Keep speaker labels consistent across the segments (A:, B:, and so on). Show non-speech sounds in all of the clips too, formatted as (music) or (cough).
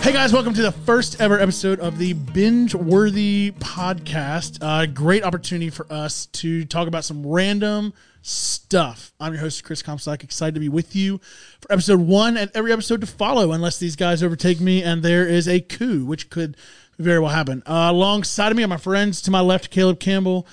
A: Hey guys, welcome to the first ever episode of the Binge Worthy podcast. Uh, great opportunity for us to talk about some random stuff. I'm your host, Chris Comstock. Excited to be with you for episode one and every episode to follow, unless these guys overtake me and there is a coup, which could very well happen. Uh, alongside of me are my friends to my left, Caleb Campbell.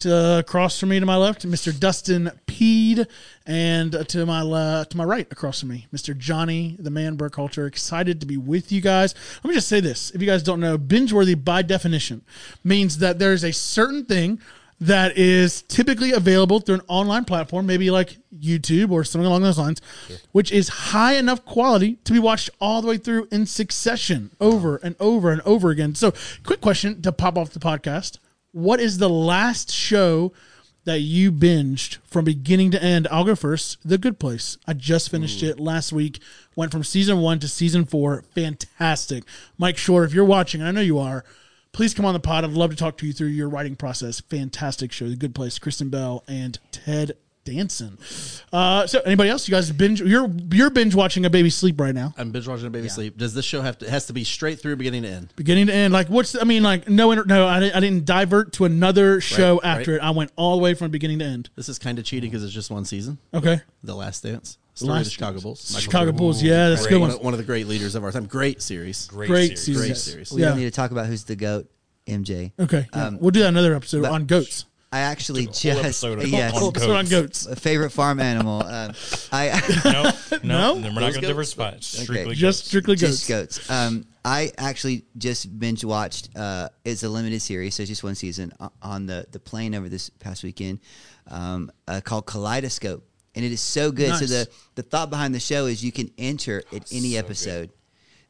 A: To, across from me to my left, Mr. Dustin Peed, and uh, to my le- to my right, across from me, Mr. Johnny, the man Burkhalter. Excited to be with you guys. Let me just say this: if you guys don't know, binge-worthy by definition means that there is a certain thing that is typically available through an online platform, maybe like YouTube or something along those lines, which is high enough quality to be watched all the way through in succession, over and over and over again. So, quick question to pop off the podcast what is the last show that you binged from beginning to end? I'll go first. The Good Place. I just finished it last week. Went from season one to season four. Fantastic. Mike Shore, if you're watching, and I know you are, please come on the pod. I'd love to talk to you through your writing process. Fantastic show. The Good Place. Kristen Bell and Ted Danson. Uh, so anybody else? You guys binge? You're you're binge watching a baby sleep right now.
B: I'm binge watching a baby sleep. Does this show have to? It has to be straight through beginning to end.
A: beginning to end. Like, what's I mean, like, no, inter- no, I didn't, I didn't divert to another show
B: right.
A: after it. I went all the way from beginning to end.
B: This is kind of cheating because it's just one season.
A: Okay,
B: The Last Dance. Story
A: Last
B: of the Chicago Bulls. Michael
A: Chicago
B: Jordan.
A: Bulls. Yeah, that's a good one.
B: One of, one of the great leaders of our time. Great series.
A: Great,
B: Great
A: season.
B: series.
C: We
A: Yeah.
C: don't need to talk about who's the goat, MJ.
A: Okay, yeah. we'll do that another episode
C: that-
A: on goats.
C: I actually
D: whole
C: just
D: episode on-
C: yes,
D: on
A: Episode on goats.
C: a favorite farm animal. Um, I (laughs)
D: No, no,
A: No?
D: then we're
B: Those
D: not going to
B: goats?
D: diversify. It's Strictly
A: Just
D: goats.
A: strictly goats.
C: just goats. Um, I actually just binge watched. Uh, it's a limited series, so it's just one season o- on the the plane over this past weekend, um, uh, called Kaleidoscope, and it is so good. So
A: Nice.
C: the the thought behind the show is you can enter
D: Oh,
C: at any episode.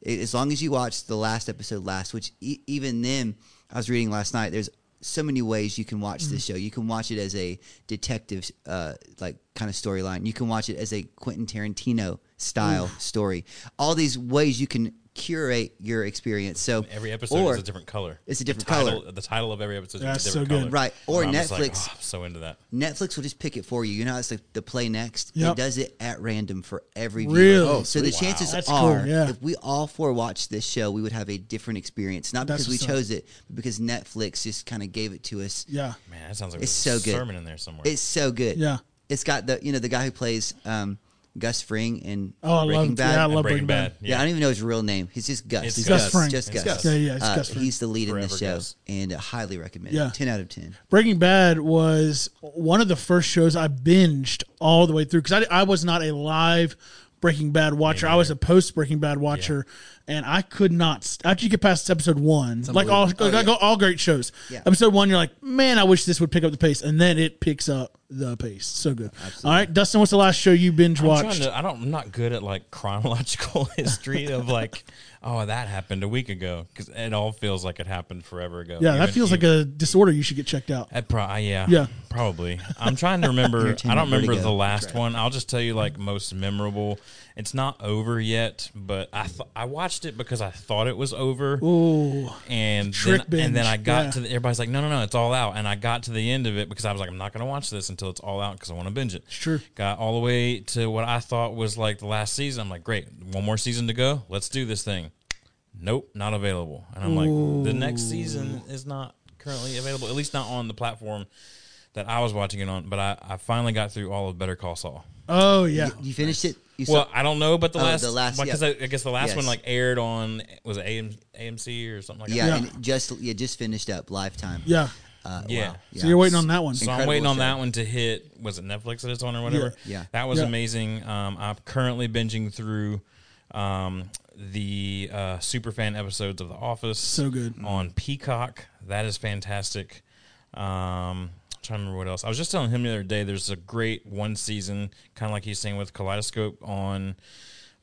C: it- as long as you watch the last episode last, which e- even then, I was reading last night. There's so many ways you can watch
D: Mm.
C: this show. You can watch it as a detective, uh, like kind of storyline. You can watch it as a Quentin Tarantino style story. All these ways you can curate your experience. So
D: Every episode
C: or-
D: is a different color.
C: It's a different
D: the title,
C: color.
D: The title of every episode
A: That's
D: is a different
A: so good.
D: color.
C: Right, or
D: And I'm just like,
C: Netflix.
D: "Oh, I'm so into that.
C: Netflix will just pick it for you. You know, how it's like the play next.
A: Yep.
C: It does it at random for every viewer.
A: Really? Oh,
C: so the chances
A: That's cool,
C: are,
A: yeah.
C: if we all four watched this show, we would have a different experience. Not
A: That's
C: because we
A: what's up.
C: chose it, but because Netflix just kind of gave it to us.
A: Yeah,
D: Man, that sounds like
C: It's
D: there's
C: so good.
D: a sermon in there somewhere.
C: It's so good.
A: Yeah.
C: It's got the you know the guy who plays um, Gus Fring in
A: Oh, I
C: Breaking
A: love-
C: Bad.
A: yeah, I
D: And
A: love Breaking
D: Breaking
A: Bad.
D: Bad.
C: Yeah, I don't even know his real name. He's just Gus.
D: It's It's Gus
A: Gus. Fring.
C: Just
D: It's
C: Gus.
D: Gus. Yeah,
A: yeah, it's
C: Uh,
A: Gus Fring.
C: He's the lead in
D: Forever
C: this show,
D: Gus.
C: and uh, highly recommend.
A: Yeah.
C: it. ten out of ten.
A: Breaking Bad was one of the first shows I binged all the way through because I, I was not a live Breaking Bad watcher. I was a post Breaking Bad watcher, and I could not st- after you get past episode one, like all
B: unbelievable.
D: Oh,
A: like all great shows.
C: Yeah.
A: Episode one, you're like, man, I wish this would pick up the pace, and then it picks up the pace. So good. All right, Dustin, what's the last show you binge
D: I'm trying
A: watched?
D: to- I don't. I'm not good at like chronological (laughs) history of like, oh, that happened a week ago because it all feels like it happened forever ago.
A: Yeah, that
D: Even-
A: feels like
D: even-
A: a disorder. You should get checked out.
D: That pro- uh, yeah,
A: Yeah.
D: probably. I'm trying to remember. I don't
C: Entertainment
D: remember
C: vertigo.
D: the last one. I'll just tell you like most memorable. It's not over yet, but I th- I watched it because I thought it was over.
A: Ooh,
D: and
A: Trick
D: then, and then
A: binge,
D: I got
A: yeah.
D: to the, everybody's like, no, no, no, it's all out. And I got to the end of it because I was like, I'm not going to watch this until it's all out because I want to binge it.
A: Sure.
D: Got all the way to what I thought was like the last season. I'm like, great, one more season to go. Let's do this thing. Nope, not available. And I'm like, the next season is not currently available, at least not on the platform that I was watching it on. But I, I finally got through all of Better Call Saul.
A: oh yeah,
C: You finished it. You
D: Well,
C: saw,
D: I don't know, but the
C: Oh,
D: last,
C: the last-
D: because
C: yeah.
D: I, I guess the last one
C: Yes.
D: like aired on was it AM, AMC or something like
C: yeah,
D: that.
A: Yeah.
C: And it just yeah, just finished up Lifetime.
A: yeah.
C: uh,
D: Yeah.
C: wow.
A: So you're waiting on that one.
D: So I'm
C: Incredible
D: waiting on
C: show.
D: that one to hit. Was it Netflix that it's on or whatever?
C: Yeah. Yeah.
D: that was
A: Yeah.
D: amazing. Um, I'm currently binging through um, the uh, Superfan episodes of The Office.
A: So good.
D: on Peacock. That is fantastic. Um, I'm trying to remember what else. I was just telling him the other day. There's a great one season, kind of like he's saying with Kaleidoscope on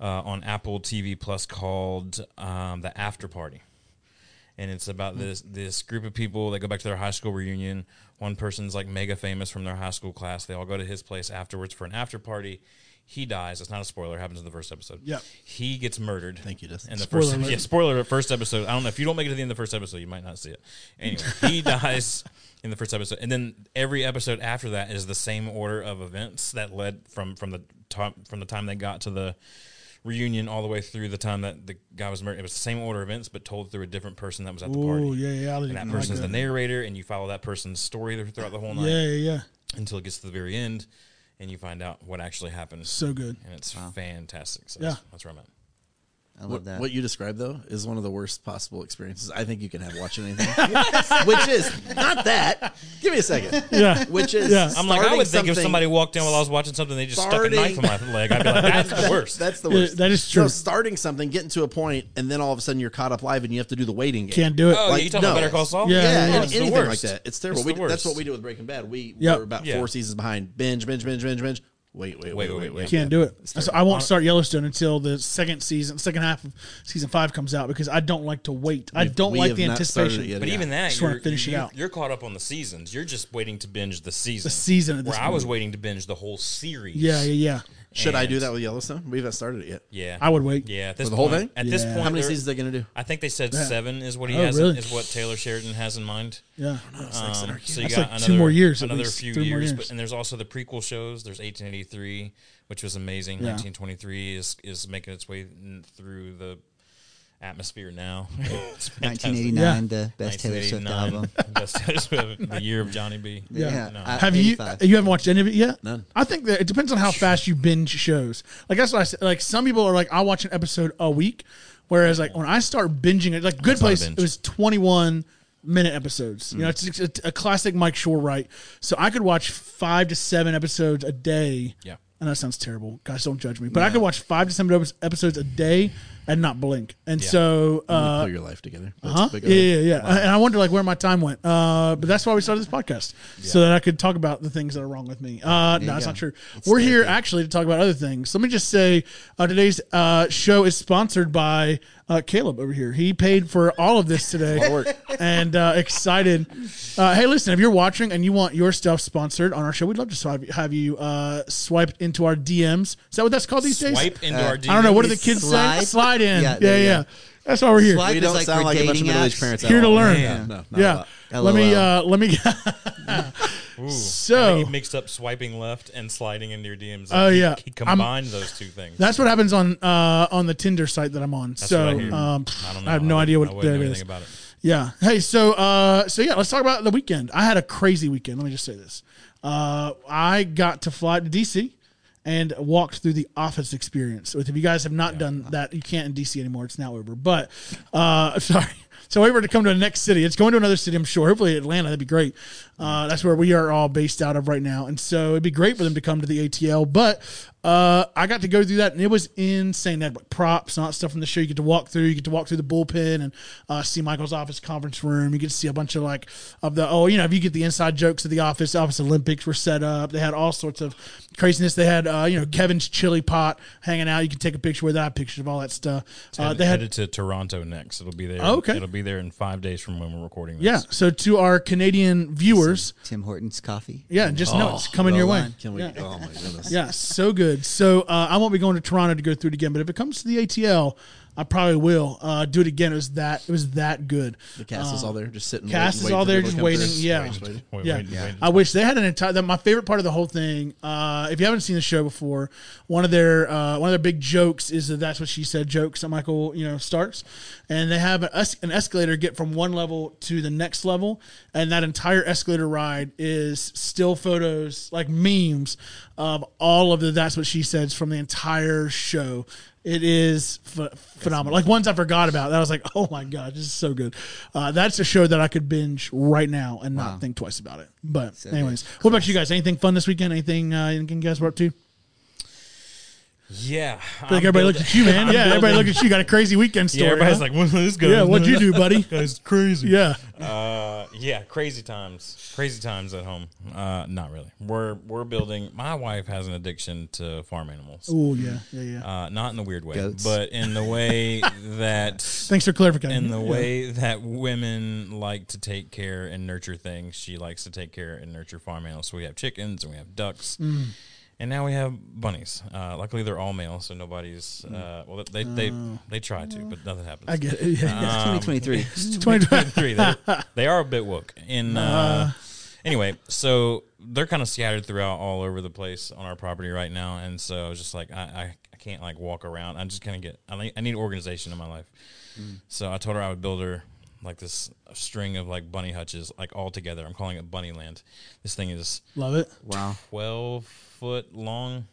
D: uh, on Apple TV Plus called um, The After Party and it's about
B: Mm.
D: this this group of people that go back to their high school reunion. One person's like mega famous from their high school class. They all go to his place afterwards for an after party. He dies. It's not a spoiler. It happens in the first episode.
A: Yep.
D: He gets murdered.
B: Thank you, Dustin.
D: In the
A: Spoiler
D: first,
A: alert.
D: yeah, spoiler alert, first episode. I don't know if you don't make it to the end of the first episode, you might not see it. Anyway,
A: (laughs)
D: he dies in the first episode, and then every episode after that is the same order of events that led from from the top from the time they got to the reunion all the way through the time that the guy was murdered. It was the same order of events, but told through a different person that was at the party.
A: Oh yeah, yeah. I didn't
D: And that
A: like
D: person's
A: that.
D: the narrator, and you follow that person's story throughout the whole night
A: Yeah, yeah, yeah.
D: until it gets to the very end, and you find out what actually happened.
A: So good.
D: and it's fantastic. So
A: Yeah.
D: that's, that's where I'm at.
C: I love
B: What,
C: that.
B: what you described though is one of the worst possible experiences I think you can have watching anything, which is not that. Give me a second.
A: Yeah.
B: Which is
A: Yeah.
D: I'm like, I
B: starting
D: would think if
B: something-
D: somebody walked in while I was watching something, they just stuck a
B: Starting- (laughs)
D: knife in my leg. I'd be like, that's the worst.
B: That's the
A: Yeah,
B: worst.
A: that is true.
B: No, starting something, getting to a point, and then all of a sudden you're caught up live and you have to do the waiting game.
A: Can't do it.
D: oh,
B: like,
D: yeah, you talking about
B: no.
D: Better Call Saul?
A: Yeah,
B: yeah,
A: yeah.
B: and
D: It's the
B: anything like
D: worst.
B: that. It's terrible.
D: It's
B: we,
D: the
B: That's
D: worst.
B: what we did with Breaking Bad. We
A: Yep.
B: were about
D: Yeah.
B: four seasons behind. Binge, binge, binge, binge, binge. Wait, wait, wait, wait, wait.
D: wait,
A: Can't do it. So I won't start Yellowstone until the second season, second half of season five comes out because I don't like to wait. I don't
B: we
A: like
B: have
A: the
B: not
A: anticipation.
B: started it yet.
D: But
B: Yeah.
D: even that,
A: Just wanna
D: you're,
A: finish it
D: you,
A: out.
D: you're caught up on the seasons. You're just waiting to binge the season. The
A: season at this
D: Where I was
A: point.
D: waiting to binge the whole series.
A: Yeah, yeah,
B: Should I do
D: And-
B: that with Yellowstone? We haven't started it yet.
D: Yeah.
A: I would wait.
D: Yeah. At this
B: For the whole
D: point-
B: thing?
D: At this
A: Yeah.
D: point,
B: How many
D: there-
B: seasons are they going to do?
D: I think they said seven is what he
A: Oh,
D: has.
A: really?
D: Is what Taylor Sheridan has in mind.
A: yeah,
D: Um, so you
A: That's
D: got
A: like two
D: another,
A: more years, at
D: another
A: least.
D: few
A: Three more
D: years,
A: years.
D: But, and there's also the prequel shows. There's 1883, which was amazing.
A: Yeah.
D: 1923 is is making its way n- through the atmosphere now.
A: (laughs)
D: (laughs) It's fantastic.
C: 1989, the best Taylor Swift
D: 1989, (laughs)
C: album.
D: best Taylor Swift, the year of Johnny B.
A: (laughs) Yeah.
D: No.
C: I-
A: Have you
C: 85.
A: you haven't watched any of it yet?
B: None.
A: I think that it depends on how fast you binge shows. Like that's what I said. Like some people are like, I watch an episode a week, whereas like when I start binging it, like Good
D: not a
A: Place,
D: binge.
A: it was twenty one minute episodes. You know, it's, it's a, a classic Mike Shore right. So I could watch five to seven episodes a day.
D: Yeah.
A: I know that sounds terrible. Guys, don't judge me. But I could watch five to seven epi- episodes a day and not blink. And
D: Yeah.
A: so, uh,
B: Pull your life together. That's
A: Huh?
B: big-
A: Yeah, yeah, yeah. And I wonder like where my time went. Uh, but that's why we started this podcast so that I could talk about the things that are wrong with me. Uh, no, that's
C: go.
A: not true. We're here actually to talk about other things. Let me just say uh, today's uh, show is sponsored by uh, Caleb over here. He paid for all of this today and uh, excited. Uh, hey, listen, if you're watching and you want your stuff sponsored on our show, we'd love to swipe, have you uh, swipe into our DMs. Is that what that's called these days? uh,
D: Swipe into our DMs.
A: I don't know. What do the kids say?
C: Slide?
A: Slide in. Yeah,
C: Yeah,
A: yeah.
C: there you go.
A: That's why we're here.
C: Swipe
B: We
C: is
B: don't
C: like for
B: sound like a bunch
C: dating
B: of middle aged
C: apps.
B: parents. at
A: Here to
B: all.
A: learn.
B: No, no, not
A: yeah.
C: lot.
A: Let me
C: LOL.
A: uh, let me. (laughs) so
D: He mixed up swiping left and sliding into your DMs.
A: Oh,
D: He-
A: yeah.
D: he
A: I'm-
D: combined those two things.
A: that's what happens on uh, on the Tinder site that I'm on. so
D: what I hear.
A: um, I,
D: don't know.
A: have no
D: wouldn't-
A: idea
D: I
A: what
D: wouldn't
A: that
D: know
A: is.
D: anything about it.
A: Yeah. Hey. So uh, so yeah. Let's talk about the weekend. I had a crazy weekend. Let me just say this. Uh, I got to fly to DC and walked through the office experience. Which if you guys have not done that, you can't in DC anymore. It's now Uber. But uh, (laughs) sorry. So we were to come to the next city. It's going to another city, I'm sure. Hopefully Atlanta. That'd be great. Uh, that's where we are all based out of right now. And so it'd be great for them to come to the ATL. But uh, I got to go through that, and it was insane. They had like, props, not stuff from the show. You get to walk through. You get to walk through the bullpen and uh, see Michael's office conference room. You get to see a bunch of like of the oh, you know, if you get the inside jokes of the office. Office Olympics were set up. They had all sorts of craziness. They had uh, you know Kevin's chili pot hanging out. You can take a picture with that. Pictures of all that stuff. Uh, they had Oh,
D: headed to Toronto next. It'll be there.
A: Okay.
D: It'll be there in five days from when we're recording this.
A: yeah. So to our Canadian viewers,
C: Tim Hortons coffee.
A: yeah, just know it's coming
B: the
A: your way.
C: line.
B: Oh, Can we? Oh my goodness.
A: Yeah, so good. So uh, I won't be going to Toronto to go through it again, but if it comes to the ATL, I probably will uh, do it again. It was that it was that good.
B: The cast is all there, just sitting.
A: cast is
B: waiting- waiting
A: all
B: for
A: there,
B: people to
A: just
B: come
A: waiting,
B: through.
A: yeah.
B: Just waiting.
D: Wait,
A: yeah,
D: wait, wait.
A: I wish they had an entire. The, my favorite part of the whole thing, uh, if you haven't seen the show before, one of their uh, one of their big jokes is that that's what she said jokes that Michael you know starts, and they have an, es- an escalator get from one level to the next level, and that entire escalator ride is still photos like memes of all of the that's what she says from the entire show. It is ph- phenomenal. Like ones I forgot about, that I was like, "Oh my god, this is so good." Uh, that's a show that I could binge right now and not think twice about it. But anyways, what about you guys? Anything fun this weekend? Anything? Uh, anything you guys were up to?
D: Yeah.
A: I feel like everybody looked at you,
D: (laughs)
A: man. yeah, everybody looked at you. Got a crazy weekend story.
D: Yeah, everybody's
A: huh?
D: like, "What this guy?
A: "Yeah, what'd you do,
D: (laughs)
A: buddy?"
D: Guy's crazy.
A: yeah,
D: Uh, yeah, crazy times. Crazy times at home. Uh, not really. We're we're building. My wife has an addiction to farm animals.
A: oh yeah, yeah, yeah.
D: Uh, not in the weird way,
C: Goats.
D: but in
A: (laughs)
D: the way that
A: Thanks for clarifying.
D: in the
A: Yeah.
D: way that women like to take care and nurture things. She likes to take care and nurture farm animals. So we have chickens and we have ducks. And now we have bunnies. Uh, luckily, they're all male, so nobody's. Uh, well, they they they try to, but nothing happens.
A: I get
D: Uh,
A: it. (laughs) Yeah, yeah.
D: (laughs)
C: It's 2023.
A: Twenty-
D: 23. They, they are a bit woke. And uh, anyway, so they're kind of scattered throughout all over the place on our property right now, and so I was just like, I, I, I can't like walk around. I'm just gonna get. I need, I need organization in my life. So I told her I would build her like this string of like bunny hutches, like all together. I'm calling it Bunnyland. This thing is
A: Love it.
C: Wow.
D: 12 foot long.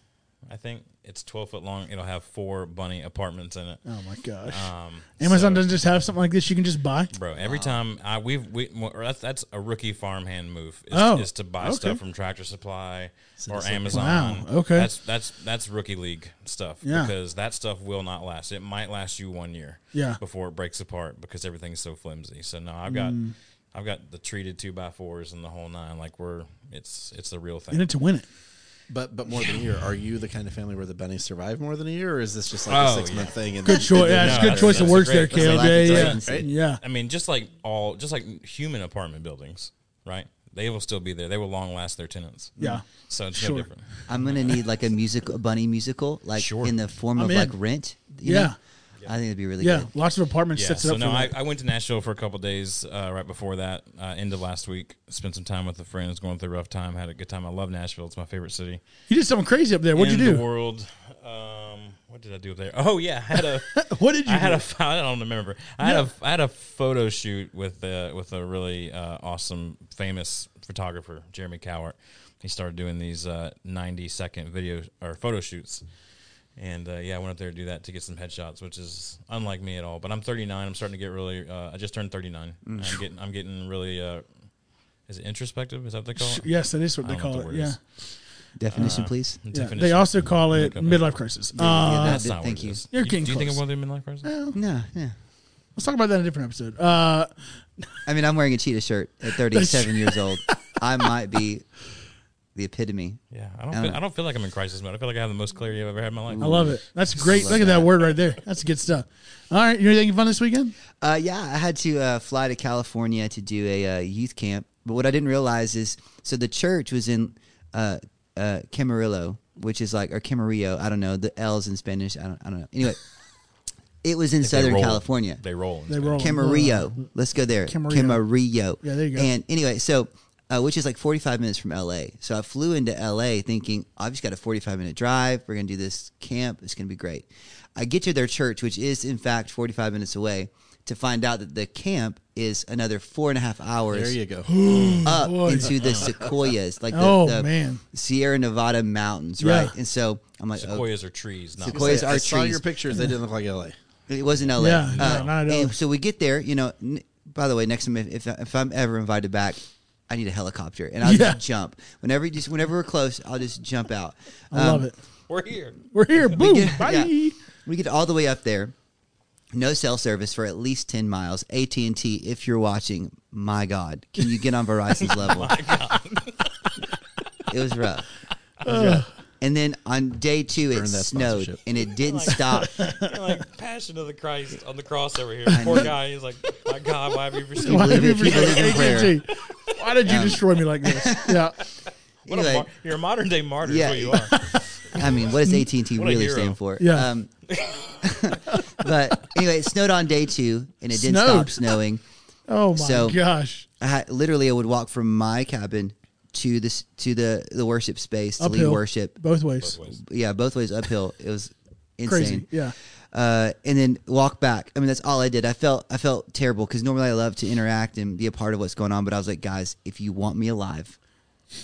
D: I think it's 12 foot long. It'll have four bunny apartments in it.
A: Oh my gosh.
D: Um,
A: Amazon
D: so-
A: doesn't just have something like this you can just buy.
D: Bro, every time I we've we well, that's that's a rookie farmhand move. Is,
A: Oh,
D: is to buy
A: okay.
D: stuff from Tractor Supply or Amazon.
A: Wow, okay.
D: that's that's that's rookie league stuff
A: Yeah.
D: because that stuff will not last. It might last you one year,
A: Yeah.
D: before it breaks apart because everything's so flimsy. So no, I've got
A: Mm.
D: I've got the treated two by fours and the whole nine. Like we're it's it's the real
A: In
D: thing.
A: it to win it.
B: But but more than a year. Are you the kind of family where the bunnies survive more than a year, or is this just like
D: Oh,
B: a six month thing? And
A: Good choice. Yeah, it's a good
D: that's-
A: choice of
D: that's
A: words
D: a
A: there,
D: great- that's
A: Caleb.
D: a
C: lack of
A: Yeah, yeah.
C: latency.
A: Yeah.
D: I mean, just like all just like human apartment buildings, right? They will still be there. They will long last their tenants.
A: Yeah.
D: So it's
A: Sure.
D: no different.
C: I'm gonna need like a musical, a bunny musical, like
D: Sure.
C: in the form
A: I'm
C: of
A: in.
C: like Rent. you
A: Yeah.
C: know? I think it'd be really
A: Yeah.
C: good.
A: Lots of apartments
D: Yeah,
A: sets it
D: so
A: up
D: no,
A: for
D: I,
A: that.
D: I went to Nashville for a couple days uh, right before that, uh, end of last week. Spent some time with a friend who's going through a rough time. Had a good time. I love Nashville. It's my favorite city.
A: You did something crazy up there. What'd
D: in
A: you
D: The
A: do?
D: world. Um, what did I do up there? Oh yeah, I had a.
A: (laughs) What did you
D: I had
A: do?
D: a. pho- (laughs) I don't remember. I had a. I had a photo shoot with a with a really uh, awesome famous photographer, Jeremy Cowart. He started doing these uh, ninety second video or photo shoots. And uh, yeah, I went up there to do that to get some headshots, which is unlike me at all. But I'm 39. I'm starting to get really. Uh, I just turned 39.
A: Mm.
D: I'm getting. I'm getting really. Uh, is it introspective? Is that what they call it?
A: Yes, that is what
D: I
A: they
D: don't know
A: call
D: what
A: it.
D: the word
A: Yeah.
D: is.
C: Definition, please.
A: Yeah. They
D: Definition.
A: also call it
D: Look up.
A: midlife crisis. Uh,
C: that-
D: That's
C: th-
D: not
C: thank
D: what
C: you.
D: it is.
A: You're
D: You-
A: getting
D: Do you think
A: close. Uh,
D: I'm one of them in life person?
C: No, yeah.
A: Let's talk about that in a different episode. Uh,
C: I mean, I'm wearing a cheetah shirt at 37
A: (laughs)
C: years old. I might be the epitome.
D: Yeah, I don't.
C: I don't
D: Feel,
C: know.
D: I don't feel like I'm in crisis mode. I feel like I have the most clarity I've ever had in my life.
A: uh, I love it. That's great. Look at that word right there. That's good stuff. All right. You anything fun this weekend?
C: Uh, yeah, I had to uh, fly to California to do a uh, youth camp. But what I didn't realize is, so the church was in uh, uh, Camarillo, which is like or Camarillo. I don't know the L's in Spanish. I don't. I don't know.
D: (laughs)
C: Anyway, it was in
D: They
C: Southern
D: roll.
C: California.
D: They roll.
A: They roll.
C: Camarillo. Let's go there.
A: Uh, Camarillo.
C: Camarillo.
A: Yeah, there you go.
C: And anyway, so uh, which is like 45 minutes from LA. So I flew into LA thinking "Oh, I've just got a 45 minute drive. We're gonna do this camp. It's gonna be great. I get to their church, which is in fact 45 minutes away, to find out that the camp is another four and a half
B: there
C: hours
B: you (gasps) go.
C: up into the sequoias, like the,
A: Oh,
C: the
A: man.
C: Sierra Nevada mountains,
A: Yeah.
C: right? And so I'm like, oh,
D: Sequoias are trees. Not
C: Sequoias
B: I
C: are
B: saw
C: trees.
B: your pictures. They didn't look like (laughs) LA.
C: It was in LA.
A: Yeah,
C: Uh,
A: no, not at
C: and
A: all.
C: So we get there, you know. N- by the way, next time if, if if I'm ever invited back, I need a helicopter, and I'll
A: Yeah.
C: just jump whenever you just whenever we're close. I'll just jump out. Um,
A: I love it.
D: we're here.
A: We're here. Boom.
C: yeah,
A: Bye.
C: yeah. We get all the way up there. No cell service for at least ten miles. AT and T, if you're watching, my God, can you get on
A: (laughs)
C: Verizon's level? it was rough. And then on day two, it
B: Earn that
C: snowed,
B: sponsorship.
C: and it didn't
A: Oh
C: stop.
D: like Passion of the Christ on the cross over here. Poor guy. He's like, my God, why have you
C: (laughs)
D: received
A: Why
C: believe
A: did you
C: it, you believe in prayer.
A: AT&T? Why did you destroy me like this? Yeah.
D: What a
C: Anyway.
D: mar- you're a modern day martyr.
C: Yeah.
D: Is
C: (laughs)
D: what you are.
C: I mean, what does AT and T
D: Hmm. What a
C: really
D: hero.
C: stand for?
A: Yeah.
C: Um, (laughs) but anyway, it snowed on day two, and it didn't
A: Snowed.
C: stop snowing.
A: Oh my
C: So-
A: gosh.
C: I had, literally, I would walk from my cabin to this to the the worship space to lead
A: Uphill.
C: worship.
A: Both ways.
C: Yeah, both ways uphill. It was insane.
A: Crazy. Yeah.
C: Uh, and then walk back. I mean, that's all I did. I felt I felt terrible because normally I love to interact and be a part of what's going on, but I was like, guys, if you want me alive,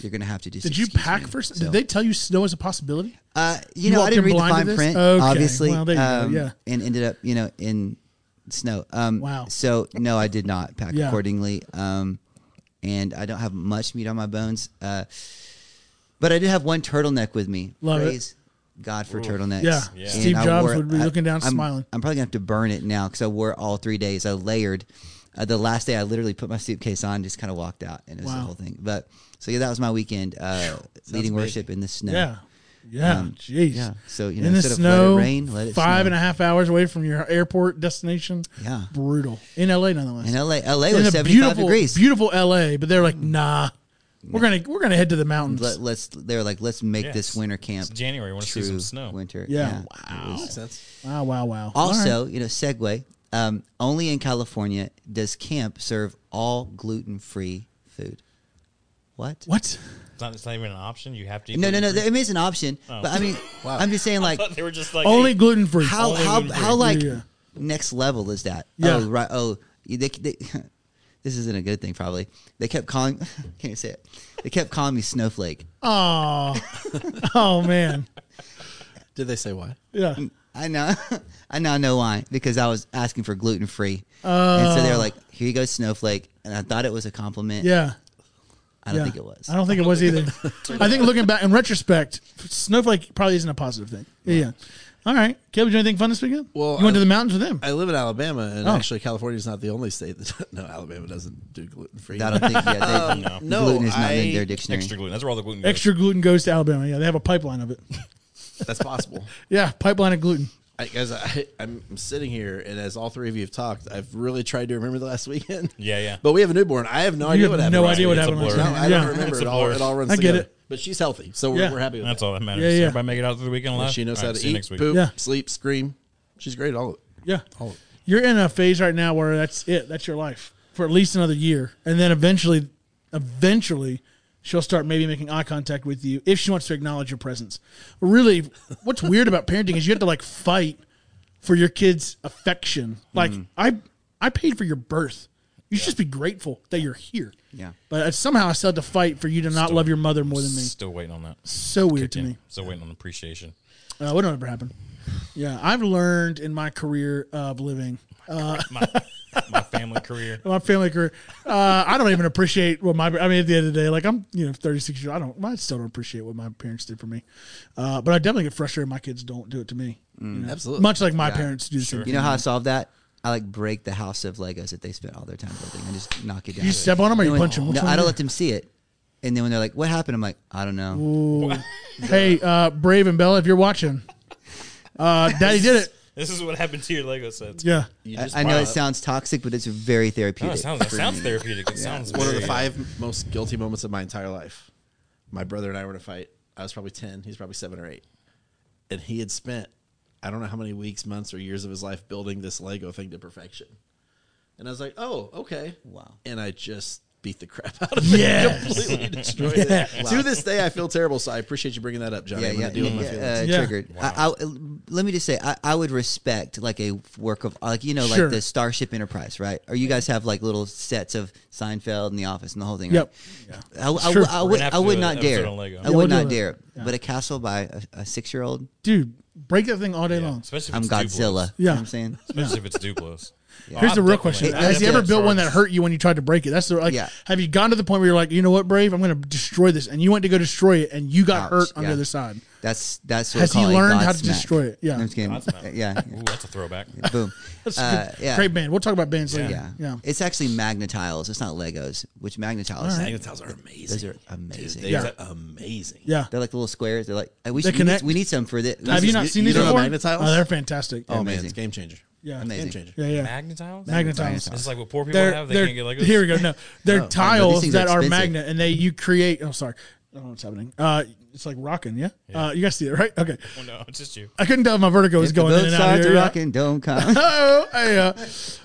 C: you're gonna have to just.
A: Did you
C: excuse
A: pack
C: me.
A: for?
C: So-
A: Did they tell you snow is a possibility?
C: Uh, you,
A: You
C: know,
A: walked
C: I didn't
A: in
C: read the
A: blind to
C: fine
A: this?
C: print,
A: Okay.
C: obviously.
A: Well, there you go.
C: um,
A: Yeah.
C: And ended up, you know, in snow. Um,
A: Wow.
C: So no, I did not pack
A: Yeah.
C: accordingly. Um, and I don't have much meat on my bones. Uh, but I did have one turtleneck with me.
A: Love it.
C: Praise God for turtlenecks.
A: Yeah.
D: Yeah.
C: And
A: Steve
C: I
A: Jobs
C: wore-
A: would be
C: I-
A: looking down,
C: I'm-
A: smiling.
C: I'm probably gonna have to burn it now because I wore it all three days. I layered. Uh, the last day, I literally put my suitcase on, just kind of walked out, and it was
A: Wow.
C: the whole thing. But so yeah, that was my weekend uh, leading
B: big.
C: worship in the snow.
A: Yeah. Yeah. Jeez.
C: Um, yeah. So, you know,
A: in the
C: instead of let it
A: snow,
C: rain, let it
A: five
C: snow.
A: and a half hours away from your airport destination.
C: Yeah.
A: Brutal in LA, nonetheless.
C: In LA, LA
A: in
C: was
A: a
C: 75
A: beautiful,
C: degrees. Mm.
A: beautiful LA, but they're like, nah, we're gonna we're gonna head to the mountains.
C: Let, us they were like, let's make
D: Yes.
C: this winter camp
D: It's January. I want to see
C: true
D: some snow.
C: winter.
A: yeah.
C: it
A: Wow.
C: was-
B: Makes sense.
A: Wow. Wow. Wow. All right.
C: Also, you know, segue. Um, only in California does camp serve all gluten free food. What?
A: What?
D: It's not, it's not even an option. You have to. eat
C: No, no, no.
D: gluten-free.
C: It is an option,
D: Oh.
C: but I mean,
B: Wow.
D: (laughs)
C: I'm just saying, like,
D: But they were just like
A: Only
D: hey,
A: gluten free.
C: how
D: Only
C: how
D: gluten-free.
C: how like
A: Yeah.
C: next level is that?
A: Yeah.
C: Oh right. Oh, you- they, they, (laughs) this isn't a good thing probably. They kept calling. (laughs) Can't say it. They kept calling me snowflake.
A: Oh,
C: (laughs)
A: oh man.
B: Did they say why?
A: Yeah.
C: I know. (laughs) I now know why because I was asking for gluten free, and so they were like, "Here you go, snowflake," and I thought it was a compliment.
A: Uh. Yeah.
C: I don't
A: yeah.
C: think it was.
A: I don't think it was either.
C: (laughs)
A: I think looking back in retrospect, snowflake probably isn't a positive thing. Yeah. yeah. All right, Caleb, did you do anything fun this weekend?
B: Well,
A: you went
B: I-
A: to the mountains with them.
B: I live in Alabama, and
A: Oh.
B: actually, California is not the only state that (laughs) no Alabama doesn't do gluten free. (laughs)
C: I don't think. Yeah, they,
B: no,
C: gluten is not
B: I-
C: in their dictionary.
D: extra gluten. That's where all the gluten. goes.
A: Extra gluten goes to Alabama. Yeah, they have a pipeline
B: (laughs)
A: of it.
B: That's possible.
A: Yeah, pipeline of gluten.
B: I, guys, I, I'm I'm sitting here, and as all three of you have talked, I've really tried to remember the last (laughs) weekend.
D: Yeah, yeah.
B: But we have a newborn. I have no idea
A: have
B: what happened.
A: no
B: last
A: idea what
B: weekend.
A: happened.
D: It's a
A: last
D: blur.
B: No,
A: night.
B: I
A: yeah.
B: don't remember.
D: It's
B: It
D: a
B: all,
D: blur.
B: it all runs
A: I get
B: together.
A: it.
B: But she's healthy, so we're,
A: Yeah.
B: we're happy with
D: That's
B: that.
D: all that matters.
A: Yeah, yeah.
D: Everybody make it out through the weekend alive.
B: She knows
D: All
B: how
D: right,
B: to
D: see you
B: eat,
D: next week.
B: poop,
A: Yeah.
B: sleep, scream. She's great at all of it.
A: Yeah. You're in a phase right now where that's it. That's your life for at least another year. And then eventually, eventually, she'll start maybe making eye contact with you if she wants to acknowledge your presence. Really, what's weird about parenting is you have to like fight for your kid's affection. Like, I, I paid for your birth. You should just be grateful that you're here.
C: Yeah.
A: But somehow I still had to fight for you to not
D: Still-
A: love your mother more than me.
D: Still waiting on that.
A: So weird to
D: Yeah,
A: me.
D: Still waiting on appreciation.
A: Uh, would ever happen. Yeah, I've learned in my career of living,
D: My, my family career.
C: (laughs)
A: my family career, uh, I don't even appreciate what my. I mean, at the end of the day, like I'm, you know, 36 years. old, I don't. I still don't appreciate what my parents did for me. Uh, but I definitely get frustrated. when My kids don't do it to me. you know?
B: absolutely.
A: Much like my parents do. the same
C: You know how I solve that? I like break the house of Legos that they spent all their time building and just knock it down.
A: You step on them or you
C: When-
A: punch them.
C: No, I don't let them see it. And then when they're like, "What happened?" I'm like, "I don't know."
A: Hey, uh, Brave and Bella, if you're watching, uh, Daddy did it.
D: This is what happened to your Lego sets.
A: Yeah.
B: You
C: I,
B: just
C: I know
B: brought
C: it
B: up
C: sounds toxic, but it's very
D: No,
C: therapeutic.
D: Oh, it sounds, it
C: for
D: sounds
C: me.
D: therapeutic. It sounds
B: one of the
D: very, uh,
B: five most guilty moments of my entire life. My brother and I were in a fight. I was probably ten. He's probably seven or eight, and he had spent I don't know how many weeks, months, or years of his life building this Lego thing to perfection. And I was like, "Oh, okay,
C: Wow.
B: And I just beat the crap out of
A: Yes.
B: it, (laughs) completely destroyed
A: (laughs)
B: it. To this day, I feel terrible. So I appreciate you bringing that up, Johnny.
C: Yeah,
B: I'm
C: yeah,
B: gonna deal with my
C: yeah,
B: feelings.
C: uh,
A: Yeah.
C: triggered. I, I, let me just say, I, I would respect like a work of like you know
A: Sure.
C: like the Starship Enterprise, right? Or you guys have like little sets of Seinfeld and The Office and the whole thing.
A: Yep.
C: Right? I, I,
A: Sure.
C: I,
D: We're
C: would,
D: gonna have
C: I
D: to
C: would
D: do an
C: not
D: episode
C: dare.
D: on Lego.
C: I
A: Yeah, we'll
C: would
A: do
C: not
A: it.
C: dare.
A: Yeah.
C: But a castle by a, a six year old,
A: Dude, break that thing all day long.
D: Especially if
C: I'm
D: it's
C: Godzilla.
D: Duplos.
C: You know
A: Yeah.
C: what I'm saying.
D: Especially if it's
C: (laughs)
D: Duplos.
A: Here's
D: I've
A: the real
D: definitely-
A: question:
D: I've
A: Has you
D: definitely
A: ever built one that
D: absorbed-
A: hurt you when you tried to break it? That's the like.
C: Yeah.
A: Have you gone to the point where you're like, you know what, Brave, I'm going to destroy this, and you went to go destroy it, and you got
C: Ouch,
A: hurt on the
C: yeah.
A: other side?
C: That's that's what
A: Has
C: we call
A: he
C: a
A: learned how to
C: Godsmack.
A: destroy it? Yeah.
C: No, I'm just kidding. Uh,
D: Godsmack.
C: Yeah,
D: Ooh, that's a throwback.
C: boom.
A: (laughs) That's
C: Uh,
A: good.
C: yeah,
A: Great band. We'll talk about bands later.
C: yeah,
A: Yeah. Yeah.
C: It's actually magnetiles. It's not Legos. Which magnetiles?
B: Magnetiles are amazing.
C: Those are
B: Dude,
C: amazing.
B: They
A: Yeah.
B: are amazing.
C: They're like little squares. They're like I wish
A: They
C: we, need,
A: connect.
C: we need some for this.
A: Have
B: This
A: you
B: is-
A: not
B: you-
A: seen
B: you
A: these
B: don't know
A: before?
B: Magnetiles?
A: Oh, they're fantastic.
B: Oh man,
C: Amazing.
B: it's game changer.
A: yeah.
C: amazing.
B: Game changer.
A: Yeah. Yeah.
D: Magnetiles?
A: Magnetiles.
D: It's like what poor people
A: They're,
D: have. They
A: they're,
D: can't get Legos.
A: here we go. No, they're
C: Oh, these
A: tiles
C: things are
A: that are
C: expensive.
A: magnet, and they you create. Oh, sorry. I don't know what's happening. Uh, it's like rocking. Yeah. Uh, you guys see it, right? Okay.
D: Oh, (laughs) no, it's just you.
A: I couldn't tell if my vertigo was
C: If
A: going
C: the
A: in
C: both
A: and out.
C: sides
A: Here,
C: are
A: yeah.
C: rocking. Don't come.
A: (laughs) oh, hey, uh,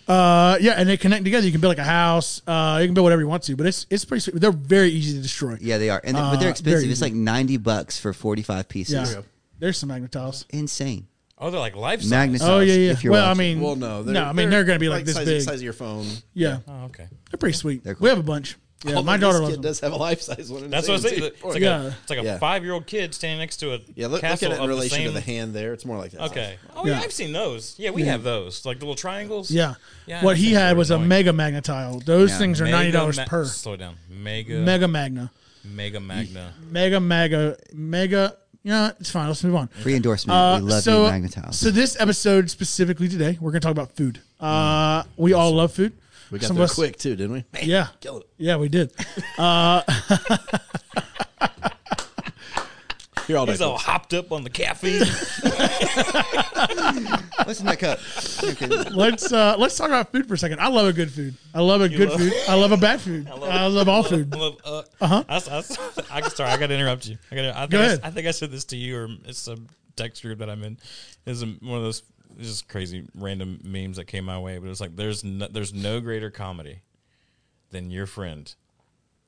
A: uh, yeah, and they connect together. You can build like a house. Uh, you can build whatever you want to, but it's it's pretty sweet. They're very easy to destroy.
C: yeah, they are, and they- but
A: Uh,
C: they're expensive.
A: very
C: It's like ninety bucks for forty five pieces.
A: yeah. There's some magnetiles.
C: Insane.
D: Oh, they're like life size.
C: Magnetiles.
A: Oh yeah, yeah.
C: If you're
A: Well, I
C: watching.
A: mean,
B: Well, no,
A: no, I mean they're going to be like, this
B: size,
A: big.
B: size of your phone.
A: yeah.
D: Oh, okay.
A: they're pretty sweet.
C: They're cool.
A: We have a bunch. Yeah,
B: Although
A: my daughter
B: this
A: loves them.
B: kid does have a life size one. and
D: That's
B: same
D: what I say.
B: too.
D: It's like
A: Yeah.
D: a it's like a
B: Yeah.
D: five year old kid standing next to a
B: Yeah, look, look at
D: castle
B: it in
D: of
B: relation
D: the same.
B: to the hand there. It's more like that.
D: Okay. Oh yeah.
A: Yeah.
D: I've seen those. Yeah, we have those. Like the little triangles.
A: Yeah.
D: Yeah,
A: What
D: I
A: he
D: think
A: had
D: they're
A: was a
D: annoying.
A: mega magnetile. Those
C: Yeah.
A: things are ninety
D: Mega
A: dollars
D: Ma-
A: per.
D: Slow down. Mega
A: Mega
D: mega,
A: magna,
D: magna.
A: mega mega mega. Yeah, it's fine. Let's move on.
C: Free endorsement.
A: Uh,
C: we love
A: so,
C: you, magnetiles.
A: So this episode specifically today, we're going to talk about food. Uh, we all love food.
B: We got
A: Some of
B: there
A: us-
B: quick too, didn't we? Man,
A: Yeah.
B: kill it.
A: Yeah, we did.
B: Here all day.
D: He's all hopped up on the caffeine.
B: (laughs)
C: What's in
A: (laughs)
C: that cup? Okay.
A: let's uh, let's talk about food for a second. I love a good food. I love a good
D: love-
A: food. I love a bad food. I love,
D: love-
A: all food.
D: I love, uh huh. I, s- I, s- (laughs) I, can- sorry, I got to interrupt you. I got. to I think
A: Uh-huh. Go
D: I, s-
A: ahead.
D: I think I said this to you, or it's a text group that I'm in. Is one of those just crazy random memes that came my way, but it's like there's no, there's no greater comedy than your friend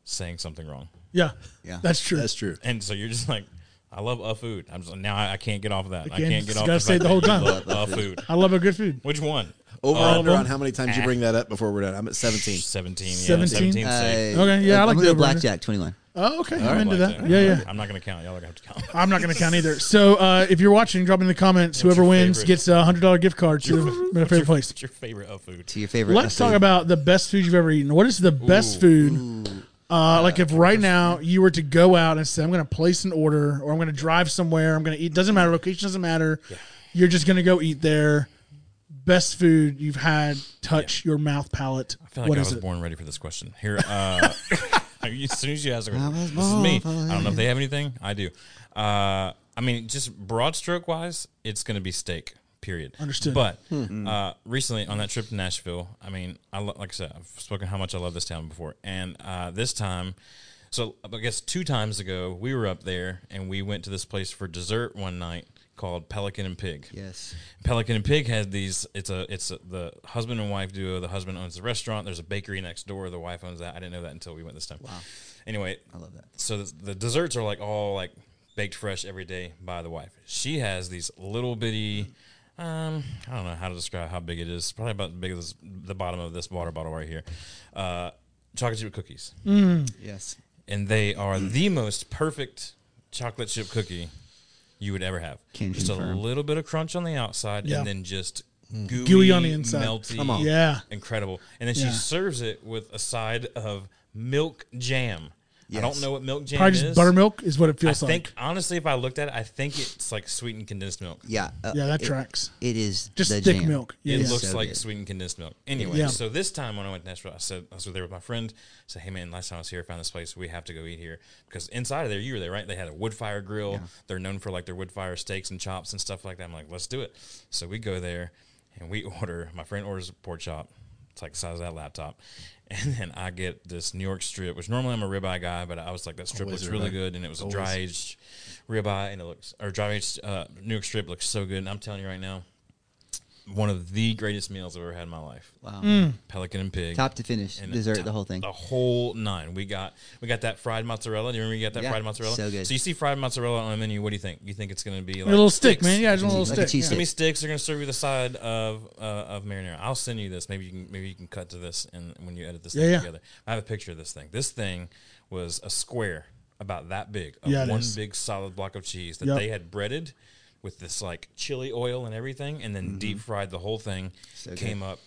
D: saying something wrong.
A: Yeah.
C: Yeah.
A: That's true.
B: That's true.
D: And so you're just like, I love uh food. I'm just like, now I, I can't get off of that. I
A: Again,
D: can't get
A: just
D: off.
A: gotta
D: of
A: say it the whole time.
D: uh food.
A: I love a good food.
D: Which one?
B: Over
D: All of
B: under on
D: them?
B: how many times you
D: Ah.
B: bring that up before we're done. I'm at 17.
D: 17. Yeah,
A: 17?
D: 17. safe.
A: Okay, yeah, I like the
C: am gonna go
A: over under.
C: blackjack twenty one.
A: Oh, okay.
D: I
A: I'm into
D: like
A: that. Yeah, yeah.
D: I'm not gonna count. Y'all are gonna have to count.
A: I'm not going to count either. So uh, if you're watching, drop it in the comments.
D: What's
A: Whoever
D: your
A: wins
D: favorite?
A: gets a hundred dollar gift card to my favorite place.
D: (laughs) What's your favorite uh food?
C: To your favorite.
A: Let's
C: uh,
A: talk
C: food.
A: about the best food you've ever eaten. What is the best food? Uh, like if right now you were to go out and say, I'm going to place an order or I'm going to drive somewhere, I'm going to eat. Doesn't matter. Location doesn't matter. You're just going to go eat there. Best food you've had touch your mouth palate.
D: I feel like
A: What
D: I
A: is
D: was
A: it?
D: born ready for this question. Here, uh, as soon as you ask,
C: I was
D: this is me.
C: born
D: I don't know if they have anything. I do. Uh, I mean, just broad stroke wise, it's going to be steak. Period.
A: Understood.
D: But uh, recently on that trip to Nashville, I mean, I lo- like I said, I've spoken how much I love this town before, and uh, this time. So I guess two times ago we were up there and we went to this place for dessert one night called Pelican and Pig.
C: Yes.
D: Pelican and Pig has these. It's a it's a, the husband and wife duo. The husband owns the restaurant. There's a bakery next door. The wife owns that. I didn't know that until we went this time. Wow. Anyway, I
C: love that.
D: So the, the desserts are like all like baked fresh every day by the wife. She has these little bitty. Um, I don't know how to describe how big it is. Probably about as big as the bottom of this water bottle right here. Uh, chocolate chip cookies
C: Yes.
D: and they are the most perfect chocolate chip cookie you would ever have.
C: Can
D: just
C: confirm.
D: a little bit of crunch on the outside,
A: Yeah.
D: and then just gooey,
A: Gooey on the inside.
D: melty,
B: Come on.
A: Yeah.
D: incredible. And then
A: Yeah.
D: she serves it with a side of milk jam. I
C: Yes.
D: don't know what milk jam
A: Probably
D: is.
A: just buttermilk is what it
D: I
A: feels
D: think
A: like.
D: honestly, if I looked at it, I think it's like sweetened condensed milk.
C: Yeah. uh,
A: Yeah, that
C: it-
A: tracks.
C: It is
A: Just
C: the
A: thick
C: jam.
A: milk. Yeah,
D: It
A: yeah.
D: looks
C: So
D: like
C: good.
D: sweetened condensed milk. Anyway,
A: Yeah.
D: so this time when I went to Nashville, I said I was there with my friend. I said, "Hey man, last time I was here, I found this place. We have to go eat here because inside of there, you were there, right? They had a wood fire grill. They're known for like their wood fire steaks and chops and stuff like that. I'm like, let's do it. So we go there and we (laughs) order. My friend orders a pork chop. It's like the size of that laptop. (laughs) And then I get this New York strip, which normally I'm a ribeye guy, but I was like, that strip
B: Always
D: looks
B: a
D: really
B: ribeye.
D: good, and it was a dry aged ribeye, and it looks or dry aged uh, New York strip looks so good. And I'm telling you right now, one of the greatest meals I've ever had in my life.
C: Wow.
A: Hmm.
D: Pelican and pig.
C: Top to finish,
D: And
C: dessert,
D: top-
C: the whole thing.
A: Oh.
D: The whole nine. We got we got that fried mozzarella. Do you remember you got that
C: Yeah,
D: fried mozzarella?
C: so good.
D: you see fried mozzarella on the menu. What do you think? You think it's going to be like
A: A little stick,
D: sticks?
A: man. Yeah, just a little
C: Like a
A: stick.
C: cheese
A: yeah.
D: Give me sticks. They're going to serve you the side of uh, of marinara. I'll send you this. Maybe you can maybe you can cut to this and when you edit this
A: Yeah,
D: thing
A: yeah.
D: together. I have a picture of this thing. This thing was a square about that big of
A: Yeah, it
D: one
A: is.
D: big solid block of cheese that
A: Yep.
D: they had breaded with this like chili oil and everything, and then
A: Mm-hmm.
D: deep fried the whole thing.
A: (clears throat)
D: Came up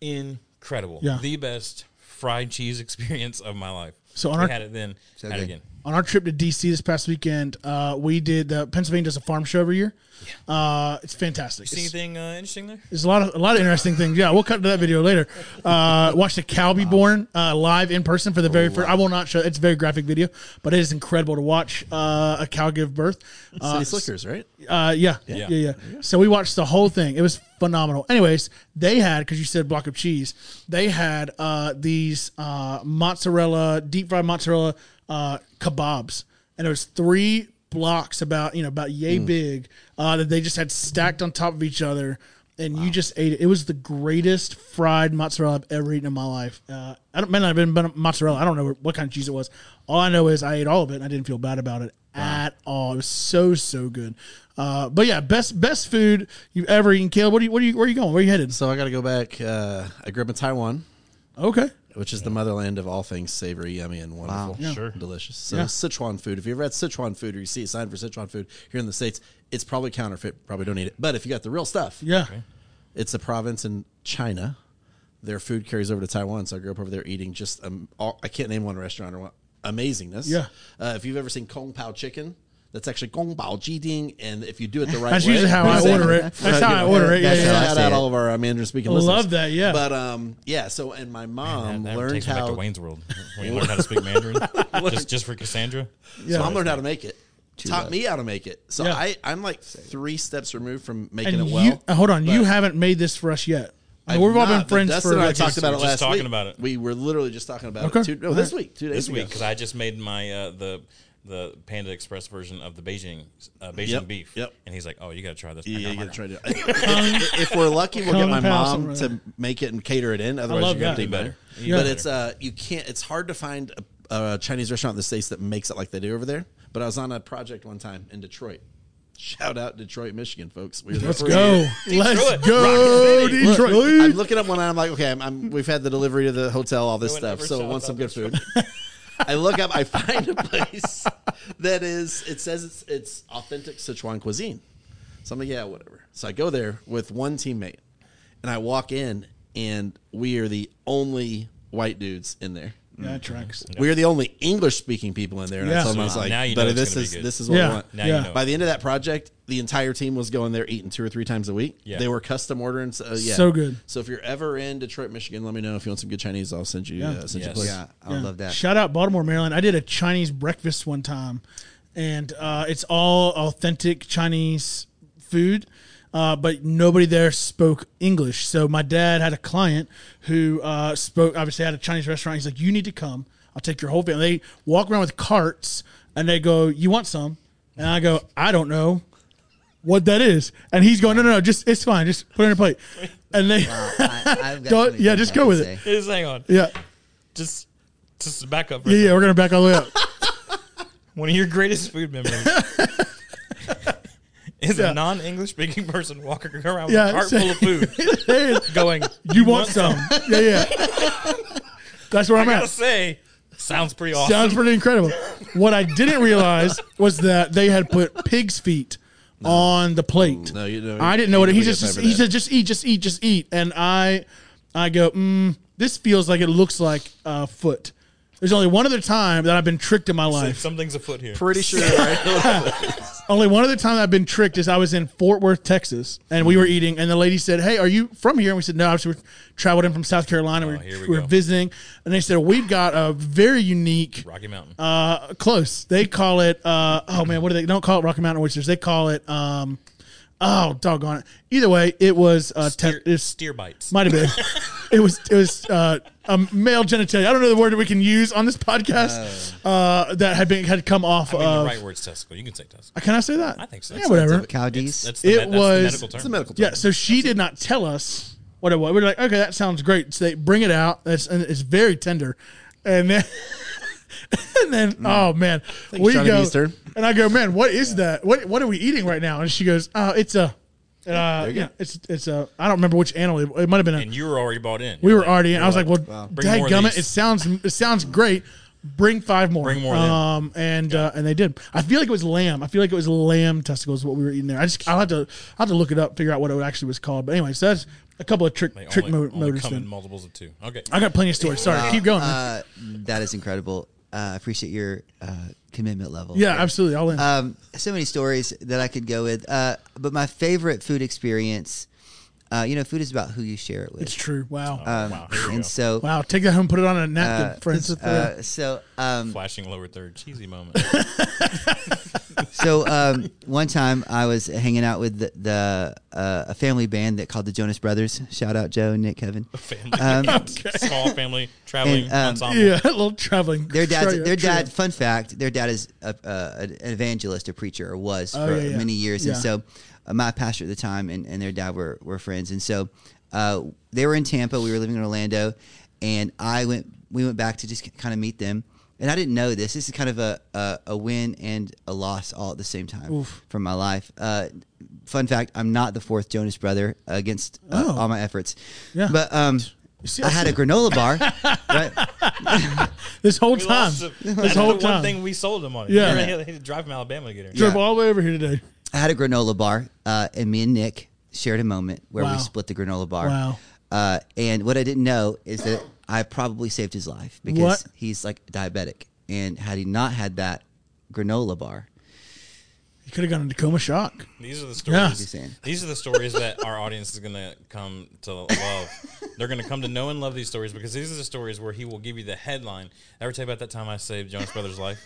D: incredible.
A: Yeah.
D: The best fried cheese (laughs) experience of my life.
A: So on
D: We
A: our-
D: had it then.
C: So
D: had it
C: good.
D: again.
A: on our trip to DC this past weekend, uh, we did the Pennsylvania does a farm show every year. Uh, it's fantastic.
D: See
A: It's-
D: anything uh, interesting there?
A: There's a lot of a lot of interesting things. Yeah, we'll cut to that video later. Uh, watched a cow be born uh, live in person for the very first. I will not show. It's a very graphic video, but it is incredible to watch uh, a cow give birth. Uh,
B: City Slickers, right?
A: uh, yeah, yeah,
D: Yeah.
A: yeah, So we watched the whole thing. It was phenomenal. Anyways, they had because you said block of cheese. They had uh, these uh, mozzarella, deep fried mozzarella uh, kebabs, and it was three blocks about you know about yay big uh, that they just had stacked on top of each other. And you just ate it. It was the greatest fried mozzarella I've ever eaten in my life. Uh, I don't, may not have been mozzarella. I don't know what kind of cheese it was. All I know is I ate all of it and I didn't feel bad about it at all. It was so so good. Uh, but yeah, best best food you've ever eaten, Caleb. What are you? What are you? Where are you going? Where are you headed?
B: So I got to go back. Uh, I grew up in Taiwan,
A: Okay.
B: which is the motherland of all things savory, yummy, and wonderful.
D: Sure.
B: Delicious. So
A: Yeah.
B: Sichuan food. If you ever had Sichuan food or you see a sign for Sichuan food here in the States, it's probably counterfeit. Probably don't eat it. But if you got the real stuff,
A: Yeah.
B: it's a province in China. Their food carries over to Taiwan, so I grew up over there eating just um, all, I can't name one restaurant or what amazingness.
A: Yeah.
B: uh, if you've ever seen Kong Pao chicken, that's actually Kong Pao Ji Ding, and if you do it the right
A: That's
B: way,
A: usually how I
B: Exactly.
A: order
B: (laughs)
A: it. That's how I order it. Yeah,
B: That's
A: yeah.
B: how
A: yeah.
B: I shout
C: say
B: out
C: it.
B: all of our uh, Mandarin speaking.
A: I
B: listeners.
A: love that, yeah.
B: but um, yeah. So and my mom
A: Um,
D: That- that
B: learned
D: takes me back to
B: how.
D: Wayne's
A: (laughs)
D: World. We learned how to speak Mandarin just just for Cassandra.
B: So mom learned how to make it. taught
C: bad.
B: me how to make it. So
A: Yeah.
B: I I'm like three steps removed from making
A: And
B: it
A: you
B: well.
A: uh, hold on, you
B: but-
A: haven't made this for us yet. I mean,
B: I've
A: we've all been
B: not, but
A: friends
B: Dustin
A: for
B: and I
A: like
B: talked about it
D: Just
B: last
D: talking
B: week.
D: about it.
B: We were literally just talking about
A: Okay.
B: it. Two, no, this week, two days
D: this
B: ago.
D: week because I just made my uh, the the Panda Express version of the Beijing uh, Beijing
B: Yep,
D: beef.
B: yep.
D: And he's like, "Oh, you got to try this." I
B: Yeah,
D: go,
B: you
D: "Oh my
B: gotta
D: God." (laughs)
B: try to. (laughs) if, if we're lucky, we'll get
A: Come
B: my
A: and pass
B: mom
A: them
B: to make it and cater it in. Otherwise,
A: love
B: you gotta
A: that.
B: do better.
D: Even better.
B: But it's uh, you can't. It's hard to find a, a Chinese restaurant in the states that makes it like they do over there. But I was on a project one time in Detroit. (laughs) Shout out Detroit, Michigan, folks. We were there
A: Let's
B: for a
A: go. Let's
D: Detroit.
A: go,
D: Rocket City.
A: Detroit.
B: I'm looking up one and I'm like, okay, I'm, I'm, we've had the delivery to the hotel, all this
D: No
B: stuff.
D: one ever
B: So
D: shouts
B: want some
D: out
B: good food. I look up, I find a place that is, it says it's, it's authentic Sichuan cuisine. So I'm like, yeah, whatever. So I go there with one teammate and I walk in and we are the only white dudes in there.
A: Yeah, it tracks.
B: We are the only English speaking people in there. And
A: Yeah.
B: I told him,
A: So
B: I was like,
D: now you know
B: buddy,
D: it's
B: this
D: gonna be
B: is,
D: good."
B: this is what I
A: Yeah.
B: want.
D: Now
A: yeah.
D: you know it.
B: By the end of that project, the entire team was going there eating two or three times a week.
D: Yeah.
B: They were custom ordering. So, uh, yeah.
A: So good.
B: So if you're ever in Detroit, Michigan, let me know if you want some good Chinese. I'll send you.
A: Yeah.
B: Uh, send you a
D: Yes.
B: place.
C: Yeah, I would
A: Yeah.
C: love that.
A: Shout out Baltimore, Maryland. I did a Chinese breakfast one time, and uh, it's all authentic Chinese food. Uh, but nobody there spoke English. So my dad had a client who uh, spoke, obviously, had a Chinese restaurant. He's like, You need to come. I'll take your whole family. They walk around with carts and they go, You want some? And I go, I don't know what that is. And he's going, No, no, no, just, it's fine. Just put it on a plate. And they,
C: I, I've got
A: Don't-
C: so many
A: yeah,
C: things
A: just
C: I
A: go
C: could
A: with
C: say.
A: it.
D: Just hang on.
A: yeah,
D: "Oh, Just just back up. for a
A: yeah, yeah,
D: second.
A: we're going to back all the way up. (laughs)
D: One of your greatest food memories. Is
A: Yeah.
D: a non-English speaking person walking around with
A: Yeah,
D: a cart
A: so-
D: full of
A: (laughs)
D: food,
A: There it is.
D: going,
A: You want some? yeah, yeah. That's where I'm
D: I gotta
A: at.
D: say, sounds pretty awesome.
A: Sounds pretty incredible. What I didn't realize was that they had put pig's feet on the plate.
B: No, you know.
A: I didn't know what it. He
B: you
A: just
B: get paid
A: he
B: for
A: said just eat, just eat, just eat, and I, I go, mm, this feels like it looks like a foot. There's only one other time that I've been tricked in my
D: So
A: life.
D: Something's afoot here.
A: (laughs)
B: Pretty sure. Right? (laughs)
A: Only one other time I've been tricked is I was in Fort Worth, Texas, and we were
D: Mm-hmm.
A: eating, and the lady said, "Hey, are you from here?" And we said, "No, obviously we traveled in from South Carolina. we
D: Oh, here
A: we
D: we
A: were
D: go.
A: visiting." And they said, "We've got a very unique,
D: Rocky Mountain.
A: uh, close. They call it, uh, oh man, what do they? Don't call it Rocky Mountain Oysters. They call it, um, oh doggone it. Either way, it was uh, te-
D: steer,
A: it was-
D: steer
A: (laughs)
D: bites.
A: might have
D: (laughs)
A: been. it was it was uh, a male genitalia. I don't know the word that we can use on this podcast uh, that had been had come off
D: I mean,
A: of. Uh,
D: the right word's testicle. You can say testicle.
A: Can I say that?
D: I think so.
A: Yeah, whatever.
C: Cow D's.
D: That's the,
A: It
D: me-
A: was-
D: that's the medical term.
B: it's a medical. Term.
A: Yeah, so she did not tell us what it was. We were like, okay, that sounds great. So they bring it out. It's, and it's very tender. And then, (laughs) and then oh, man.
B: you,
A: We
B: Johnny
A: go,
B: Bee's turn.
A: and I go, man, what is that? What what are we eating right now? And she goes, oh, it's a, uh, yeah, it's, it's a, I don't remember which animal. It, it might have been a,
D: And you were already bought in.
A: we
D: You're
A: were already in. I was like, well,
D: Bring more of
A: dadgummit,
D: these.
A: it sounds it sounds great. Bring five more.
D: Bring more then.
A: Um, and uh, and they did. I feel like it was lamb. I feel like it was lamb testicles what we were eating there. I just I'll have to I'll have to look it up, figure out what it actually was called. But anyway, so that's a couple of trick
D: They
A: trick
D: only,
A: mo-
D: only
A: motors.
D: come in
A: then.
D: multiples of two. Okay.
A: I got plenty of stories. Sorry, keep going. man.
C: Uh, that is incredible. Uh, I appreciate your uh, commitment level.
A: yeah, absolutely. All in.
C: Um, so many stories that I could go with. Uh, but my favorite food experience, uh, you know, food is about who you share it with.
A: it's true. Wow.
C: Um,
D: Oh, Wow, here we go.
C: and so,
A: wow. Take that home. Put it on a napkin,
C: uh,
A: friends.
C: uh, so, um,
D: Flashing lower third. Cheesy moment.
C: so um, one time I was hanging out with the, the uh, a family band that called the Jonas Brothers. Shout out Joe, Nick, Kevin.
D: family. (laughs)
C: Um,
D: Small family traveling
C: And, um,
A: (laughs)
D: ensemble.
A: yeah, a little traveling.
C: Their dad's,
A: trio-
C: their
A: trio.
C: dad. Fun fact: their dad is a, uh, an evangelist, a preacher, or was
A: Oh,
C: for
A: yeah, yeah.
C: many years,
A: Yeah.
C: and so uh, my pastor at the time and, and their dad were were friends, and so uh, they were in Tampa. We were living in Orlando, and I went. We went back to just kind of meet them, and I didn't know this. This is kind of a a, a win and a loss all at the same time from my life. Uh, fun fact: I'm not the fourth Jonas brother uh, against uh,
A: Oh.
C: all my efforts,
A: Yeah.
C: but um.
A: see,
C: I
A: I
C: had a granola bar,
A: (laughs)
C: right?
A: This whole
D: We
A: time.
D: lost him.
A: This
D: That's
A: whole
D: the
A: time.
D: one thing we sold them on.
A: Yeah.
D: They had to drive from Alabama to get here.
A: Drove
C: Yeah.
A: all the way over here today.
C: I had a granola bar, uh, and me and Nick shared a moment where
A: Wow.
C: we split the granola bar.
A: Wow.
C: Uh, and what I didn't know is that I probably saved his life because
A: What?
C: he's like diabetic, and had he not had that granola bar,
A: You could have gone into coma shock.
D: These are the
A: Yeah.
D: stories. These are the stories that our audience is going to come to love. They're going to come to know and love these stories because these are the stories where he will give you the headline. Ever tell you about that time I saved Jonas Brothers' life?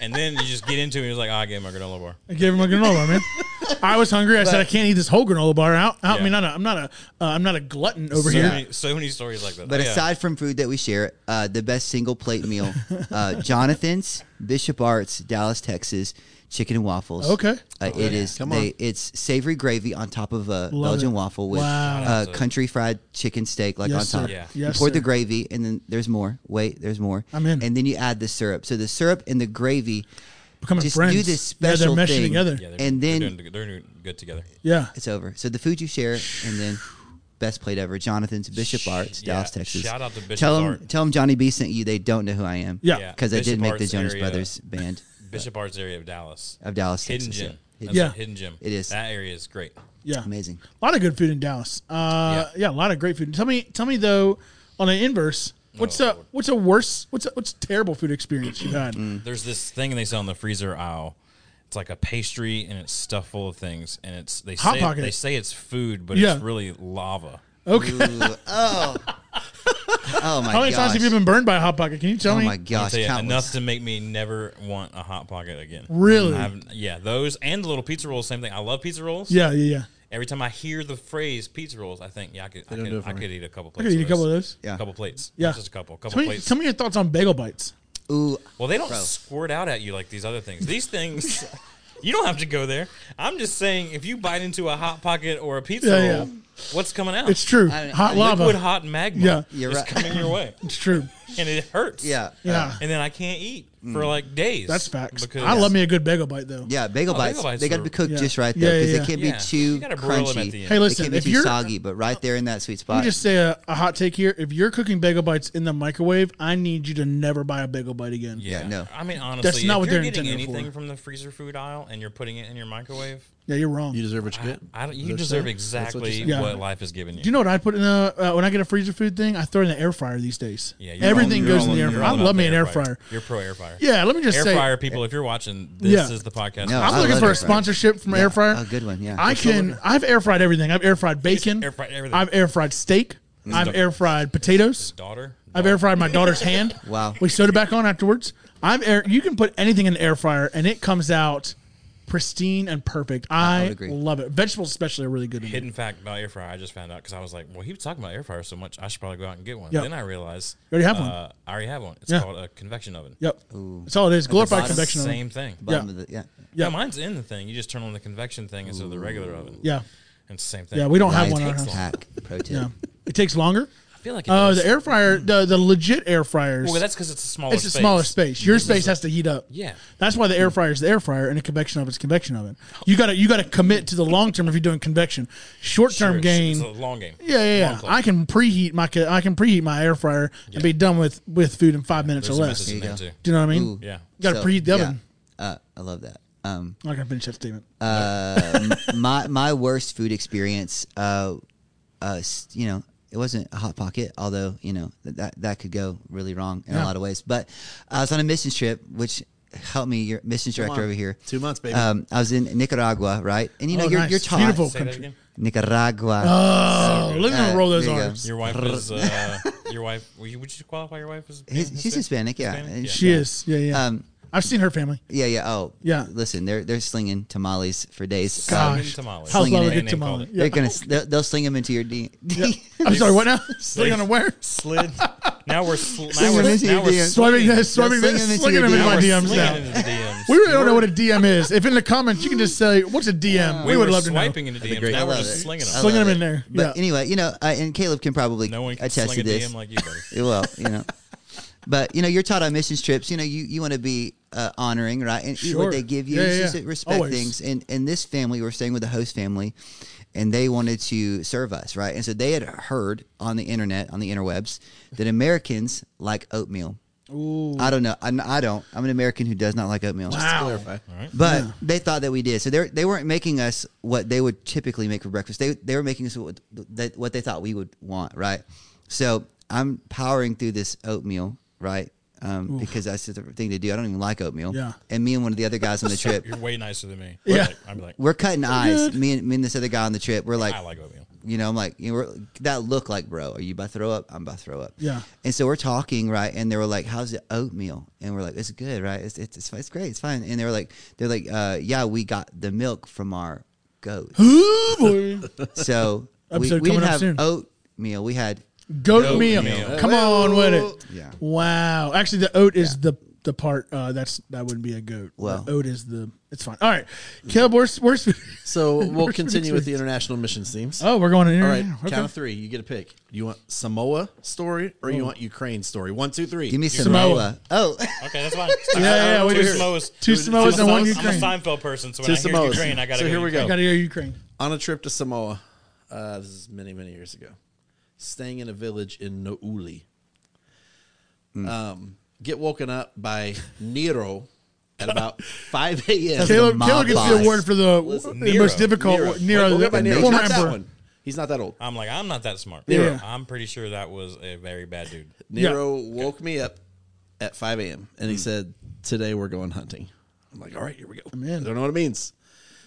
D: And then you just get into it. And he's like, oh, I gave him a granola bar.
A: I gave him a granola,
C: (laughs)
A: man. I was hungry. I said I can't eat this whole granola bar. Out, out. I
D: Yeah.
A: mean, not a, I'm not a, uh, I'm not a glutton over
D: So
A: here.
D: many, so many stories like that.
C: But
D: Oh, yeah.
C: aside from food that we share,
A: (laughs)
C: uh, the best single plate meal, uh, Jonathan's Bishop Arts, Dallas, Texas. chicken and waffles.
A: Okay.
C: Uh, it is.
B: Come
C: they,
B: on.
C: It's savory gravy on top of a Belgian
A: it.
C: waffle with
A: Wow.
C: uh,
D: That's a-
C: country fried chicken steak, like
A: Yes,
C: on
A: sir.
C: top.
D: Yeah.
A: Yes,
C: you pour
A: sir.
C: the gravy, and then there's more. Wait, there's more.
A: I'm in.
C: And then you add the syrup. So the syrup and the gravy
A: Becoming
C: just
A: friends.
C: do this
A: Yeah,
C: special
A: they're meshing
C: thing.
A: together.
D: Yeah,
A: Yeah.
D: they're,
C: And then-
D: they're doing, they're doing good together.
C: It's over. So the food you share, and then best plate ever. Jonathan's Bishop Arts,
D: yeah.
C: Dallas, Texas.
D: Shout out to Bishop
C: Tell them,
D: Art.
C: tell them Johnny B sent you. They don't know who I am.
A: Yeah.
D: Yeah.
C: Because I
D: Bishop
C: did make the
D: Arts
C: Jonas
D: area.
C: Brothers band
D: Bishop Arts area of Dallas,
C: of Dallas,
D: hidden
C: Texas.
D: gym.
C: Yeah.
D: That's
A: Yeah.
D: a hidden gym.
C: It is.
D: That area is great.
A: Yeah.
C: Amazing.
A: A lot of good food in Dallas. Uh, yeah. a lot of great food. Tell me, tell me though, on an inverse, what's
D: Oh,
A: a
D: Lord.
A: what's a worse, what's a, what's a terrible food experience you've had?
C: Mm,
D: There's this thing they sell in the freezer aisle. It's like a pastry and it's stuffed full of things and it's they
A: Hot
D: say
A: Pocket.
D: they say it's food, but
A: Yeah.
D: it's really lava.
A: Okay.
C: Ooh, oh. Oh my
A: How many
C: gosh.
A: times have you been burned by a hot pocket? Can you tell
C: oh
A: me?
C: my
D: I'll
C: gosh.
D: tell you, enough
C: Countless.
D: to make me never want a hot pocket again.
A: Really?
D: I've- yeah, those and the little pizza rolls, same thing. I love pizza rolls.
A: Yeah, yeah, yeah.
D: Every time I hear the phrase pizza rolls, I think, yeah, I could, I
B: don't do it
D: could,
B: for
D: I
B: me.
D: could eat a couple
A: I
D: plates.
A: could eat a couple of those.
C: Yeah.
D: couple plates.
A: Yeah.
D: Not just a couple, couple
A: Tell me,
D: plates.
A: tell me your thoughts on bagel bites.
C: Ooh.
D: Well, they don't
C: Bro.
D: squirt out at you like these other things. These things, (laughs) you don't have to go there. I'm just saying, if you bite into a hot pocket or a pizza
A: Yeah,
D: roll,
A: yeah.
D: what's coming out?
A: It's true.
C: Oh, I don't-
A: Hot lava.
D: liquid hot magma.
A: Yeah.
C: You're
D: is
C: right.
D: coming your way,
A: It's true.
C: (laughs)
D: and it hurts.
C: Yeah.
A: Yeah.
C: Uh,
D: and then I can't eat for like days.
A: That's facts.
D: Because
A: I love me a good bagel bite though.
C: yeah,
D: Oh, bagel
C: bagel bites.
D: bites
C: they got to
D: are-
C: be cooked
A: Yeah.
C: just right
A: Yeah,
C: though because
A: yeah, yeah.
C: they can't
D: Yeah.
C: be too
D: You gotta broil 'em at
C: crunchy.
D: the end.
A: Hey,
C: They
A: listen,
C: can't be
A: if
C: too
A: you're-
C: soggy, but right there in that sweet
A: Let
C: spot.
A: me just say a, a hot take here. If you're cooking bagel bites in the microwave, I need you to never buy a bagel bite again.
D: Yeah.
C: no.
D: I mean, honestly,
A: That's not
D: if
A: what
D: you're
A: they're
D: getting
A: intended
D: anything
A: for.
D: from the freezer food aisle and you're putting it in your microwave,
A: Yeah, you're wrong.
B: You deserve what you get.
D: I don't,
B: Is that
D: you
B: what
D: deserve
B: you're saying? That's
D: exactly
B: you're
D: what,
B: saying?
A: Yeah.
D: life is giving you.
A: Do you know what I put in a uh, when I get a freezer food thing? I throw it in the air fryer these days.
D: Yeah, you're
A: everything
D: all-
A: goes in
D: you're
A: the air.
D: all- you're
A: fryer. I
D: all
A: love
D: about
A: me
D: the
A: an air fryer.
D: You're pro air fryer.
A: Yeah, let me just
D: air
A: say,
D: fryer people. If you're watching, this
A: Yeah.
D: is the podcast.
C: No,
D: for
A: I'm
C: I
D: you.
A: looking
C: love
A: for
C: air
A: a
C: fryer.
A: sponsorship from air fryer.
C: a good one, yeah.
A: I can. I've air fried everything. I've air fried bacon.
D: air fried everything.
A: I've air fried steak. I've air fried potatoes.
D: daughter.
A: I've air fried my daughter's hand.
C: Wow.
A: We sewed it back on afterwards. I'm air. You can put anything in the air fryer and it comes out pristine and perfect. I,
C: would agree.
A: love it. Vegetables especially are really good. In it.
D: Hidden fact about air fryer, I just found out because I was like, well, he was talking about air fryer so much, I should probably go out and get one.
A: Yeah.
D: Then I realized
A: You already have
D: uh,
A: one.
D: I already have one. It's
A: Yeah.
D: called a convection oven.
A: Yep. That's all it is. Glorified
C: bottom?
A: convection oven.
D: Same thing.
C: Bottom
A: Yeah.
C: of the, yeah.
A: Yeah.
D: No, mine's in the thing. You just turn on the convection thing instead of the regular oven.
A: Yeah.
D: And it's the same thing.
A: Yeah. We don't have
C: Life
A: one. in our
C: hack-
A: house.
C: hack pro tip.
A: Yeah. It takes longer.
D: I feel like it
A: Oh,
D: does.
A: the air fryer, the, the legit air fryers.
D: Well, that's because it's a smaller.
A: it's a smaller space. Your space has to heat up.
D: Yeah.
A: That's why the air fryer is the air fryer and a convection oven is a convection oven. You gotta you gotta commit to the long term if you're doing convection. Short term
D: Sure,
A: gain.
D: It's, it's a long game.
A: Yeah,
D: Long
A: yeah, yeah.
D: play.
A: I can preheat my ca- I can preheat my air fryer and be done with with food in five minutes or
D: There's some
A: less. Do
D: messages in there
C: There you
D: too.
A: you know what I mean?
C: Ooh.
D: Yeah.
A: You got to
C: So,
A: preheat the
C: yeah.
A: oven.
C: Uh, I love that. Um,
A: I gotta finish that statement.
C: Uh, (laughs) my my worst food experience, uh, uh, s- you know, it wasn't a hot pocket, although you know that that, that could go really wrong in
A: Yeah.
C: a lot of ways. But I was on a missions trip, which helped me, your missions director
B: on.
C: over here.
B: Two months, baby.
C: Um, I was in Nicaragua, right? And you know,
A: Oh,
C: you're
A: nice.
C: you're
A: It's
C: taught
A: beautiful.
D: Say that
A: Country.
D: again.
C: Nicaragua.
A: Oh, look at
C: Uh,
A: him roll those
C: there you go.
A: arms.
D: Your wife is. Uh,
C: (laughs)
D: your wife. Would you, would you qualify your wife as? being
C: His- she's Hispanic, yeah. And
D: Yeah.
A: She is. Yeah, yeah.
C: Um,
A: I've seen her family.
C: yeah, yeah. Oh,
A: Yeah.
C: Listen, they're they're slinging tamales for days. Um,
A: Gosh,
D: tamales.
A: how love a
C: Slinging
A: good
D: it. Brand name called
A: tamale.
D: it.
A: Yeah.
C: They're gonna s- they'll, they'll sling them into your D. (laughs)
A: I'm sorry. What now? (laughs) Sling on a where?
B: Slid.
D: Now we're sl- now
C: Slinging
D: we're,
C: into your
D: now we're slinging-
C: DMs.
A: Swimming this,
C: They'll
A: swimming
C: sling
A: this,
C: them into
A: slinging
C: your
A: them in
D: now
A: my
D: we're
A: DMs
D: slinging
A: now.
D: into the DMs.
A: We really don't know what a DM is. If in the comments you can just say, "What's a DM?" (laughs)
D: We
A: We would
D: were
A: love to know.
D: swiping into
B: be
D: DMs.
B: great. I
D: Now we're
B: love
D: just
C: it.
D: slinging
C: I
D: them.
A: Slinging
C: love
A: them
C: it.
A: in there.
C: But
A: Yeah.
C: anyway, you know, uh, and Caleb can probably
D: No one can
C: attest
D: sling
C: to
D: a
C: this.
D: DM like you, buddy.
C: (laughs) well, you know. But you know, you're taught on missions trips. You know, you, you want to be uh, honoring, right? And eat
A: Sure.
C: what they give you,
A: Yeah,
C: It's
A: yeah,
C: just
A: yeah.
C: to respect
A: Always.
C: things. And and this family, we were staying with a host family, and they wanted to serve us, right? And so they had heard on the internet, on the interwebs, that Americans like oatmeal. I don't know. I'm, I don't. I'm an American who does not like oatmeal.
A: Wow.
B: Clarify.
C: But they thought that we did. So they they weren't making us what they would typically make for breakfast. They they were making us what they, what they thought we would want, right? So I'm powering through this oatmeal, right? Um, because that's the thing to do. I don't even like oatmeal.
A: Yeah.
C: And me and one of the other guys
D: (laughs)
C: on the trip,
D: You're way nicer than me.
A: Yeah.
D: Like, I'm like,
C: we're cutting eyes. Me and me and this other guy on the trip, we're like,
D: I like oatmeal.
C: you know, I'm like, you know, we're, that look like, bro, are you about to throw up? I'm about to throw up.
A: Yeah.
C: And so we're talking, right? And they were like, how's the oatmeal? And we're like, it's good, right? It's, it's, it's, it's great. It's fine. And they were like, they're like, uh, yeah, we got the milk from our
A: (gasps)
C: goat.
A: Ooh, Oh, boy.
C: so we, we
A: Episode coming
C: didn't
A: up
C: have
A: soon.
C: oatmeal. We had,
A: Goat
D: Goat
A: meal.
D: meal.
A: Come on with it.
C: yeah.
A: Wow. Actually, the oat is the the part uh, that's that wouldn't be a goat.
C: Well.
A: Oat is the. It's fine. All right, Caleb. Worst (laughs) worst.
B: So we'll
A: Worst
B: continue with the
A: predictions.
B: international missions themes.
A: Oh, we're going in.
B: All right,
A: Okay.
B: count of three. You get a pick. You want Samoa story or
A: Oh.
B: you want Ukraine story? One, two, three.
C: Give me
B: You-
C: Samoa. Oh, (laughs)
D: Okay, that's fine.
A: yeah, we
D: two
A: just-
D: Samoas.
A: two Samoas
D: I'm
A: and
D: a
A: one
D: Samoas-
A: Ukraine.
D: I'm a Seinfeld person, so when
B: Two
D: I hear
B: Samoas.
D: Ukraine, I gotta
B: So
D: go.
B: here we go.
D: Ukraine.
A: Got to go Ukraine.
B: on a trip to Samoa. Uh, this is many, many years ago. Staying in a village in Nauli.
A: Hmm.
B: Um, get woken up by Nero
A: (laughs)
B: at about 5 a.m.
C: Caleb-
A: Caleb, Caleb gets the
C: boss.
A: award for the,
B: Listen,
A: the
D: Nero.
A: most difficult
B: Nero.
A: one. Nero,
B: Woke
A: the,
B: up by Nero.
A: former
B: Not that
A: emperor.
B: one. He's not that old.
A: Uh,
D: I'm like, I'm not that smart.
A: Yeah.
D: I'm pretty sure that was a very bad dude.
B: Nero woke me up at 5 a.m. and he
A: Hmm.
B: said, Today we're going hunting. I'm like, All right, here we go.
A: I'm in.
B: I don't know what it means.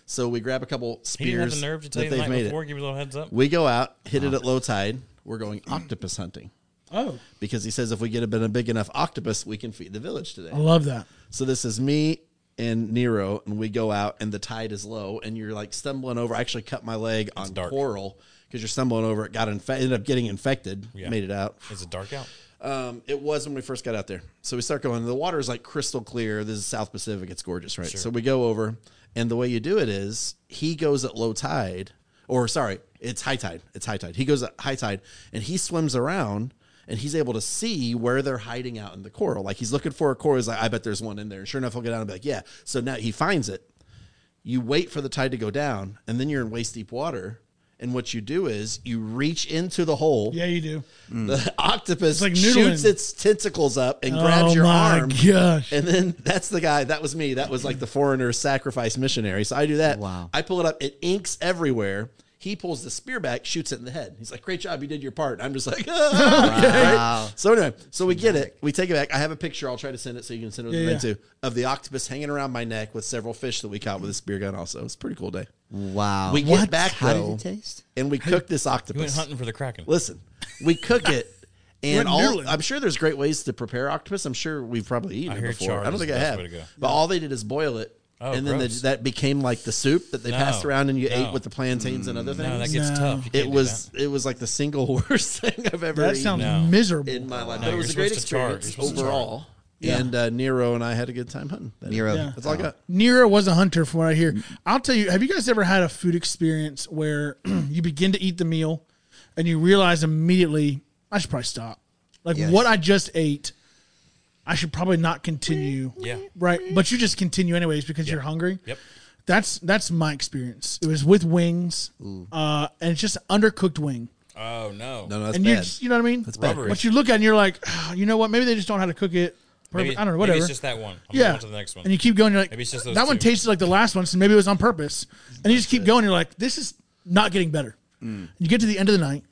B: So we grab a couple
D: He didn't have
B: spears.
D: the nerve to tell
B: that
D: you the
B: they've
D: night
B: made
D: before.
B: it.
D: Give you a little heads up.
B: We go out, hit it at low tide. We're going octopus hunting
A: Oh,
B: because he says if we get a, bit- a big enough octopus, we can feed the village today.
A: I
D: Oh.
A: love that.
B: So this is me and Nero, and we go out, and the tide is low, and you're like stumbling over. I actually cut my leg on
D: dark.
B: coral because you're stumbling over it. Got infe- ended up getting infected.
D: Yeah.
B: Made it out.
D: Is it dark out?
B: Um, it was when we first got out there. So we start going. The water is like crystal clear. This is South Pacific. It's gorgeous, right? So we go over, and the way you do it is he goes at low tide, or sorry, it's high tide. It's high tide. He goes at high tide, and he swims around, and he's able to see where they're hiding out in the coral. Like he's looking for a coral. He's like, I bet there's one in there. And sure enough, he'll get out and be like, Yeah. So now he finds it you wait for the tide to go down and then you're in waist deep water and what you do is you reach into the hole
A: Yeah, you do.
B: the (laughs) octopus
A: like noodling.
B: shoots its tentacles up and grabs
A: oh
B: your
A: my
B: arm
A: gosh!
B: and then that's the guy that was me that was like the foreigner sacrifice missionary so i do that
C: Wow.
B: i pull it up it inks everywhere he pulls the spear back shoots it in the head he's like great job you did your part and i'm just like (laughs) right? so anyway so we get it we take it back i have a picture i'll try to send it so you can send it to
A: Yeah,
B: the men
A: yeah.
B: too of the octopus hanging around my neck with several fish that we caught with a spear gun also it's a pretty cool day
C: wow.
B: we get back
C: How
B: though,
C: did it taste?
B: and we cook this
D: You went
B: octopus.
D: hunting for the kraken.
B: Listen, we cook (laughs) it, and
A: Went
B: all
A: noodling.
B: I'm sure there's great ways to prepare octopus. I'm sure we've probably eaten
D: I
B: it
D: hear
B: before.
D: charred
B: I don't
D: is
B: think
D: the
B: I
D: best
B: have,
D: way to go.
B: but all they did is boil it,
D: Oh,
B: and then the,
D: gross.
B: that became like the soup that they passed
D: No,
B: around, and you ate
D: no. Mm,
B: with the plantains and other
D: No,
B: things.
D: that gets
A: No.
D: tough. You
B: it
D: can't do
B: was
D: that.
B: it was like the single (laughs) worst thing I've ever
A: That
B: eaten
A: sounds
D: No.
A: miserable.
B: in my life.
D: No,
B: but it
D: you're
B: was a great
D: supposed to char it.
B: experience
D: You're supposed to char it.
B: overall. And uh, Nero and I had a good time hunting. That
C: Nero.
B: evening. that's all I got.
A: Nero was a hunter, from what I hear. I'll tell you, have you guys ever had a food experience where (clears throat) you begin to eat the meal and you realize immediately, I should probably stop? Like
C: Yes.
A: what I just ate, I should probably not continue.
D: Yeah.
A: Right. But you just continue anyways because you're hungry.
D: Yep.
A: That's that's my experience. It was with wings, uh, and it's just undercooked wing,
D: Oh no.
B: No, no, that's
A: and you
B: bad.
A: just, you know what I mean. That's
B: bad.
A: But you look at it and you're like, (sighs) "Ah, you know what? Maybe they just don't know how to cook it. Perfect.
D: Maybe-
A: I don't know.
D: Maybe
A: Whatever.
D: it's just that one. I'm
A: Yeah.
D: On to the next one.
A: And you keep going. You're like,
D: Maybe it's just those
A: that one
D: two.
A: tasted like the last one, so maybe it was on purpose. And you just keep going. You're like, this is not getting better. You get to the end of the night,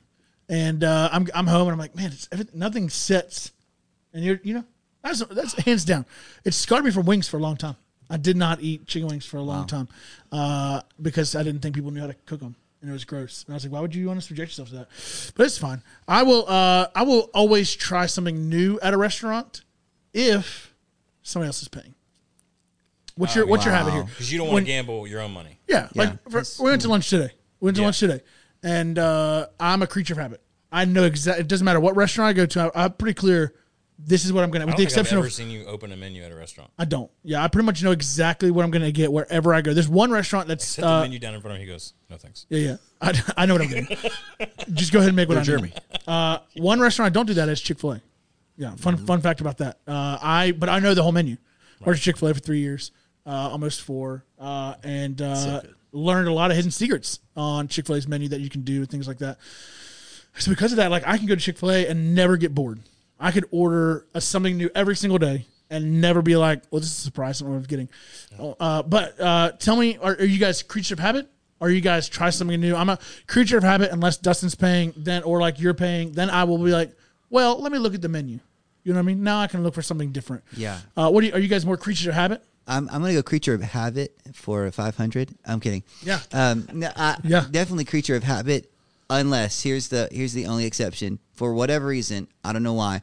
A: and uh, I'm I'm home, and I'm like, man, it's everything, nothing sets. And you're you know that's that's hands down. It scarred me from wings for a long time. I did not eat chicken wings for a long time uh, because I didn't think people knew how to cook them. And it was gross. And I was like, why would you want to subject yourself to that? But it's fine. I will uh, I will always try something new at a restaurant if somebody else is paying. What's your what's your habit here?
D: Because you don't want to gamble your own money.
A: Yeah,
C: Yeah.
A: like for, we went to lunch today. We went to
D: Yeah.
A: lunch today, and uh, I'm a creature of habit. I know exactly. It doesn't matter what restaurant I go to. I, I'm pretty clear. This is what I'm gonna. With
D: I
A: the
D: don't think I've
A: exception
D: ever
A: of, Uh,
D: seen you open a menu at a restaurant.
A: I don't. Yeah, I pretty much know exactly what I'm gonna get wherever I go. There's one restaurant that's.
D: Set the
A: Uh,
D: menu down in front of him. He goes, "No thanks."
A: yeah, yeah. I, I (laughs) know what I'm getting. Just go ahead and make what I
B: Jeremy.
A: need. Uh, one restaurant I don't do that is Chick Fil A. Yeah, fun
B: Mm-hmm.
A: fun fact about that. Uh, I but I know the whole menu. Worked at Chick Fil A for three years, uh, almost four, uh, and uh,
B: good.
A: learned a lot of hidden secrets on Chick Fil A's menu that you can do things like that. So because of that, like I can go to Chick Fil A and never get bored. I could order a, something new every single day and never be like, "Well, this is a surprise. I don't know what I'm getting." Uh, but uh, tell me, are, are you guys creature of habit? Are you guys try something new? I'm a creature of habit unless Dustin's paying, then or like you're paying, then I will be like, "Well, let me look at the menu." You know what I mean? Now I can look for something different.
C: Yeah.
A: Uh, what do you, are you guys more creature of habit?
C: I'm, I'm gonna go creature of habit for 500. I'm kidding.
A: Yeah.
C: Um. No, I,
A: Yeah.
C: Definitely creature of habit. Unless here's the here's the only exception. For whatever reason, I don't know why.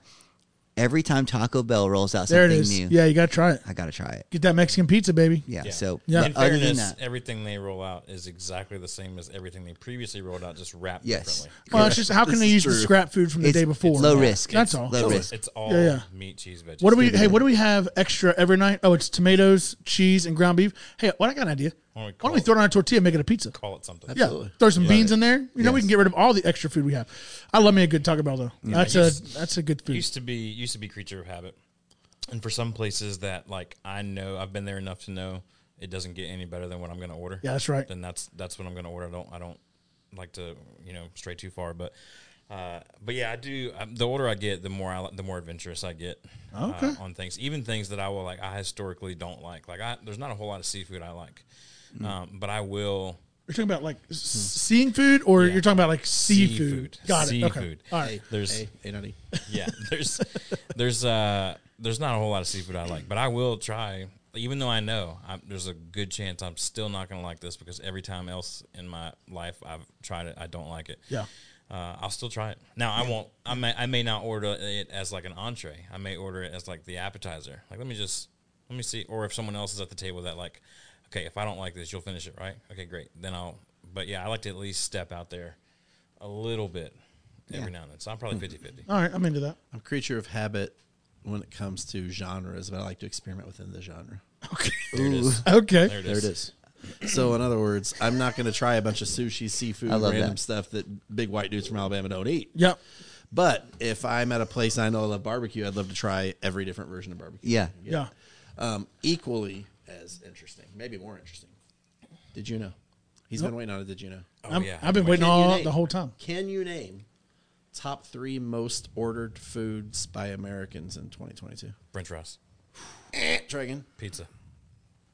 C: every time Taco Bell rolls out
A: There it
C: something
A: is.
C: new,
A: Yeah, you got to try it.
C: I gotta try it.
A: Get that Mexican pizza, baby.
C: Yeah.
D: Yeah.
C: So
A: Yeah.
C: but
D: In
C: other than
D: fairness,
C: that,
D: everything they roll out is exactly the same as everything they previously rolled out, just wrapped
C: Yes.
D: differently.
A: Well, it's just how can
B: This
A: they
B: is
A: use the
B: true.
A: scrap food from the
C: It's-
A: day before?
C: it's low risk.
A: That's
C: It's
A: all.
C: low
A: Low
C: risk.
D: It's all
A: Yeah, yeah.
D: meat, cheese, veggies.
A: What do we? Hey, what do we have extra every night? Oh, it's tomatoes, cheese, and ground beef. Hey, what I got an idea.
D: Why don't
A: Why
D: we
A: don't we
D: call
A: throw it on a tortilla, and make it a pizza?
D: call it something?
A: Yeah,
B: Absolutely.
A: throw some beans in there. You know, we can get rid of all the extra food we have. I love me a good Taco Bell though. that's a that's a good food.
D: used to be used to be creature of habit and for some places that like i know i've been there enough to know it doesn't get any better than what i'm going to order
A: Yeah, that's right.
D: then that's that's what i'm going to order i don't i don't like to you know stray too far but uh, but yeah, I do. Um, the older I get, the more I, li- the more adventurous I get uh, on things, even things that I will like. I historically don't like. Like, I there's not a whole lot of seafood I like,
A: Hmm.
D: um, but I will
A: You're talking about like s- seeing food, or you're talking about like seafood. Got it. Okay.
D: Seafood.
A: All right.
D: There's
B: Hey, hey, (laughs) Nutty.
D: yeah there's there's uh there's not a whole lot of seafood i like but i will try even though i know I'm, there's a good chance i'm still not going to like this because every time else in my life i've tried it i don't like it
A: Yeah.
D: uh, I'll still try it. Now I won't. I may. I may not order it as like an entree. I may order it as like the appetizer. Like let me just let me see. Or if someone else is at the table that like, okay, if I don't like this, you'll finish it, right? Okay, great. Then I'll. But yeah, I like to at least step out there a little bit every now and then. So I'm probably 50 50.
A: All right. I'm into that. (laughs)
B: I'm a creature of habit when it comes to genres, but I like to experiment within the genre.
A: Okay.
D: There it
A: (laughs)
D: is.
A: Okay.
D: There it
B: There it
D: is.
B: is. So, in other words, I'm not going to try a bunch of sushi, seafood,
C: I love
B: random
C: that.
B: stuff that big white dudes from Alabama don't eat.
A: Yep.
B: But if I'm at a place and I know I love barbecue, I'd love to try every different version of barbecue.
C: yeah,
A: Yeah.
B: Um, equally as interesting, maybe more interesting. Did you know? He's been waiting on it. Did you know?
A: I'm,
D: Oh, yeah.
A: I've been
D: Why
A: waiting
B: Can you
A: all
B: name-
A: the whole time.
B: Can you name top three most ordered foods by Americans in 2022?
D: French fries,
B: Dragon
D: pizza.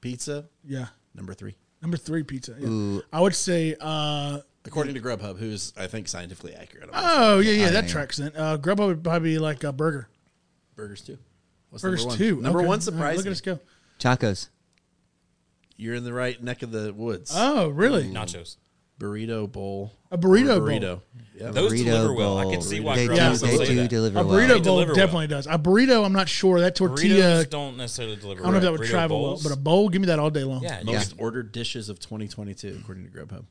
B: pizza
A: Yeah.
B: number three,
A: Number three pizza. Yeah. I would say. uh
B: according to Grubhub, who's I think scientifically accurate. about
A: Oh yeah, yeah,
C: I
A: that
C: know.
A: tracks. Then uh, Grubhub would probably be like a burger.
B: burgers too. What's
A: Burgers
B: number one?
A: two.
B: Number
A: Okay. All
B: one
A: right,
B: surprise.
A: Look at us go.
C: tacos.
B: You're in the right neck of the woods.
A: Oh
C: Mm.
A: really?
D: Nachos.
B: burrito bowl.
A: A burrito
B: Or
A: bowl.
B: burrito. Yeah.
D: Those
C: Burrito
D: deliver well. I
C: bowl.
D: can see why
A: Burrito
D: Grubhub
A: bowl.
D: would
A: They
D: say
C: do
D: that.
C: deliver
A: A
C: well.
A: burrito bowl
D: deliver well.
A: definitely does. A burrito, I'm not sure. That tortilla, I
D: Burritos don't necessarily deliver.
A: don't know if that would
D: Burrito
A: travel well,
D: bowls?
A: but a bowl, give me that all day long.
D: yeah,
B: Most
C: Yeah.
B: ordered dishes of 2022, according to Grubhub.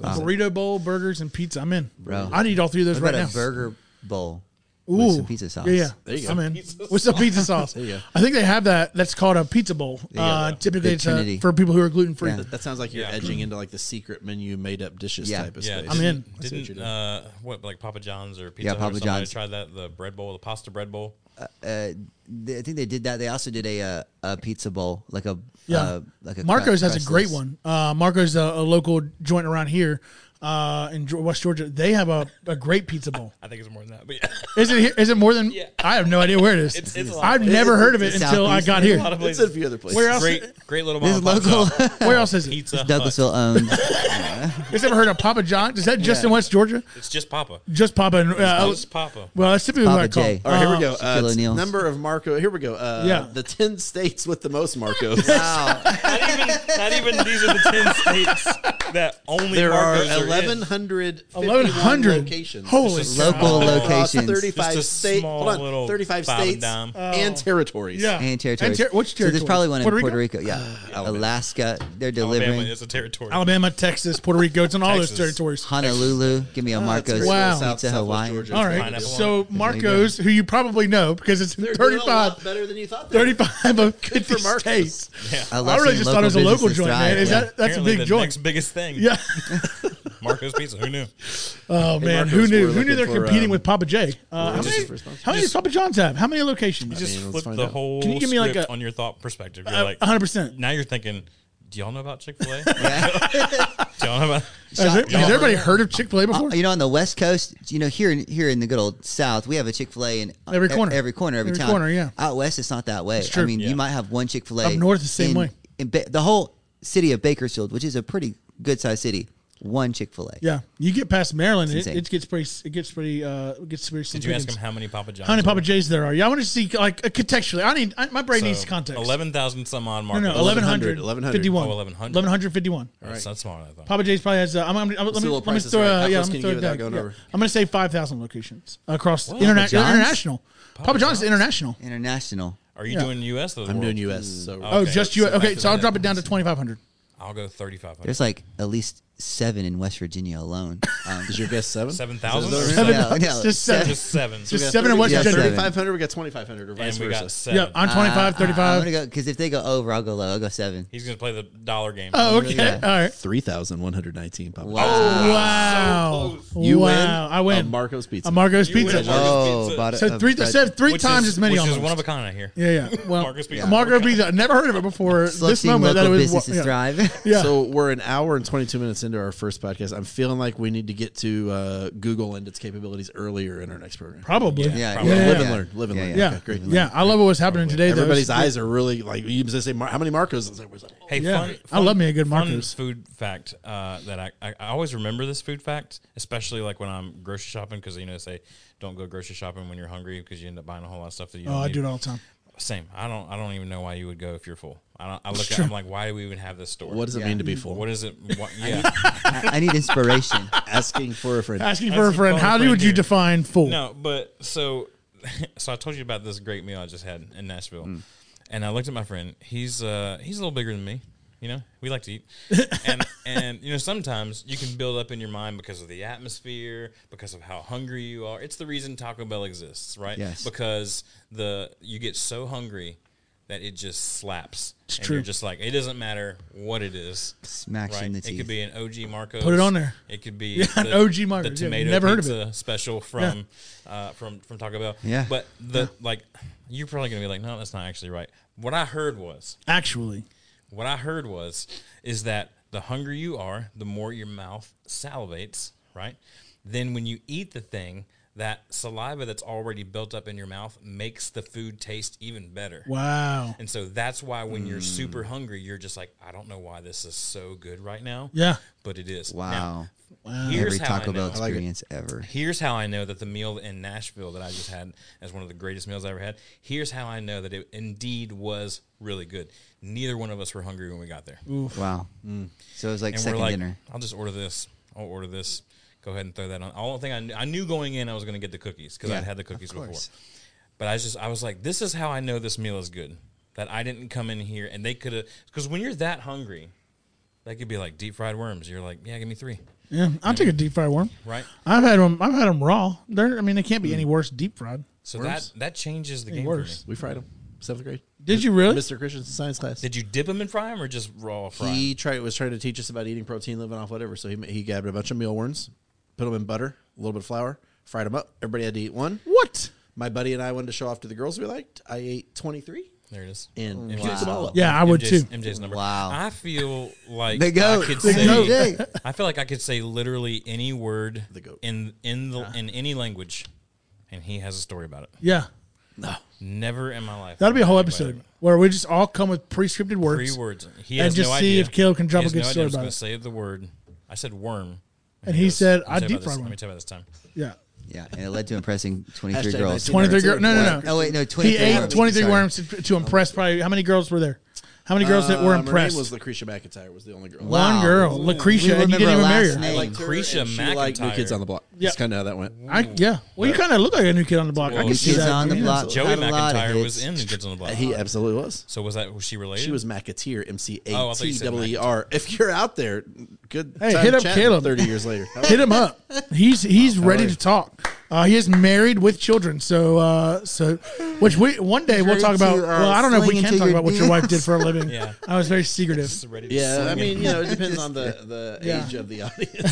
A: Burrito bowl, burgers, and pizza. I'm in.
C: Bro.
A: I need all three of those
C: What
A: right
C: about
A: now.
C: a burger bowl
A: Ooh.
C: with some pizza sauce?
A: Yeah, yeah.
B: There you go.
A: I'm in. With some pizza sauce.
B: you go.
A: I think they have that. That's called a pizza bowl. Uh,
B: go.
A: typically,
C: The
A: it's uh,
C: Trinity.
A: for people who are gluten free.
C: Yeah.
B: That sounds like you're
D: Yeah.
B: edging into like the secret menu made up dishes
C: Yeah.
B: type of
D: Yeah,
B: space.
A: I'm in.
B: I see what
D: Didn't
B: you
D: what,
B: did.
D: uh, what like Papa John's or Pizza
C: Yeah,
D: Hut
C: Papa
D: or somebody
C: John's.
D: tried that the bread bowl, the pasta bread bowl.
C: Uh, they, I think they did that. They also did a uh, a pizza bowl, like a
A: Yeah,
C: uh, like a cra-
A: Marcos has a
C: crustless.
A: great one. Uh, Marcos, a, a local joint around here uh, in Ge- West Georgia, they have a, a great pizza bowl.
D: I think it's more than that, but yeah, (laughs)
A: Is it here? Is it more than?
D: Yeah.
A: I have no idea where it is.
D: It's- it's a lot of
A: I've
D: places.
A: never heard of it
C: It's
A: until I
C: southeast.
A: got
C: It's
A: here.
D: a lot of
B: It's
D: places.
B: in a few other places.
A: Where else?
D: Great, great little
C: This
D: mom and
C: is
D: pop
A: (laughs)
C: local.
D: shop.
A: Where else is it?
D: pizza. Hut.
A: (laughs)
C: Douglasville owned.
A: Has ever heard of Papa John's? Is that just in West Georgia?
D: It's just
A: (laughs)
D: Papa.
A: Just Papa and uh,
D: It's Papa.
A: well, that's typically what I
C: Papa
A: call.
C: J.
A: it.
B: All right, here we
A: Uh,
B: go. Uh,
C: Shaquille
B: t-
C: O'Neal's.
B: number of Marco. Here we go. Uh,
A: Yeah.
B: The 10 states with the most Marcos.
C: wow.
D: Not even, not even these are the (laughs) ten states that only
B: there are
D: Marcos in.
B: 1,100
A: 1100
B: locations.
A: Oh, Holy
D: It's just
A: cow.
C: Local
D: Across
B: Across
C: locations.
B: 35
D: Just a
B: states.
D: small
B: Hold on.
D: little
B: 35
D: five and
B: states
D: dime.
B: and territories.
A: Oh. Yeah.
C: And territories.
A: ter- which territory?
C: So there's probably one in
A: Puerto
C: Puerto,
A: Rico?
C: Rico. Yeah. Alaska. They're delivering.
D: Alabama is a territory.
A: Alabama, Texas, Puerto Rico. It's in all those
D: Texas.
A: territories.
C: Honolulu. Give me a Marcos.
A: Ah, great. Wow.
C: Pizza
B: South- Southwest
C: Hawaii.
B: Georgia.
A: All right.
D: Pineapple
A: So Marcos,
C: Marcos.
A: who you probably know because it's in
B: They're doing a lot
A: 35,
B: better than you thought. they were.
A: 35 of 50
B: for Marcos.
A: states.
C: I,
A: I really just thought it was a local joint, man. Is that that's a
D: Apparently
A: big
D: the Next
A: joint?
D: biggest thing.
A: Yeah.
D: Marcos
A: (laughs)
D: Pizza. Who knew?
A: Oh man,
B: Marcos,
A: who knew? Who knew
B: we're looking
A: they're
B: for,
A: competing
B: um,
A: with Papa J? Uh, how
B: just
A: many?
B: for sponsors.
A: How many does Papa John's have? How many locations?
D: You just
B: let's
D: flipped
B: find
D: the
B: out.
D: whole
A: Can you give me, like,
D: script
A: a-
D: on your thought perspective. You're
A: Uh,
D: like
A: 100%.
D: Now you're thinking, do y'all know about Chick
A: (laughs)
D: Fil A?
C: (laughs)
D: Do y'all know about?
A: Has, there- has
D: y'all-
A: everybody heard of Chick Fil A before?
C: Oh, You know, on the West Coast, you know, here in here in the good old South, we have a Chick Fil A in
A: Every
C: e-
A: corner.
C: every corner, every,
A: Every
C: town.
A: corner, yeah.
C: Out west, it's not that way.
A: true.
C: I mean,
D: Yeah.
C: you might have one Chick Fil A
A: Up north, the same
C: in-
A: way.
C: In ba- the whole city of Bakersfield, which is a pretty good sized city, One Chick Fil A.
A: Yeah, you get past Maryland, it,
C: insane.
A: it gets pretty. It gets pretty. Uh, it gets pretty.
D: Did you ask him how many Papa John's?
A: how many
D: there
A: Papa
D: were?
A: J's there are? Yeah, I want to see like uh, contextually. I need I, my brain needs
D: So,
A: context.
D: Eleven thousand some odd
A: no,
D: markets.
A: no, 1100,
B: 1100.
A: 51.
D: Oh, 1100.
A: 1151.
D: That's not smaller. than I thought.
A: Papa J's probably has. Uh, I'm, I'm, I'm, let me
B: little
A: let me
B: prices
A: throw.
B: right.
A: Uh,
B: How
A: yeah,
B: close
A: I'm
B: can you
A: gonna
B: get
A: throw it
B: without going
A: down.
B: over?
A: Yeah. I'm going to say five thousand locations across
D: Wow.
A: interna-
C: Papa John's?
A: international. Papa, John's is
D: John's?
A: international.
C: International.
D: Are you
A: Yeah.
D: doing U.S. Though,
B: I'm doing U.S. So
A: Oh,
D: Okay,
A: just you.
D: so
A: okay,
D: back
A: so
D: to
A: I'll
D: that.
A: drop it down to twenty five hundred.
D: I'll go thirty-five hundred.
C: There's like at least seven in West
A: (laughs)
C: Virginia alone. Um,
B: is your guess seven?
D: Seven thousand.
B: Is that-
D: Seven. (laughs)
C: no, no,
A: Just seven.
D: Just seven.
A: Just seven in West
C: Yeah,
A: Virginia.
C: seven.
B: Thirty-five hundred. We got twenty-five hundred, or vice
D: and we got
B: versa.
D: seven.
A: Yeah, on 25,
C: Uh, I'm
A: 35.
C: gonna go because if they go over, I'll go low. I'll go seven.
D: He's gonna play the dollar game.
A: oh, okay.
C: Yeah.
A: All right.
B: Three thousand one hundred nineteen. Papa.
C: Wow.
B: John's.
A: Wow.
B: You
A: Oh, wow.
B: win.
A: I win.
B: A Marco's pizza.
A: A Marco's
D: You
A: Pizza.
D: win.
A: Oh.
C: Oh,
D: pizza.
C: about a-
A: So three,
C: about-
A: so three
D: Which
A: times
D: is-
A: as many.
D: Which
A: almost.
D: is one of a kind. I hear.
A: Yeah,
D: (laughs)
A: yeah. Well,
D: Marco's Pizza.
A: Marco's Pizza. Never heard of it before this
C: Selecting
A: moment. That
C: local
A: it was
C: businesses
A: yeah.
C: thrive. (laughs)
A: Yeah.
B: So we're an hour and 22 minutes into our first podcast. I'm feeling like we need to get to uh, Google and its capabilities earlier in our next program.
A: probably.
D: Yeah,
C: yeah,
D: probably.
C: yeah,
B: Live and
C: yeah.
B: learn. Live and
C: Yeah,
B: learn.
A: Yeah.
B: Okay, great.
A: Yeah. I love what was happening today. though. Oh,
B: Everybody's
A: It was-
B: eyes are really like you just say. Mar- how many Marcos? It's like, we're like,
D: Hey,
A: Yeah.
D: fun,
A: I
D: fun-
A: love me a good
D: fun
A: Marco's.
D: food fact uh, that I, I, I always remember this food fact, especially like when I'm grocery shopping because you know they say don't go grocery shopping when you're hungry because you end up buying a whole lot of stuff that you.
A: Oh,
D: don't
A: I
D: need.
A: do it all the time.
D: Same. I don't. I don't even know why you would go if you're full. I, don't, I look at. I'm like, why do we even have this store?
B: what does it
C: Yeah.
B: mean to be full?
D: What is it?
B: (laughs)
D: What, yeah.
C: I, I
A: (laughs)
C: need inspiration.
B: Asking for a friend.
A: Asking
D: That's
A: for a
D: a
A: friend.
D: phone
A: How do
D: friend
A: would you
D: here.
A: define full?
D: No, but so (laughs) so I told you about this great meal I just had in Nashville, and I looked at my friend. He's uh he's a little bigger than me. You know, we like to eat, and and you know sometimes you can build up in your mind because of the atmosphere, because of how hungry you are. It's the reason Taco Bell exists, right?
C: Yes.
D: Because the you get so hungry that it just slaps. and
A: true.
D: You're just like it doesn't matter what it is.
C: Smacks you
D: Right.
C: in the
D: It
C: teeth.
D: could be an OG Marcos.
A: Put it on there.
D: It could
A: (laughs)
D: be
A: Yeah, an OG Marcos.
D: The
A: Yeah,
D: tomato
A: never heard of
D: pizza special from uh, from from Taco Bell.
C: Yeah.
D: But the like, you're probably gonna be like, no, that's not actually right. What I heard was,
A: Actually,
D: what I heard was, is that the hungrier you are, the more your mouth salivates, right? Then when you eat the thing, that saliva that's already built up in your mouth makes the food taste even better.
A: wow.
D: And so that's why when you're super
C: Mm.
D: hungry, you're just like, I don't know why this is so good right now.
A: Yeah.
D: But it is.
C: Wow.
D: Now, here's
C: Every
D: how I
C: Taco Bell
D: know-
B: like it.
C: experience ever.
D: Here's how I know that the meal in Nashville that I just had as one of the greatest meals I ever had. Here's how I know that it indeed was really good. Neither one of us were hungry when we got there.
C: Wow. So it was like
D: and
C: second
D: we're like,
C: dinner.
D: I'll just order this. I'll order this. Go ahead and throw that on. I don't think I knew, I knew going in I was going to get the cookies because
C: Yeah,
D: I'd had the
C: of
D: cookies before.
C: course.
D: But I was just I was like, this is how I know this meal is good. That I didn't come in here and they could have because when you're that hungry, that could be like deep fried worms. You're like, yeah, give me three,
A: Yeah, I'll take a deep fried worm.
D: right?
A: I've had them. I've had them raw. They're. I mean, they can't be any worse deep fried.
D: So
B: Worms?
D: that that changes the
A: Any
D: game
A: worse?
D: for me.
B: we fried them. Seventh grade.
A: Did you really?
B: Mr. Christian's science class.
D: Did you dip them and fry them or just raw fry? 'em?
B: He tried was trying to teach us about eating protein, living off whatever. So he he grabbed a bunch of mealworms, put them in butter, a little bit of flour, fried them up. Everybody had to eat one.
A: What?
B: My buddy and I wanted to show off to the girls we liked. I ate twenty three
D: There it is.
B: and
D: Wow.
B: puked them all up.
A: Yeah, I would
D: MJ's,
A: too.
D: MJ's number.
C: Wow.
D: I feel like
C: The goat.
D: I could
C: The
D: say.
C: goat.
D: I feel like I could say literally any word
B: The goat.
D: in in the in any language, and he has a story about it.
A: Yeah,
B: No,
D: Never in my life.
A: that'll be a whole
D: Anybody
A: episode
D: ever-
A: where we just all come with pre-scripted words.
D: Three words. He
A: And
D: has
A: just
D: no
A: see
D: idea.
A: if Caleb can drop
D: He has
A: a good
D: no
A: story
D: idea.
A: about
D: I
A: it.
D: was going to say the word. I said worm.
A: And he said,
D: "Let me
A: "I
D: tell you
A: deep
D: about this-
A: fried one."
D: Let me tell you about this time.
A: Yeah,
C: Yeah, and it led to impressing 23
B: Hashtag
C: girls.
B: 19.
A: twenty-three girls. No, no, no.
C: Oh, wait, no, 23
A: He ate
C: worms.
A: twenty-three
C: Sorry.
A: worms to, to impress. Probably how many girls were there? How many girls that were
B: Uh, Her
A: impressed?
B: name was Lucretia McIntyre. Was the only girl.
C: Wow.
A: One girl,
C: We
A: Lucretia, and you
C: remember
A: didn't even
C: her
A: marry her.
C: last
B: I
C: name.
B: liked her.
D: Lucretia
B: and she liked New
D: McIntyre.
B: Kids on the Block.
A: Yeah.
B: That's kind of how that went.
A: I, yeah. Well, you kind of look like a new kid on the block. I
D: Well,
A: can
D: New
A: see
C: Kids
A: that.
C: on the
A: Yeah.
C: Block.
D: Joey
C: Had a lot of
D: McIntyre was
C: hits.
D: in the Kids on the Block.
B: He absolutely was.
D: so was that was she related?
B: She was McAteer, M C
D: Oh,
B: A
D: I thought you
B: T
D: said
B: W E R. If you're out there, good.
A: Hey,
B: time
A: hit up
B: chatting
A: Caleb.
B: Thirty years later,
A: Hit him up. He's
C: Oh,
A: he's ready
B: are
A: to
B: you?
A: talk. Uh, he is married with children, so uh, so which we one day we'll
C: Ready
A: talk about.
C: to, uh,
A: well, I don't know if we
C: sling
A: can
C: into
A: talk
C: your
A: about what your
C: DMs.
A: wife did for a living.
D: (laughs) Yeah.
A: I was very secretive.
D: Ready
B: (laughs)
D: to
B: Yeah, I
D: sing
B: mean,
D: and-
B: you know, it depends on
D: (laughs)
B: the, the
A: Yeah.
B: age of
A: (laughs)
B: the audience.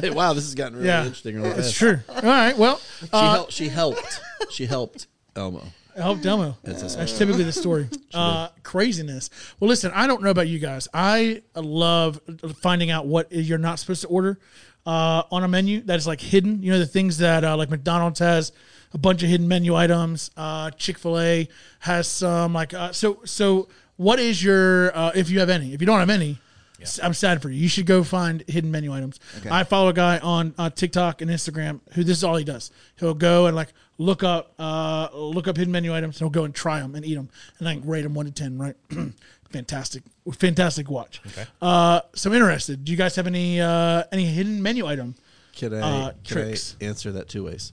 B: Hey, wow, this has gotten really
A: Yeah,
B: interesting. Really
A: it's
B: fast.
A: true. All right, well,
B: She,
A: uh,
B: helped, she helped. She helped Elmo.
A: I hope Delmo. That's, typically the story. Uh, craziness. Well, listen, I don't know about you guys. I love finding out what you're not supposed to order uh, on a menu that is like hidden. You know, the things that uh, like McDonald's has a bunch of hidden menu items. Uh, Chick fil A has some like, uh, so, so what is your, uh, if you have any, if you don't have any, S- I'm sad for you. You should go find hidden menu items. I follow a guy on uh, TikTok and Instagram who this is all he does. He'll go and like look up uh, look up hidden menu items. And he'll go and try them and eat them and then rate them one to ten. Right, (clears throat) fantastic, fantastic watch. Okay. Uh, so I'm interested. Do you guys have any uh, any hidden menu item?
B: Can I,
A: Uh,
B: can I
A: tricks.
B: answer that two ways?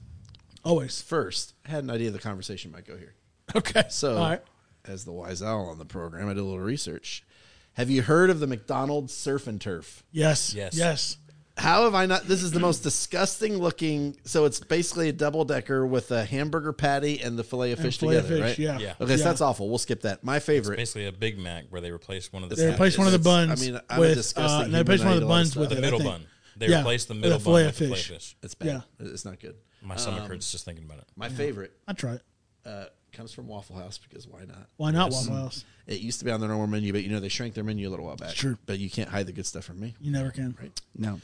A: Always. (laughs)
B: First, I had an idea the conversation might go here.
A: Okay.
B: So,
A: all right.
B: as the wise owl on the program, I did a little research. Have you heard of the McDonald's Surf and Turf?
A: Yes. Yes.
D: Yes.
A: Yes.
B: How have I not? This is the most disgusting looking. So it's basically a double decker with a hamburger patty and the fillet of fish
A: Filet of
B: together,
A: fish,
B: right?
A: Yeah.
D: Yeah.
B: Okay, so that's awful. We'll skip that. My favorite.
D: Basically, a Big Mac where they replaced one of the
A: They replaced one of the
B: It's-
A: buns.
B: I mean, I'm a
A: with,
B: disgusting
A: uh, they
B: human,
A: replaced
B: I
A: one
B: eat
A: of the
B: a lot of
A: buns with
B: stuff.
A: it, I
D: the middle
A: think.
D: bun. They
A: Yeah,
D: replaced the
A: with
D: middle
A: a
D: bun
A: fillet
D: with
A: of
D: the fillet
A: fish.
D: fish.
B: It's bad.
A: Yeah.
B: It's not good.
D: My stomach hurts just thinking about it.
B: My favorite
A: I'll try it.
B: uh, comes from Waffle House because why not?
A: Why not Waffle House?
B: It used to be on their normal menu, but you know they shrank their menu a little while back.
A: Sure.
B: but you can't hide the good stuff from me.
A: You never can.
C: No.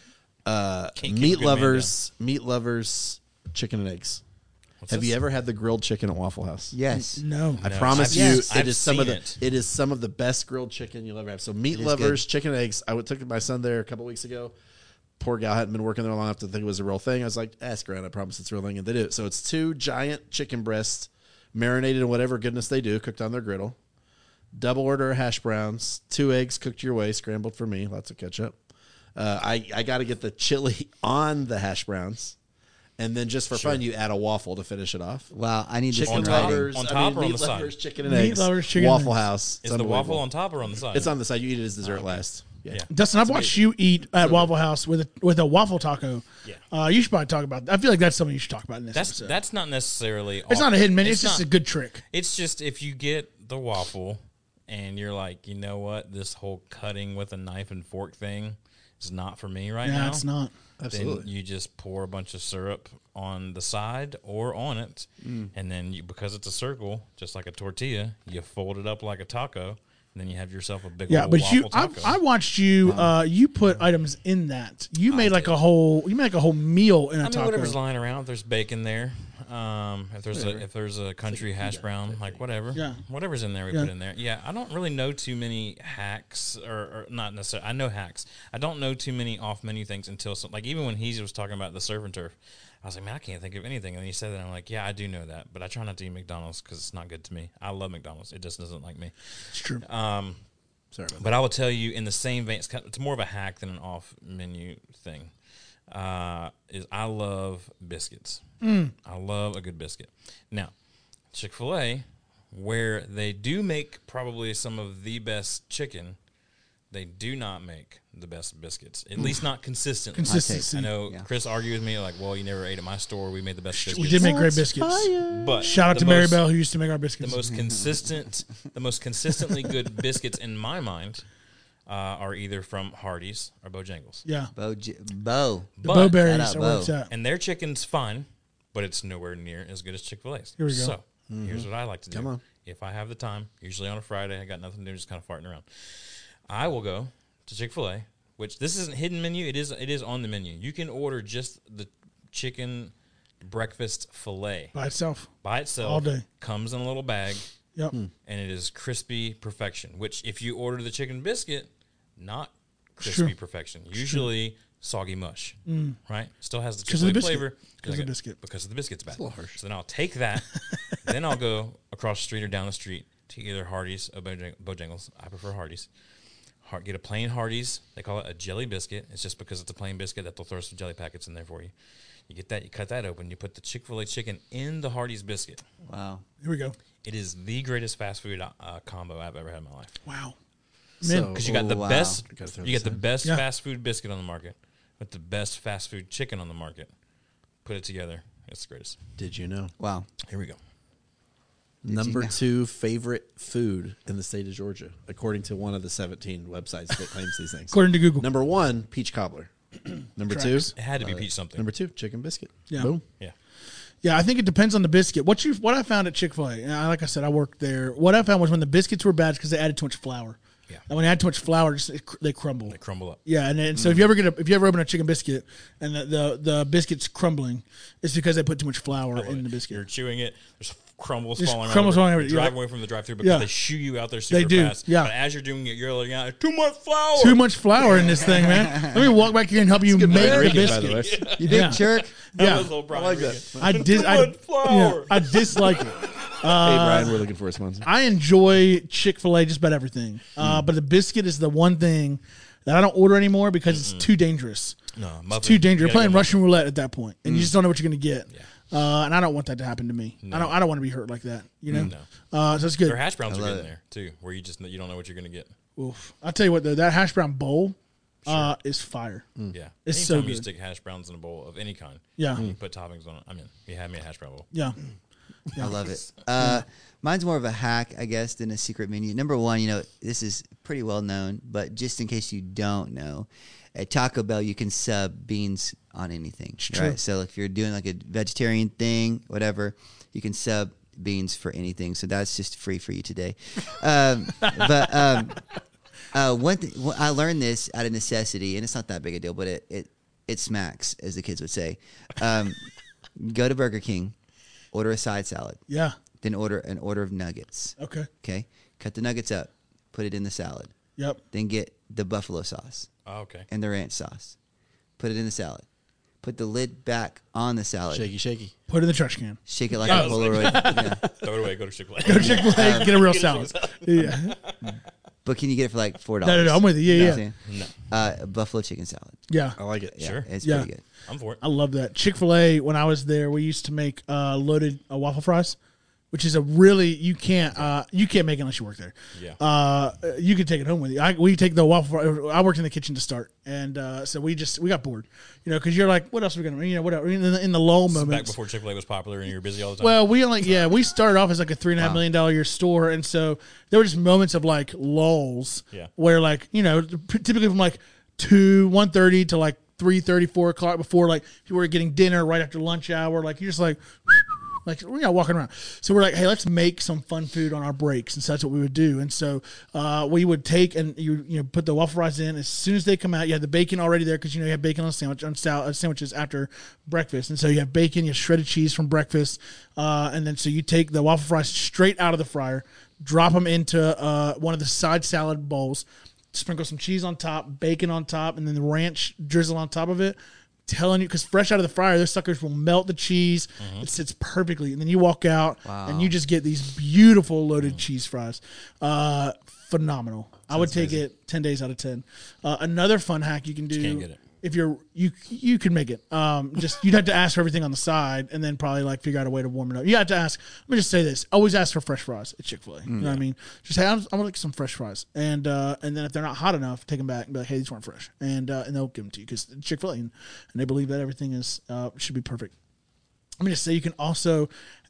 B: Uh,
D: Can't keep
B: meat
D: a good man down.
B: lovers, meat lovers, chicken and eggs. Have
D: this?
B: you ever had the grilled chicken at Waffle House?
C: Yes.
A: No.
B: I
D: No,
B: promise
D: I've-
B: you,
D: yes,
B: it
D: I've
B: is some of the
D: seen
B: it.
D: it.
B: is some of the best grilled chicken you'll ever have. So meat
C: is
B: lovers, chicken and eggs. I would- took my son there a couple weeks ago. Poor gal hadn't been working there long enough to think it was a real thing. I was like, ask around. I promise it's a real thing, and they do. it. So it's two giant chicken breasts, marinated in whatever goodness they do, cooked on their griddle. Double order of hash browns, two eggs cooked your way, scrambled for me, lots of ketchup. Uh, I I got to get the chili (laughs) on the hash browns, and then just for fun, you add a waffle to finish it off
C: Wow. I need this.
B: chicken
D: On
C: one
D: top.
C: writing.
B: lovers,
D: On
B: I
D: top
B: mean,
D: or on
B: meat
D: the side?
B: lovers, chicken and
A: Meat
B: eggs,
A: lovers, chicken and
B: Waffle
A: eggs.
B: House.
D: Is the waffle on top or on the side?
B: It's on the side. You eat it as dessert last. Yeah.
D: Yeah.
A: Dustin, I've watched you eat at Waffle House with a, with a waffle taco.
D: Yeah.
A: Uh, you should probably talk about that. I feel like that's something you should talk about in this
D: That's
A: episode.
D: that's not necessarily.
A: uh, it's not a hidden menu. It's, just
D: not-
A: a good trick.
D: It's just if you get the waffle and you're like, you know what, this whole cutting with a knife and fork thing is not for me right
A: Yeah,
D: now.
A: it's not.
B: Absolutely.
D: Then you just pour a bunch of syrup on the side or on it,
A: Mm.
D: and then you because it's a circle, just like a tortilla, you fold it up like a taco, and then you have yourself a big
A: Yeah,
D: Old
A: but
D: waffle
A: you, I,
D: taco.
A: I watched you. Uh, you put items in that. You made like a whole. You made like a whole meal in a
D: I mean,
A: taco.
D: whatever's lying around. If there's bacon there, um, if there's a if there's a country hash brown, like whatever,
A: Yeah.
D: whatever's in there, we
A: Yeah.
D: put in there. Yeah, I don't really know too many hacks, or, or not necessarily. I know hacks. I don't know too many off menu things until some, like even when he was talking about the surf and turf, I was like, man, I can't think of anything. And then he said that, and I'm like, yeah, I do know that, but I try not to eat McDonald's because it's not good to me. I love McDonald's; it just doesn't like me.
A: it's true.
D: Uh,
B: Sorry. About
D: But I will tell you in the same vein, it's, kind it's more of a hack than an off menu thing. Uh, is I love biscuits.
A: Mm.
D: I love a good biscuit. Now, Chick Fil A, where they do make probably some of the best chicken, they do not make the best biscuits. At least not consistently.
A: Consistency.
D: I know
C: Yeah.
D: Chris argued with me like, "Well, you never ate at my store. We made the best biscuits."
A: we did make great biscuits.
D: But
A: Shout out
D: the
A: to Mary
D: most-
A: Bell who used to make our
D: the
A: biscuits.
D: most consistent, the most
A: (laughs)
D: consistently good biscuits in my mind uh, are either from Hardee's or Bojangles.
A: yeah,
C: Bo, J- Bo.
A: the
D: But,
A: Bo
C: Shout
A: berries
C: out
A: are where it's
C: Bo.
A: at.
D: and their chicken's fine, but it's nowhere near as good as Chick Fil A's.
A: Here we go. Mm-hmm.
D: So here's what I like to do.
B: Come on.
D: If I have the time, usually on a Friday, I got nothing to do, just kind of farting around. I will go to Chick Fil A, which this isn't hidden menu. It is it is on the menu. You can order just the chicken breakfast fillet
A: By itself.
D: by itself.
A: All day.
D: comes in a little bag.
A: Yep.
C: Hmm.
D: and it is crispy perfection. Which, if you order the chicken biscuit, not crispy
A: Sure. Mm.
D: perfection. Usually soggy mush, right? Still has the
A: Because of
D: chicken
A: the biscuit.
D: flavor.
A: Because of the
D: Like,
A: biscuit.
D: Because of the biscuit's bad. So then I'll
A: (laughs)
D: take that. then I'll go across the street or down the street to either Hardee's or Bojang- Bojangles. I prefer Hardee's. Har- Get a plain Hardee's. They call it a jelly biscuit. It's just because it's a plain biscuit that they'll throw some jelly packets in there for you. You get that. You cut that open. You put the Chick Fil A chicken in the Hardee's biscuit.
C: Wow.
A: Here we go.
D: It is the greatest fast food uh, combo I've ever had in my life.
A: Wow.
B: So-
A: Man,
D: Because you got the
C: Oh, wow.
D: best,
B: I gotta throw
D: you
B: this
D: get the
B: in.
D: best
A: Yeah.
D: fast food biscuit on the market, with the best fast food chicken on the market. Put it together, it's the greatest.
B: that. Did you know?
C: Wow.
D: Here we go.
B: Number two favorite food in the state of Georgia, according to one of the 17 websites that claims these things.
A: according to Google.
B: Number one, peach cobbler. (clears throat) Number two,
A: Tracks.
D: It had to be peach something.
B: number two, chicken biscuit.
A: Yeah.
B: Boom.
D: yeah,
A: Yeah, I think it depends on the biscuit. What you what I found at Chick Fil A, like I said, I worked there. What I found was when the biscuits were bad because they added too much flour.
D: Yeah.
A: and when they add too much flour, just, it, cr- they crumble.
D: they crumble up.
A: yeah, and, then so if you ever get a, if you ever open a chicken biscuit and the, the the biscuit's crumbling, it's because they put too much flour in the
D: You're
A: biscuit.
D: chewing it. There's f- crumbles
A: Just
D: falling.
A: crumbles
D: all
A: falling
D: over.
A: over,
D: You
A: yeah.
D: Drive away from the drive-through because
A: Yeah.
D: they shoo you out there super
A: do,
D: fast.
A: yeah.
D: But as you're doing it, you're yelling out, "Too much flour."
A: Too much flour in this thing, man. Let me walk back here and help you make the
B: Rican, by the
A: biscuit.
B: way. (laughs)
C: You big
A: Yeah.
C: jerk.
D: That
A: yeah.
D: was old Brian
B: like that.
D: Regan.
A: I dis-
D: Too
A: I,
D: much flour.
A: yeah, I dislike it.
B: hey,
A: Uh,
B: Brian, we're looking for a sponsor.
A: I enjoy Chick Fil A just about everything,
D: Mm.
A: uh, but the biscuit is the one thing that I don't order anymore because it's too dangerous.
D: No,
A: it's
D: muffin.
A: too dangerous.
D: You
A: You're
D: gotta
A: playing
D: go
A: Russian roulette at that point, and you
D: Mm.
A: just don't know what you're going to get. Uh, and I don't want that to happen to me. I don't. I don't want to be hurt like that. You know. Uh, so it's good.
D: Their hash browns are
C: love
D: good in
C: it.
D: there too, where you just you don't know what you're gonna get.
A: Oof. I'll tell you what though, that hash brown bowl uh, is fire.
D: Yeah,
A: It's so
D: Anytime you
A: good.
D: stick hash browns in a bowl of any kind.
A: Yeah.
D: and you put toppings on it. I mean, you had me a hash brown bowl.
A: Yeah.
C: I love it. Uh, mine's more of a hack, I guess, than a secret menu. Number one, you know, this is pretty well known, but just in case you don't know, at Taco Bell you can sub beans on anything,
A: true.
C: right? So if you're doing like a vegetarian thing, whatever, you can sub beans for anything. So that's just free for you
A: (laughs)
C: today. Um, but um, uh, one th- wh- I learned this out of necessity, and it's not that big a deal, but it it, it smacks, as the kids would say. Um, go to Burger King, order a side salad
A: Yeah.
C: then order an order of nuggets.
A: Okay.
C: Okay, cut the nuggets up, put it in the salad.
A: Yep.
C: Then get the buffalo sauce
D: Oh, okay.
C: and the ranch sauce. Put it in the salad. Put the lid back on the salad. Shake,
B: Shaky, shaky.
A: Put it in the trash
D: (laughs)
A: can.
C: it like
D: Yeah,
C: a
D: I was
C: Polaroid.
A: (laughs)
C: Yeah.
D: Throw it away. Go to Chick Fil A.
A: Chick Fil A. Get a real
D: (laughs)
A: salad. Yeah.
C: But can you get it for like four dollars?
A: No, no, no, I'm with you. Yeah, yeah.
C: No. Uh, a buffalo chicken salad.
A: Yeah.
D: Oh,
B: I like it.
C: Yeah,
D: Sure.
C: it's
A: Yeah.
C: pretty good.
D: I'm for it.
A: I love that. Chick fil A, when I was there, we used to make uh, loaded uh, waffle fries, which is a really, you can't, uh, you can't make it unless you work there.
D: Yeah.
A: Uh, you can take it home with you. I, we take the waffle fry, I worked in the kitchen to start. And uh, so we just, we got bored, you know, because you're like, what else are we going to, you know, whatever. In the, in the lull
D: This is Back
A: moments.
D: before Chick Fil A was popular and you were busy all the time.
A: Well, we like yeah, we started off as like a three and a half million dollar a year store, and so there were just moments of like lulls,
D: Yeah.
A: where like you know p- typically from like two one thirty to like three thirty four o'clock before like if you were getting dinner right after lunch hour, like you're just like. Like we're not walking around, so we're like, "Hey, let's make some fun food on our breaks," and so that's what we would do. And so uh, we would take and you you know put the waffle fries in as soon as they come out. You had the bacon already there because you know you have bacon on sandwich on sal- uh, sandwiches after breakfast, and so you have bacon, you have shredded cheese from breakfast, uh, and then so you take the waffle fries straight out of the fryer, drop them into uh, one of the side salad bowls, sprinkle some cheese on top, bacon on top, and then the ranch drizzle on top of it. Telling you, because fresh out of the fryer, those suckers will melt the cheese.
D: Mm-hmm.
A: It sits perfectly, and then you walk out and you just get these beautiful loaded cheese fries. Uh, phenomenal. I would take it ten days out of ten. Uh, another fun hack you can do
D: can't get it.
A: if you're you you can make it. Um, just you'd have to ask for everything on the side, and then probably like figure out a way to warm it up. You have to ask. Let me just say this: always ask for fresh fries at Chick Fil A. you know what I mean? Just hey, I'm, I'm gonna like some fresh fries, and uh, and then if they're not hot enough, take them back and be like, hey, these weren't fresh, and uh, and they'll give them to you because Chick Fil A, and they believe that everything is uh, should be perfect. Let me just say you can also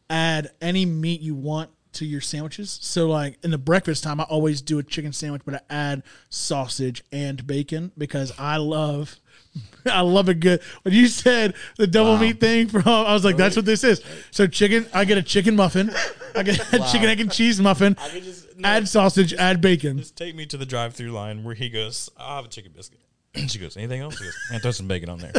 A: add any meat you want to your sandwiches. So like in the breakfast time, I always do a chicken sandwich, but I add sausage and bacon because I love (laughs) I love it good. When you said the double meat thing from I was like, that's what this is. So chicken I get a chicken muffin. I get a chicken egg and cheese muffin.
D: could just-
A: add sausage, add bacon.
D: Just take me to the drive-through line where he goes, I'll have a chicken biscuit. (clears throat) she goes, anything else? She goes, and throw some bacon
B: (laughs)
D: on there.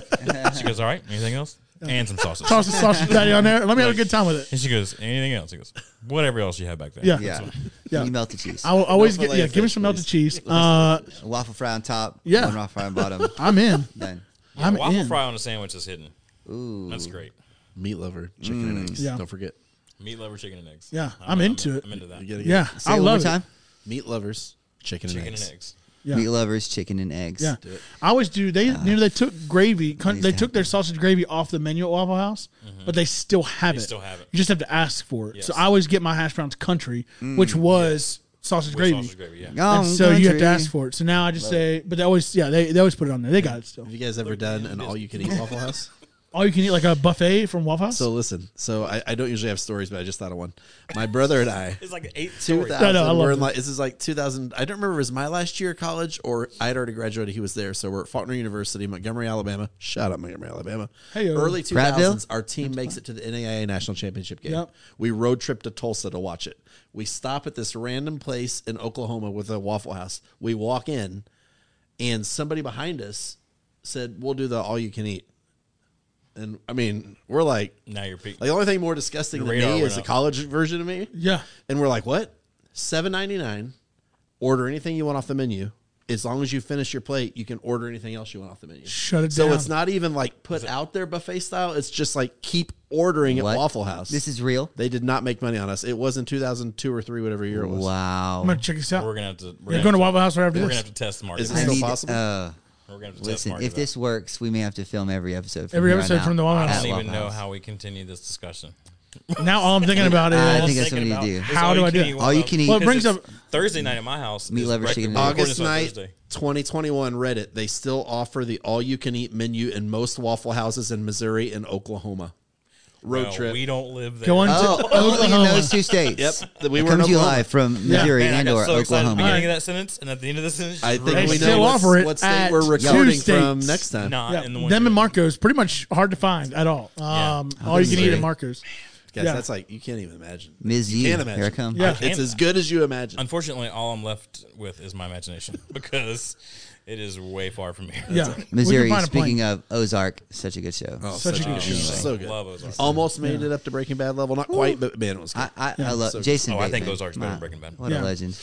D: she goes, all right, anything else? And some sausage.
A: Toss the sausage patty on there. Let me have a good time with it.
D: And she goes, anything else? He goes, whatever else you have back there.
A: Yeah.
C: Yeah.
A: Yeah.
C: You melt the cheese.
A: I will always
B: fillet
A: get yeah,
B: of
A: give me
B: fish,
A: some melted cheese. Uh,
C: waffle fry on top.
A: Yeah.
C: One waffle fry
A: (laughs)
C: on bottom.
A: I'm
C: (laughs)
A: in.
C: Done.
A: I'm
D: waffle
A: in.
D: fry on a sandwich is hidden. Ooh. That's great.
B: Meat lover, chicken and eggs.
A: Mm. Yeah.
B: Don't forget.
D: Meat lover, chicken and eggs.
A: Yeah, I'm into it.
D: I'm into that.
B: You
D: Chicken
B: gotta get
A: Yeah.
C: Say
A: I
C: it one
A: love
C: more time.
A: it.
B: meat lovers, chicken,
D: and
B: and eggs.
D: eggs.
A: Yeah.
C: Meat lovers, chicken and eggs.
A: Yeah, I always do. They
D: Uh,
A: you know they took gravy. Con-
C: needs
A: they
C: to
A: took their sausage gravy off the menu at Waffle House, but they still have
D: Mm-hmm. They
A: it.
D: still have it.
A: You just have to ask for it. So
D: Yes. Mm,
A: I always get my hash browns country, which was sausage
D: With
A: gravy.
D: sausage gravy, yeah.
C: Oh,
A: And so you have
C: country.
A: to ask for it. So now I just say, but they always yeah they, they always put it on there. They got it still.
B: Have you guys ever done an all you can eat Waffle House?
A: All you can eat like a buffet from Waffle House.
B: So listen, so I, I don't usually have stories, but I just thought of one. My brother and I,
D: It's like eight
B: two
D: stories.
A: No, no, I
B: thousand,
A: love
B: we're in
A: it.
B: like this is like two thousand. I don't remember if it was my last year of college or I had already graduated. He was there, so we're at Faulkner University, Montgomery, Alabama. Shout out Montgomery, Alabama.
A: Heyo.
B: early two
C: Prattville?
B: thousands, our team makes it to the NAIA national championship game.
A: Yep.
B: We road trip to Tulsa to watch it. We stop at this random place in Oklahoma with a Waffle House. We walk in, and somebody behind us said, "We'll do the all you can eat." And I mean, we're like,
D: Now you're peak.
B: like the only thing more disgusting
D: Your
B: than
D: radar
B: me
D: went
B: is the
D: up.
B: college version of me.
A: Yeah.
B: And we're like, what? Seven ninety nine. Order anything you want off the menu. As long as you finish your plate, you can order anything else you want off the menu.
A: Shut it
B: so
A: down.
B: it's not even like put out there buffet style. It's just like keep ordering
C: What?
B: at Waffle House.
C: This is real.
B: they did not make money on us. It was in two thousand two or three, whatever year it was.
C: Wow.
A: I'm gonna check this out.
D: we're gonna have to. We're
A: You're
D: gonna
A: going
D: have
A: to Waffle House right
D: We're
A: after
D: gonna
A: this.
D: have to test the market.
B: Is it
D: out.
C: I
B: still
C: need.
B: possible?
C: Uh,
D: we're gonna have to test the
C: listen,
D: market.
C: if this works, we may have to film every episode. From
A: Every
C: here on
A: episode
C: out
A: from the Waffle
D: out.
C: at
D: I
A: House.
D: don't even
C: Waffle
D: know
C: House.
A: (laughs)
D: how we continue this discussion.
A: Now all I'm thinking about is
C: (laughs) I think
D: I
C: that's what we need to do.
A: How do I do it?
C: All you can eat- Well, it
A: brings up-
D: Thursday night at my house.
C: Meat
D: is
C: lovers,
D: breakfast.
C: chicken
D: We're
C: nuggets.
D: recording
B: August
D: this on
B: night,
D: Thursday.
B: 2021 Reddit. They still offer the all you can eat menu in most Waffle Houses in Missouri and Oklahoma. Road
D: Well,
B: trip.
D: We don't live there.
A: going
C: Oh,
A: to
C: only in
A: Oklahoma.
C: those two states.
B: yep. that We
C: It
B: were in
C: comes to you
B: Oklahoma.
C: live from Missouri
D: Man, I
C: and
D: got
C: or
D: so excited at the
C: Oklahoma.
D: beginning of that sentence, and at the end of the sentence,
B: I
A: They
B: think we
A: still
B: know what's-
A: offer it
B: what
A: at
B: state we're
A: two
B: recording from
A: states.
B: next time.
D: not
A: Yeah,
D: in the one.
A: them
D: you-
A: and Marcos pretty much hard to find at all.
D: Yeah.
A: Um, all you can eat
C: Missouri.
A: at Marcos.
B: Guys,
A: Yeah.
B: that's like you can't even imagine.
C: Ms.
B: You
C: U,
B: can't imagine.
C: here I come.
A: Yeah.
B: It's as good as you imagine.
D: Unfortunately, all I'm left with is my imagination because it is way far from here.
A: Yeah, We can
C: Missouri.
A: find a plane.
C: Speaking of Ozark, such a good show.
B: Oh,
A: such a good show.
B: So good.
D: Love Ozark.
B: Almost made it up to Breaking Bad level. Not quite, but man, it was good.
C: I, I, I love
B: so-
C: Jason.
D: Oh, I think
C: Bateman.
D: Ozark's better
C: My-
D: than Breaking Bad.
C: What
A: Yeah.
C: a legend!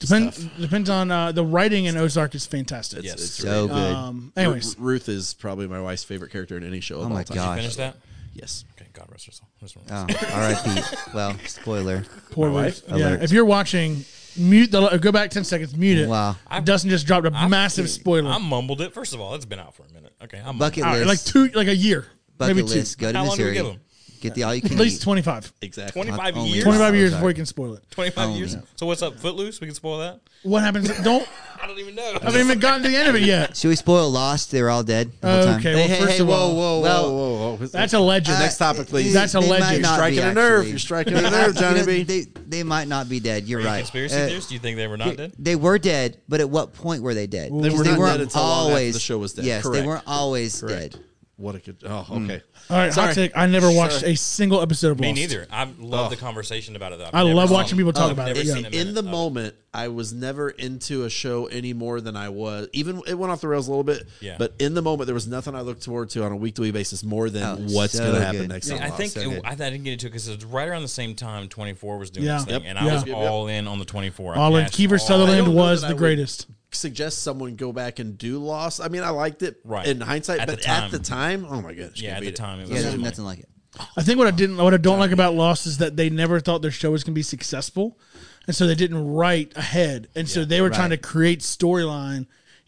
A: Depend, depends on uh, the writing in Ozark is fantastic.
D: Yes, it's
C: So good.
A: Um, anyways,
B: Ru- Ruth is probably my wife's favorite character in any show of
C: Oh
B: all
C: my
B: time.
C: gosh.
D: Finish that.
B: Yes.
D: Okay, God rest her soul. Rest her soul. (laughs)
C: oh, R.I.P. well, spoiler.
A: poor
B: My
A: Ruth.
B: wife?
A: Yeah,
C: Alert.
A: if you're watching, mute the go back ten seconds, mute it.
C: Wow.
A: Dustin just dropped a massive spoiler.
D: I mumbled it. First of all, it's been out for a minute. Okay, I'm
C: Bucket
A: All right,
C: list.
A: like two, like a year,
C: bucket
A: maybe two,
C: list. Go to
D: How long do we
C: Missouri.
D: give 'em?
C: Get the all you can
A: at least
C: eat.
A: twenty five.
B: Exactly.
D: 25
C: Only
D: years.
A: 25 years
C: Ozark.
A: before you can spoil it.
D: 25 years.
C: yeah.
D: So what's up? Footloose? We can spoil that.
A: What happens? Don't
D: I don't even know.
A: I haven't even gotten to the end of it yet.
C: Should we spoil Lost? They were all dead. The whole time.
A: Okay,
B: Hey,
A: well,
B: hey,
A: first
B: hey,
A: of
B: whoa,
A: all,
B: whoa,
C: well-
B: whoa, whoa, whoa.
A: that's a legend.
B: Next topic, please.
A: That's a
C: They might
A: legend.
C: not
B: Striking
C: be,
B: a nerve.
C: actually.
B: You're striking
C: They
B: a
C: might-
B: nerve,
C: (laughs) you know,
B: Johnny B.
C: They, they might not be dead. You're
D: Are you (laughs)
C: right.
D: Conspiracy
C: Uh,
D: theorists? Do you think they were not dead?
C: They were dead, but at what point were they dead?
B: They
C: 'Cause
B: were not
C: weren't
B: dead until long after the show was dead.
C: Yes,
B: Correct.
C: they weren't always
B: Correct.
C: dead.
B: What a good. Oh, okay.
A: All right, hot
B: Sorry.
A: take. I never watched
B: Sorry.
A: a single episode of
D: Me
A: Lost.
D: neither. I love the conversation about it. Though. I've
A: I
D: never
A: love
D: seen
A: watching people talk
D: I've
A: about it,
D: never
A: yeah.
D: seen a minute
B: In the
D: of it.
B: moment, I was never into a show any more than I was. Even it went off the rails a little bit.
D: Yeah.
B: But in the moment, there was nothing I looked forward to on a week to week basis more than
C: Oh,
B: what's
C: so
B: going to happen
C: good.
B: next.
C: Yeah,
B: time.
D: I
B: Lost.
D: think
C: so
D: it,
C: good.
D: I, I didn't get into it because it was right around the same time 24 was doing
A: Yeah.
D: this thing,
A: Yep.
D: and
A: Yeah.
D: I was
A: Yep,
B: yep.
D: all in on the 24.
A: All
D: I
A: in.
D: cashed
A: Kiefer
D: all-
B: I
A: Sutherland
B: don't know
A: was
B: that
A: the
B: I would-
A: greatest.
B: suggest someone go back and do Lost. I mean, I liked it
D: Right.
B: in hindsight,
D: At the
B: but at
D: time.
B: the time, oh my goodness,
D: Yeah,
B: can't
D: at the
B: beat it.
D: time it was.
C: Yeah, there's
D: amazing.
C: nothing like it.
A: I think what I didn't, what I don't like about Lost is that they never thought their show was going to be successful, and so they didn't write ahead, and so they were trying to create storyline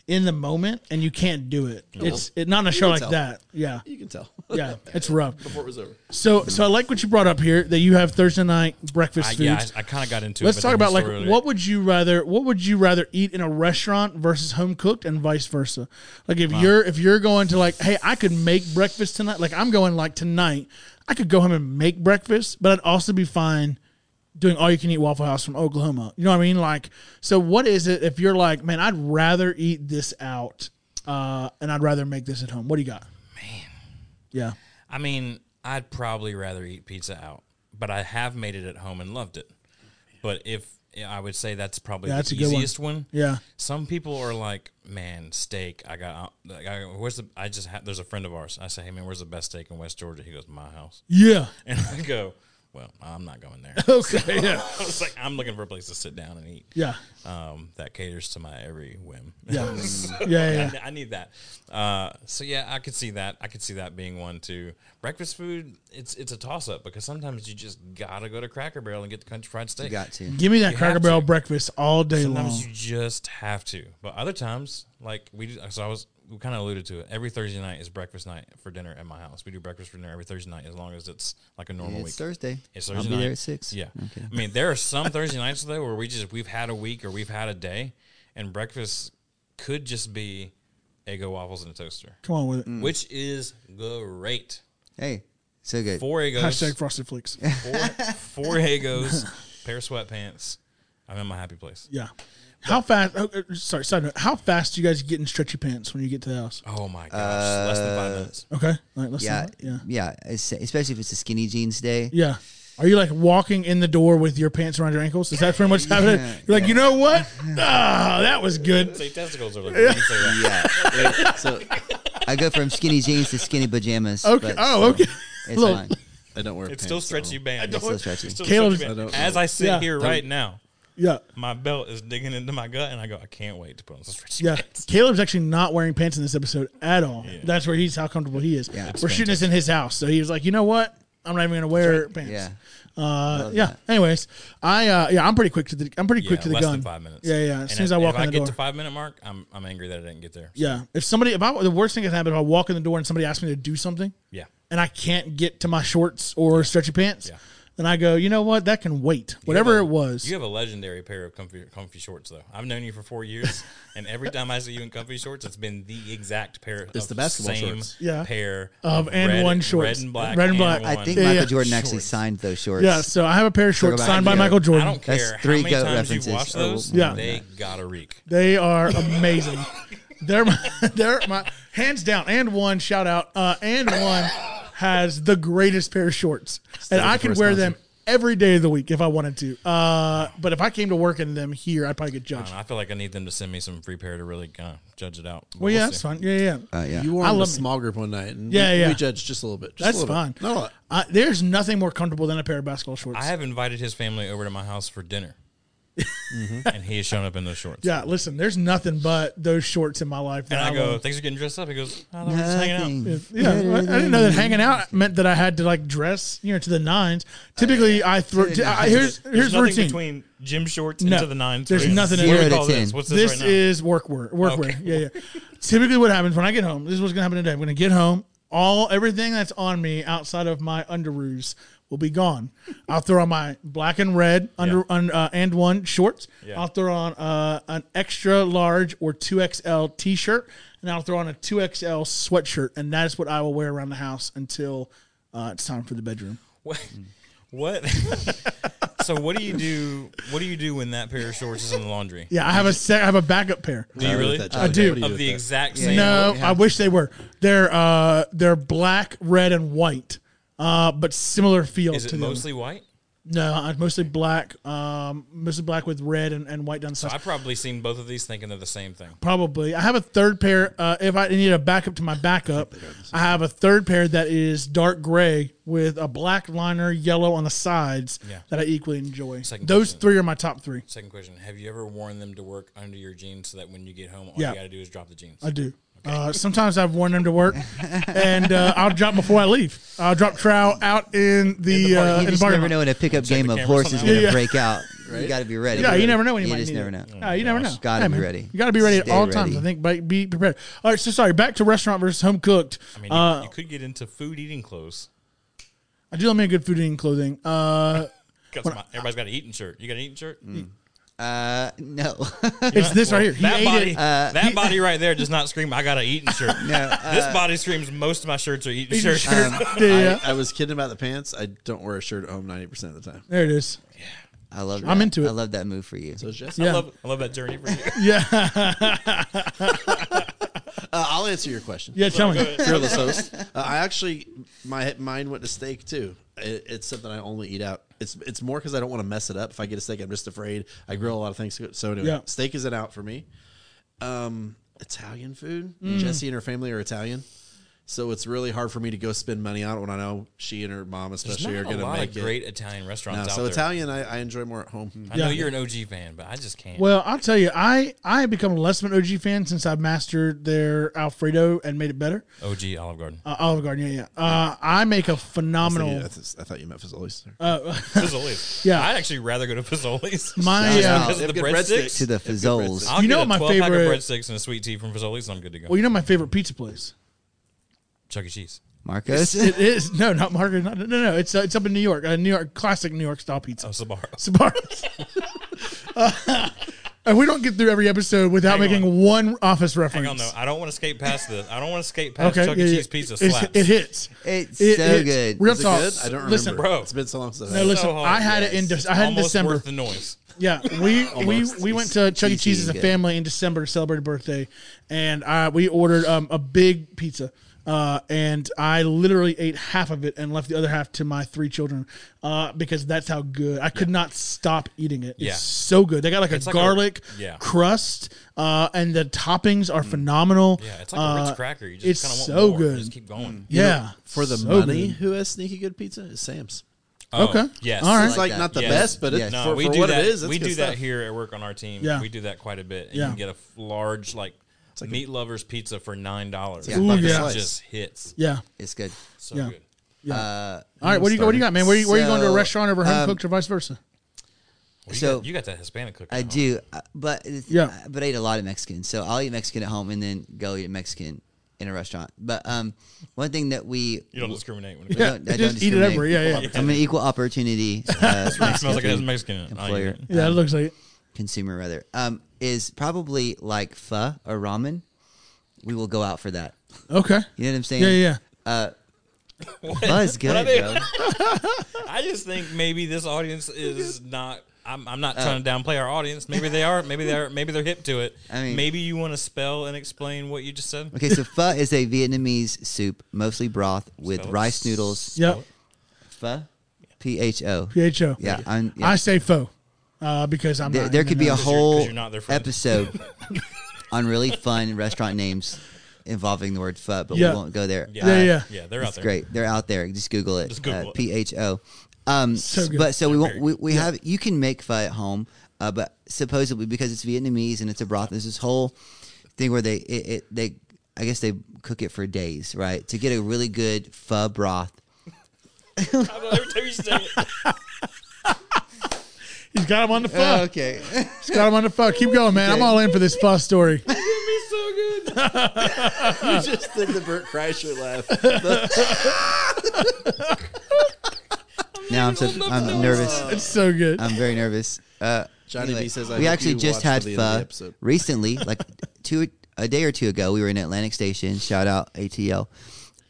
A: in the moment, and you can't do it. It's it, not in a show
B: can
A: like
B: tell.
A: that.
D: (laughs)
A: Yeah,
B: you can tell.
A: yeah, it's rough.
B: before it was over.
A: So, so I like what you brought up here that you have Thursday night breakfast
D: I,
A: foods.
D: yeah, I, I kind of got into
A: Let's
D: it.
A: talk
D: but then
A: about
D: we
A: like
D: started-
A: what would you rather what would you rather eat in a restaurant versus home cooked and vice versa. Like if you're if you're going to like hey I could make breakfast tonight like I'm going like tonight I could go home and make breakfast but I'd also be fine doing all you can eat Waffle House from Oklahoma. You know what I mean? Like so what is it if you're like man I'd rather eat this out uh, and I'd rather make this at home. What do you got? Man.
D: I mean, I'd probably rather eat pizza out, but I have made it at home and loved it. But if I would say that's probably
A: Yeah, that's
D: the
A: a good one.
D: easiest one.
A: Yeah.
D: Some people are like, man, steak. I got. Like, I, where's the? I just had. There's a friend of ours. I say, hey man, where's the best steak in West Georgia? He goes, my house.
A: Yeah.
D: And I go, well, I'm not going there.
A: Yeah. (laughs) Okay. Yeah.
D: (laughs) I was like, I'm looking for a place to sit down and eat.
A: Yeah.
D: Um, that caters to my every whim. (laughs)
A: Yeah. Yeah. yeah, yeah.
D: I, I need that. Uh, so yeah, I could see that. I could see that being one too. Breakfast food, it's it's a toss up because sometimes you just gotta go to Cracker Barrel and get the country fried steak.
C: You (laughs) got to.
A: Give me that
D: You
A: Cracker
D: have
A: Barrel
D: to.
A: breakfast all day long.
D: Sometimes you just have to, but other times, like we, do, so I was we kind of alluded to it. Every Thursday night is breakfast night for dinner at my house. We do breakfast for dinner every Thursday night as long as it's like a normal week.
C: It's Thursday.
D: It's
C: I'll
D: Thursday
C: be
D: night.
C: there at six.
D: Yeah, I mean there are some Thursday nights though where we just we've had a week or we've had a day, and breakfast could just be Eggo waffles in a toaster,
A: Come on with it.
D: which is great.
C: Hey, so good.
D: Four
A: Hashtag
D: Eggos,
A: Frosted Flakes.
D: four,
C: (laughs)
D: four Eggos, pair of sweatpants. I'm in my happy place.
A: Yeah. How fast? Oh, uh, sorry, side note. How fast do you guys get in stretchy pants when you get to the house?
D: Oh my gosh, less than five minutes.
A: Okay. Like, let's
C: Yeah,
A: yeah. Yeah.
C: yeah. it's- Especially if it's a skinny jeans day.
A: Yeah. Are you like walking in the door with your pants around your ankles? Is that pretty much happening? You're like, you know
C: (laughs)
A: what? Ah, that was good.
D: Say testicles are like. Yeah.
C: Yeah.
B: Wait, so
C: I go from skinny jeans to skinny pajamas.
A: Okay.
C: but
A: Oh, okay. (laughs)
C: It's
A: Look.
C: fine.
B: I don't wear.
D: It's
B: pants,
D: still
B: so-
D: stretchy band.
C: It's still stretchy.
D: It's still
A: Caleb-
D: stretchy
B: I
D: band.
B: don't-
D: As I sit
A: Yeah.
D: here right now,
A: Yeah.
D: my belt is digging into my gut, and I go, I can't wait to put on some stretchy
A: Yeah.
D: pants.
A: Caleb's actually not wearing pants in this episode at all. That's where he's how comfortable he is.
C: Yeah. It's
A: We're shooting this in his house. So he was like, you know what? I'm not even gonna wear pants.
C: Yeah.
A: Uh, yeah. Anyways, I uh, yeah, I'm pretty quick to the I'm pretty quick
D: Yeah,
A: to the
D: less
A: gun.
D: than five minutes.
A: Yeah, yeah. As
D: And
A: soon as
D: if-
A: I walk
D: if
A: in
D: I
A: the
D: get
A: door.
D: to five minute mark, I'm I'm angry that I didn't get there.
A: yeah. If somebody if I, the worst thing that can happen if I walk in the door and somebody asks me to do something,
D: Yeah.
A: and I can't get to my shorts or stretchy pants,
D: Yeah.
A: then I go, you know what? That can wait. Whatever it was.
D: You have a legendary pair of comfy, comfy shorts, though. I've known you for
A: (laughs)
D: four years, and every time I see you in comfy shorts, it's been the exact pair.
B: It's
D: of
B: the basketball
D: same
B: shorts.
A: Yeah.
D: pair
A: Of and
D: red-
A: one shorts.
D: red and black,
A: Red and black.
C: I
D: one.
C: think
A: Yeah,
C: Michael
A: yeah.
C: Jordan actually
D: Shorts.
C: signed those shorts.
A: yeah. So I have a pair of shorts
C: about
A: signed by
C: goat.
A: Michael
D: I
A: Jordan.
D: don't care
C: That's three
D: how many
C: goat
D: times
C: references.
D: you watch
C: Oh,
D: those.
A: Yeah.
D: they gotta reek.
A: They
D: (laughs)
A: are amazing. they're my, (laughs) they're my hands down. And one shout out. Uh, and one has the greatest pair of shorts, and I
B: looking
A: could
B: for a
A: wear
B: sponsor.
A: them every day of the week if I wanted to. Uh, but if I came to work in them here, I'd probably get
D: And
A: judged.
D: I feel like I need them to send me some free pair to really kind of judge it out. But
A: Well, yeah,
D: we'll
A: that's
D: see.
A: fine. Yeah, yeah.
C: Uh, yeah.
B: You wore
A: I
B: them in a
A: love it.
B: small group one night. And
A: Yeah,
B: we,
A: yeah.
B: We judged just a little bit. Just
A: That's
B: a little
A: fine.
B: Bit. Not a lot.
A: I, there's nothing more comfortable than a pair of basketball shorts.
D: I have invited his family over to my house
A: (laughs)
D: for dinner, and he has shown up in those shorts.
A: yeah, listen, there's nothing but those shorts in my life.
D: And
A: That
D: I go,
A: love.
D: thanks for getting dressed up. He goes, "Oh, I was just hanging out.
C: Nothing.
A: Yeah, I I didn't know that hanging uh, out meant that I had to like dress, you know, to the nines. Typically, I throw. I, here's here's
D: There's nothing
A: routine.
D: between gym shorts
A: No,
D: into the nines.
A: there's
D: What do
A: nothing
D: you
A: in
C: it.
D: call
C: Zero to
D: this?
C: ten.
D: What's this,
A: This
D: right now?
A: is workwear. Workwear.
D: Okay.
A: Yeah, yeah. Typically, what happens when I get home? This is what's gonna happen today. I'm gonna get home. All everything that's on me outside of my underoos will be gone. I'll throw on my black and red under
D: Yeah.
A: un, uh, and one shorts.
D: Yeah.
A: I'll throw on uh, an extra large or two XL T-shirt, and I'll throw on a two XL sweatshirt, and that is what I will wear around the house until uh, it's time for the bedroom.
D: What? what? (laughs) so what (laughs) do you do? What do you do when that pair of shorts is in the laundry?
A: Yeah, I have a sec- I have a backup pair.
D: Do you
B: I
D: really?
B: do.
A: I do.
B: What do you
D: Of
B: with
D: the
B: that?
D: exact same.
A: No, I wish they were. They're uh, they're black, red, and white, uh, but similar feel
D: Is
A: to
D: it
A: them.
D: mostly white?
A: no, uh, mostly black, um, mostly black with red and, and white down the sides.
D: I've probably seen both of these thinking they're the same thing.
A: Probably, I have a third pair. Uh, if I need a backup to my backup, I have a third pair that is dark gray with a black liner, yellow on the sides.
D: Yeah.
A: That I equally enjoy.
D: Second
A: Those
D: question.
A: three are my top three.
D: Second question: Have you ever worn them to work under your jeans so that when you get home, all
A: Yeah.
D: you got to do is drop the jeans?
A: I do. Uh, sometimes I've worn them to
D: (laughs)
A: work, and uh, I'll drop before I leave. I'll drop Trow out in the,
D: parking-
A: uh,
C: You
A: in the
C: just
A: parking
C: never
A: lot.
C: know when a pickup game
D: the
C: of
D: cameras
C: horse is
D: on
C: going to
A: that.
C: break
A: (laughs)
C: out. You got to be ready.
A: Yeah, you never know when you,
C: You
A: might
C: just
A: need
C: never
A: it.
C: know.
A: No, you never know.
C: Gotta
A: Hey,
C: be
A: man,
C: ready.
A: You got to be ready at
C: Stay
A: all
C: ready.
A: times. I think but be prepared. All right, so sorry. Back to restaurant versus home cooked.
D: I
A: I,
D: mean, you, you could get into food eating clothes
A: do love me a good food eating clothing.
D: (laughs)
A: Uh,
D: because everybody's got an eating shirt. You got an eating shirt?
C: Uh, (laughs) no.
A: it's this right here. He
D: that
A: ate
D: body, (laughs)
A: it. Uh,
D: that body right there does not scream. I got
A: (laughs)
D: an eating shirt.
C: uh,
D: this body screams. Most of my shirts are eating,
A: Eating
D: shirts.
A: shirt. (laughs) yeah, yeah.
B: I, I was kidding about the pants. I don't wear a shirt at home ninety percent of the time.
A: there it is.
C: I love. That.
A: I'm into it.
C: I love that move for you.
B: So it's just,
A: Yeah.
D: (laughs) I love, I love that journey for you.
A: Yeah,
B: uh, I'll answer your question.
A: yeah. Tell me.
B: fearless host. (laughs) Uh, I actually, my mine went to steak too. It, it's something I only eat out. It's it's more because I don't want to mess it up. If I get a steak, I'm just afraid. I grill a lot of things. So anyway,
A: Yeah.
B: steak is an out for me. Um, Italian food.
A: Mm.
B: Jesse and her family are Italian, so it's really hard for me to go spend money on it when I know she and her mom
D: There's
B: especially
D: not
B: are going
D: a
B: to
D: lot
B: make
D: of great
B: it.
D: Italian
B: No,
D: restaurants out
B: so
D: there.
B: Italian, I, I enjoy more at home.
D: I know you're an OG fan, but I just can't.
A: Well, I'll tell you, I I have become less of an OG fan since I've mastered their Alfredo and made it better.
D: OG Olive Garden.
A: (laughs) Uh, Olive Garden, yeah, yeah. Uh, I make a
B: I, thought you-
A: phenomenal.
B: I th- I thought you meant Fazoli's.
D: Fazoli's.
A: yeah.
D: I'd actually rather go to
A: (laughs)
D: Fazoli's.
A: My,
D: Just
A: uh,
D: because
B: They
D: of
B: have
D: the
B: good breadsticks.
D: breadsticks.
C: To the fizzoles.
D: I'll
A: You
D: get
A: know
D: a
A: my
D: 12 pack of
A: favorite-
D: breadsticks and a sweet tea from Fazoli's, and I'm good to go.
A: Well, you know my favorite pizza place.
D: Chuck E. Cheese.
A: (laughs)
C: Marcos.
A: It is no, not Margaret. Not, no, no, it's uh, it's up in New York. Uh, New York, classic New York style pizza.
D: Oh, Sbarro's.
A: Sabaros. (laughs) Uh, and we don't get through every episode without
D: Hang
A: making
D: on.
A: one office
D: Hang
A: reference.
D: on, though. I don't want to skate past this. I don't want to skate past Chuck E.
A: yeah, yeah.
D: Cheese pizza
A: It's-
D: slaps.
A: It hits.
C: It's
A: It
C: so
A: hits.
C: good.
A: Real
B: Is it
A: talk.
B: good? I don't remember.
A: Listen,
D: Bro.
B: It's been so long since
A: No,
B: I
A: listen,
D: hard.
A: I had it in Dec- I had it in
D: Almost
A: December.
D: worth the noise.
A: Yeah,
D: (laughs)
A: we we, we went to Chuck E.
C: He's
A: Cheese as a
C: eating good.
A: family in December to celebrate a birthday, and uh, we ordered um, a big pizza. Uh, and I literally ate half of it and left the other half to my three children uh, because that's how good I could not stop eating it. It's
D: Yeah.
A: so good. They got like a
D: It's like a-
A: garlic
D: yeah. Mm.
A: crust, uh, and the toppings are phenomenal.
D: Yeah, it's like a
A: Uh,
D: Ritz cracker. You
A: it's
D: just kind of want
A: so
D: more.
A: good.
D: Just keep going.
A: yeah,
B: For the
A: So
B: money,
A: good.
B: who has sneaky good pizza? Is Sam's.
A: Mm.
D: Oh,
A: Okay.
D: Yes.
A: All right.
B: It's like,
C: that.
B: not the
D: Yes.
B: best, but it's
C: Yes.
D: No,
B: for,
D: we
B: for
D: do
B: what
D: that.
B: it is. It's
D: we
B: good
D: do
B: stuff.
D: that (laughs) here at work on our team.
A: Yeah.
D: We do that quite a bit. And
A: Yeah.
D: You can get a f- large like meat lovers pizza for nine dollars.
C: Yeah. Ooh,
A: yeah.
D: It just hits.
A: Yeah.
C: It's good.
D: So
A: Yeah.
D: good.
A: All right. What do you what do you got, man? Where you, where you going to a
C: So,
A: restaurant over home
C: um,
A: cooked or vice versa?
D: Well, you
C: So-
D: got, you got that Hispanic cooking.
C: I
D: huh?
C: do, uh, but it's-
A: Yeah.
C: uh, but I eat a lot of Mexican, so I'll eat Mexican at home and then go eat Mexican in a restaurant. But um, one thing that we
D: You don't discriminate when it comes
A: Yeah,
D: to
C: don't- I
A: just eat
C: don't
A: it
C: discriminate.
A: everywhere. Yeah, yeah,
C: I'm an equal opportunity. Uh,
D: It (laughs) smells like it has Mexican in it. I'll eat
C: employer.
D: it.
A: yeah. It looks like it.
C: consumer rather um, is probably like pho or ramen. We will go out for that.
A: okay.
C: You know what I'm saying?
A: Yeah, yeah.
C: Pho is good,
D: I mean-
C: bro.
D: I just think maybe this audience is not. I'm, I'm not trying to
B: Uh.
D: downplay our audience. Maybe they are. Maybe they're. Maybe they're hip to it.
C: I mean-
D: maybe you want to spell and explain what you just said.
C: Okay, so pho is a Vietnamese soup, mostly broth with
D: Spell it.
C: rice noodles.
A: Yep.
C: Pho, P H O.
A: PHO.
C: Yeah, I'm- yeah.
A: I say faux uh, because I'm
C: There,
A: not
C: there
A: in the
C: could be a
A: know.
D: you're- 'cause
C: whole
D: you're not their friend.
C: episode on really fun restaurant names involving the word pho, but
A: Yeah.
C: we won't go there.
D: Yeah.
A: Yeah, yeah.
D: Yeah, they're out
C: It's
D: there.
C: great. They're out there. Just Google it. Uh,
D: Just Google it.
C: P H O. Um,
A: So
C: s-
A: good.
C: but so we won't. We, we have. You can make pho at home, uh, but supposedly because it's Vietnamese and it's a broth, there's this whole thing where they it, it they I guess they cook it for days, right, to get a really good pho broth.
D: (laughs) Every time you say
A: (laughs)
D: it,
A: He's got him on the pho.
C: okay.
A: He's got him on the pho. Keep going, man. I'm all in for this pho
C: (laughs)
A: story. (laughs)
D: it's so good.
B: You just did the Burt Kreischer laugh.
C: now I'm so I'm nervous.
A: It's so good.
C: I'm very nervous. Uh,
B: (laughs) Johnny B says, I
C: we
B: hope
C: actually
B: you
C: just
B: watch till
C: had
B: the end of the
C: pho
B: episode. (laughs)
C: recently, like two a day or two ago. We were in Atlantic Station. Shout out ATL,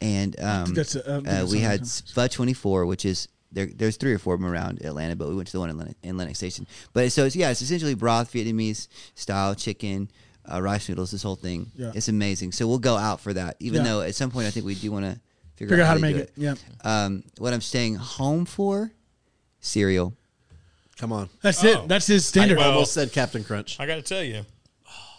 C: and um,
A: that's a- I think
C: uh,
A: that's
C: we
A: on
C: had
A: that.
C: pho twenty four, which is there. There's three or four of them around Atlanta, but we went to the one in Atlantic, Atlantic Station. But so it's, yeah, it's essentially broth, Vietnamese style chicken. Uh, rice noodles, this whole thing.
A: Yeah.
C: It's amazing. So we'll go out for that, even
A: Yeah.
C: though at some point I think we do want to figure,
A: Figure out how to
C: they
A: make
C: do
A: it. Yeah.
C: Um, what I'm staying home for, cereal.
B: Come on.
A: That's
D: Oh.
A: it. That's his standard.
D: I- well,
B: Almost said Captain Crunch.
D: (laughs) I got to tell you,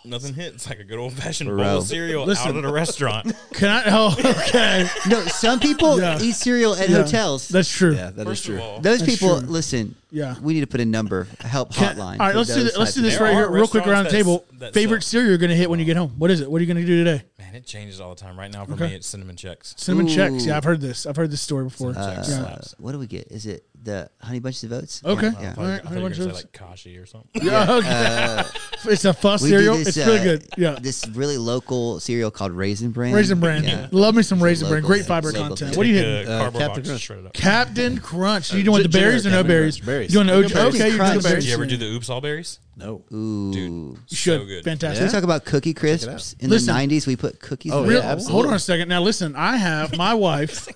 D: nothing hits like a good old fashioned
C: For
D: bowl
C: real.
D: of cereal
A: Listen.
D: out at a restaurant.
A: (laughs) Can I?
D: (laughs)
A: Oh, okay.
C: No, some people
A: Yeah.
C: eat cereal at
A: Yeah.
C: hotels.
A: That's true.
B: Yeah, that is
D: First
B: true.
D: of all,
C: those
A: That's
C: people,
A: true.
C: listen.
A: Yeah.
C: we need to put a number a help
A: Can-
C: hotline.
A: all right,
C: for
A: let's do
C: those
A: this, let's do
C: type of
A: this
D: people.
A: right
D: There
A: here,
D: are
A: real quick around the
D: restaurants
A: table.
D: that's- that
A: Favorite
D: sell.
A: cereal you're gonna hit when you get home? What is it? What are you gonna do today?
D: man, it changes all the time. Right now, for
A: Okay.
D: me, it's cinnamon checks.
A: Cinnamon
C: Oow.
A: checks. Yeah, I've heard this. I've heard this story before.
C: Uh,
D: Cinnamon checks
A: Yeah.
D: slaps.
C: people. What do we get? Is it the honey bunches of oats?
A: Okay.
C: Yeah.
D: I thought you- I
A: Alright,
D: thought you were gonna say,
A: honey-bunches.
D: like Kashi or
A: (laughs)
D: something.
A: Yeah, okay. (laughs) it's a pho
C: Uh, We do
A: cereal.
C: this,
A: it's really
C: uh,
A: good. Yeah.
C: This really local cereal called Raisin Bran.
A: Raisin bran.
C: Yeah.
A: Love me some raisin
C: local
A: bran. Great
C: thing.
A: fiber
C: Local
A: content.
C: thing.
A: What are you
D: Take a
A: hitting?
C: Uh,
D: cardboard
B: Captain
D: box,
B: Crunch.
D: shredded up.
A: Captain Crunch. You doing the
B: Gen-
A: berries or no
B: generic
A: berries?
B: Captain Crunch.
A: You doing the
B: Berries.
A: oats? Okay, you doing
C: Crunch.
A: the berries?
D: Did you ever do the oops all berries?
B: No.
C: Ooh.
D: Dude,
A: You should.
D: so good.
A: Fantastic.
C: Let's talk about cookie
B: it
C: crisps.
B: out.
C: In
A: Listen.
C: the '90s, we put cookies.
B: Oh,
C: in
A: Real-
B: yeah,
C: there.
B: absolutely.
A: hold on a second. Now listen, I have my wife.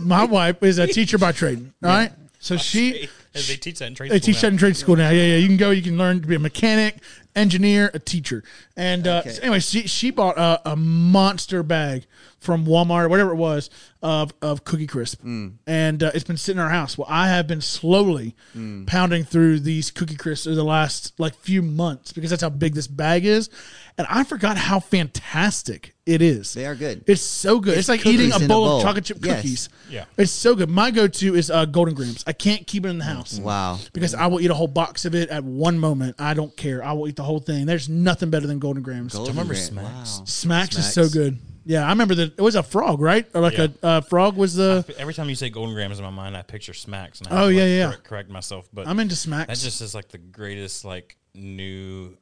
A: my wife is a teacher by trade. All right, so she
D: As (laughs) they teach that in trade
A: they
D: school
A: teach
D: now.
A: that in trade school now. Yeah, yeah. You can go. You can learn to be a mechanic, engineer, a teacher. And uh,
C: Okay.
A: so anyway, she she bought a, a monster bag from Walmart, whatever it was, of of Cookie Crisp,
C: Mm.
A: and uh, it's been sitting in our house. Well, I have been slowly
C: Mm.
A: pounding through these Cookie Crisps over the last like few months because that's how big this bag is, and I forgot how fantastic it is.
C: They are good.
A: It's so good. It's, like eating
C: cookies
A: a
C: in a
A: bowl,
C: bowl.
A: of chocolate chip
C: Yes.
A: cookies.
D: Yeah.
A: It's so good. My go to is uh, Golden Grams. I can't keep it in the house.
C: Wow.
A: Because I will eat a whole box of it at one moment. I don't care. I will eat the whole thing. There's nothing better than Golden Grams.
C: Golden
D: remember
C: Bran.
D: Smacks.
C: Wow.
A: Smacks, is so good. Yeah, I remember that it was a frog, right? Or like a uh, frog was the.
D: Every time you say golden grams in my mind, I picture smacks. And I
A: Oh,
D: have to,
A: yeah,
D: like,
A: yeah.
D: Correct, correct myself, but
A: I'm into smacks.
D: that just is like the greatest like new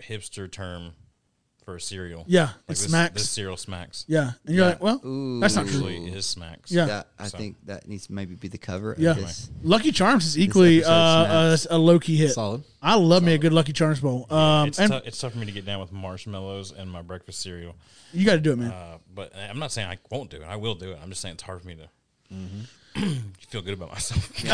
D: hipster term for a cereal.
A: Yeah,
D: like
A: it's
D: this,
A: smacks.
D: This cereal smacks.
A: yeah, and you're like, well, that's not true.
D: Actually, is smacks.
A: Yeah.
C: That, I
D: So-
C: think that needs to maybe be the cover. Of
A: Yeah,
C: this.
A: Lucky Charms is equally uh, a,
C: episode's
A: a low key hit.
B: Solid.
A: I love me a good Lucky Charms bowl. Um,
D: It's,
A: and
D: tou- it's tough for me to get down with marshmallows and my breakfast cereal,
A: you got to do it, man.
D: uh, but I'm not saying I won't do it. I will do it. I'm just saying it's hard for me to.
A: Mm-hmm.
D: (clears throat) feel good about myself.
A: (laughs)
D: (laughs) carry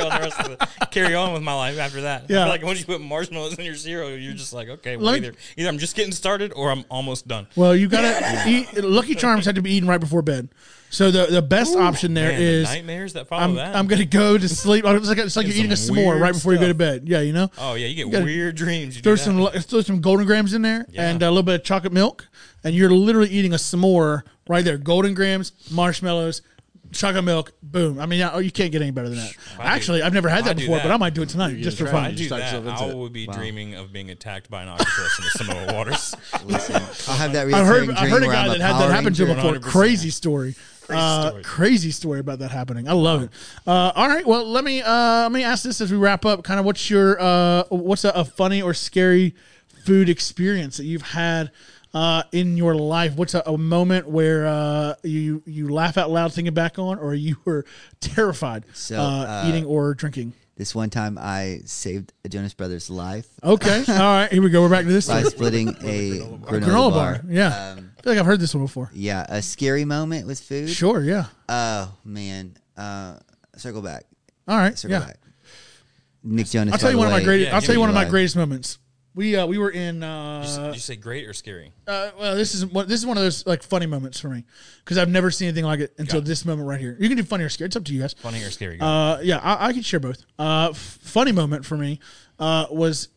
D: on the rest of the, carry on with my life after that.
A: Yeah.
D: Like once you put marshmallows in your cereal, you're just like, okay, well,
A: Let me-
D: either either I'm just getting started or I'm almost done.
A: Well, you gotta eat. Lucky Charms had to be eaten right before bed. So the, the best option there
D: Man, the
A: is
D: nightmares that follow
A: I'm,
D: Oh, that.
A: I'm gonna go to sleep. It's like, it's like you're
D: It's
A: eating a
D: some
A: s'more
D: weird
A: right before you go to
D: stuff.
A: bed. Yeah, you know.
D: oh yeah, you get
A: gotta
D: weird dreams. You do
A: throw
D: that.
A: some li- throw some golden grams in there
D: Yeah.
A: and a little bit of chocolate milk, and you're literally eating a s'more right there. Golden grams, marshmallows, chocolate milk. Boom. I mean, oh, you can't get any better than that.
D: I do-
A: Actually, I've never had
D: I
A: that
D: do
A: before,
D: that.
A: but I might do it tonight just for
B: try
D: I
A: fun.
B: it.
D: do
B: Start
D: that.
B: yourself
D: I
B: into it.
D: would be dreaming of being attacked by an octopus in the
B: (laughs)
D: Samoa waters.
C: Listen, I'll have that
A: I've heard
C: recurring
A: I've
C: dream
A: heard a
C: where
A: guy
C: I'm
A: that
C: a
A: had
C: Power
A: that happen to him
C: Ranger.
A: before.
D: 100%.
A: Crazy story. Uh,
D: story.
A: crazy story about that happening. I love it. Uh, all right, well let me uh, let me ask this as we wrap up. Kind of what's your uh, what's a, a funny or scary food experience that you've had uh, in your life? What's a, a moment where uh, you you laugh out loud thinking back on, or you were terrified
C: So,
A: uh,
C: uh,
A: eating or drinking?
C: This one time I saved a Jonas Brothers life
A: Okay, all right, here we go. We're back to this
C: (laughs) by
A: one. (laughs)
C: splitting a
A: Oh, granola bar.
C: granola bar. Um,
A: Yeah, I feel like I've heard this one before.
C: Yeah, a scary moment with food.
A: Sure, yeah.
C: Oh man, uh, circle back,
A: All right,
C: circle
A: yeah.
C: back. Nick Jonas.
A: I'll tell you one of my greatest.
D: Yeah,
A: I'll
D: give
A: tell you
D: me
A: one of my
C: life.
A: greatest moments. We uh, we were in.
D: Did you
A: Uh,
D: say- did you say great or scary?
A: uh, well, this is one. This is one of those like funny moments for me because I've never seen anything like it until
D: Got it.
A: this moment right here. You can do funny or scary. It's up to you guys.
D: Funny or scary? Go.
A: Uh, yeah, I, I could share both. Uh, f- funny moment for me uh, was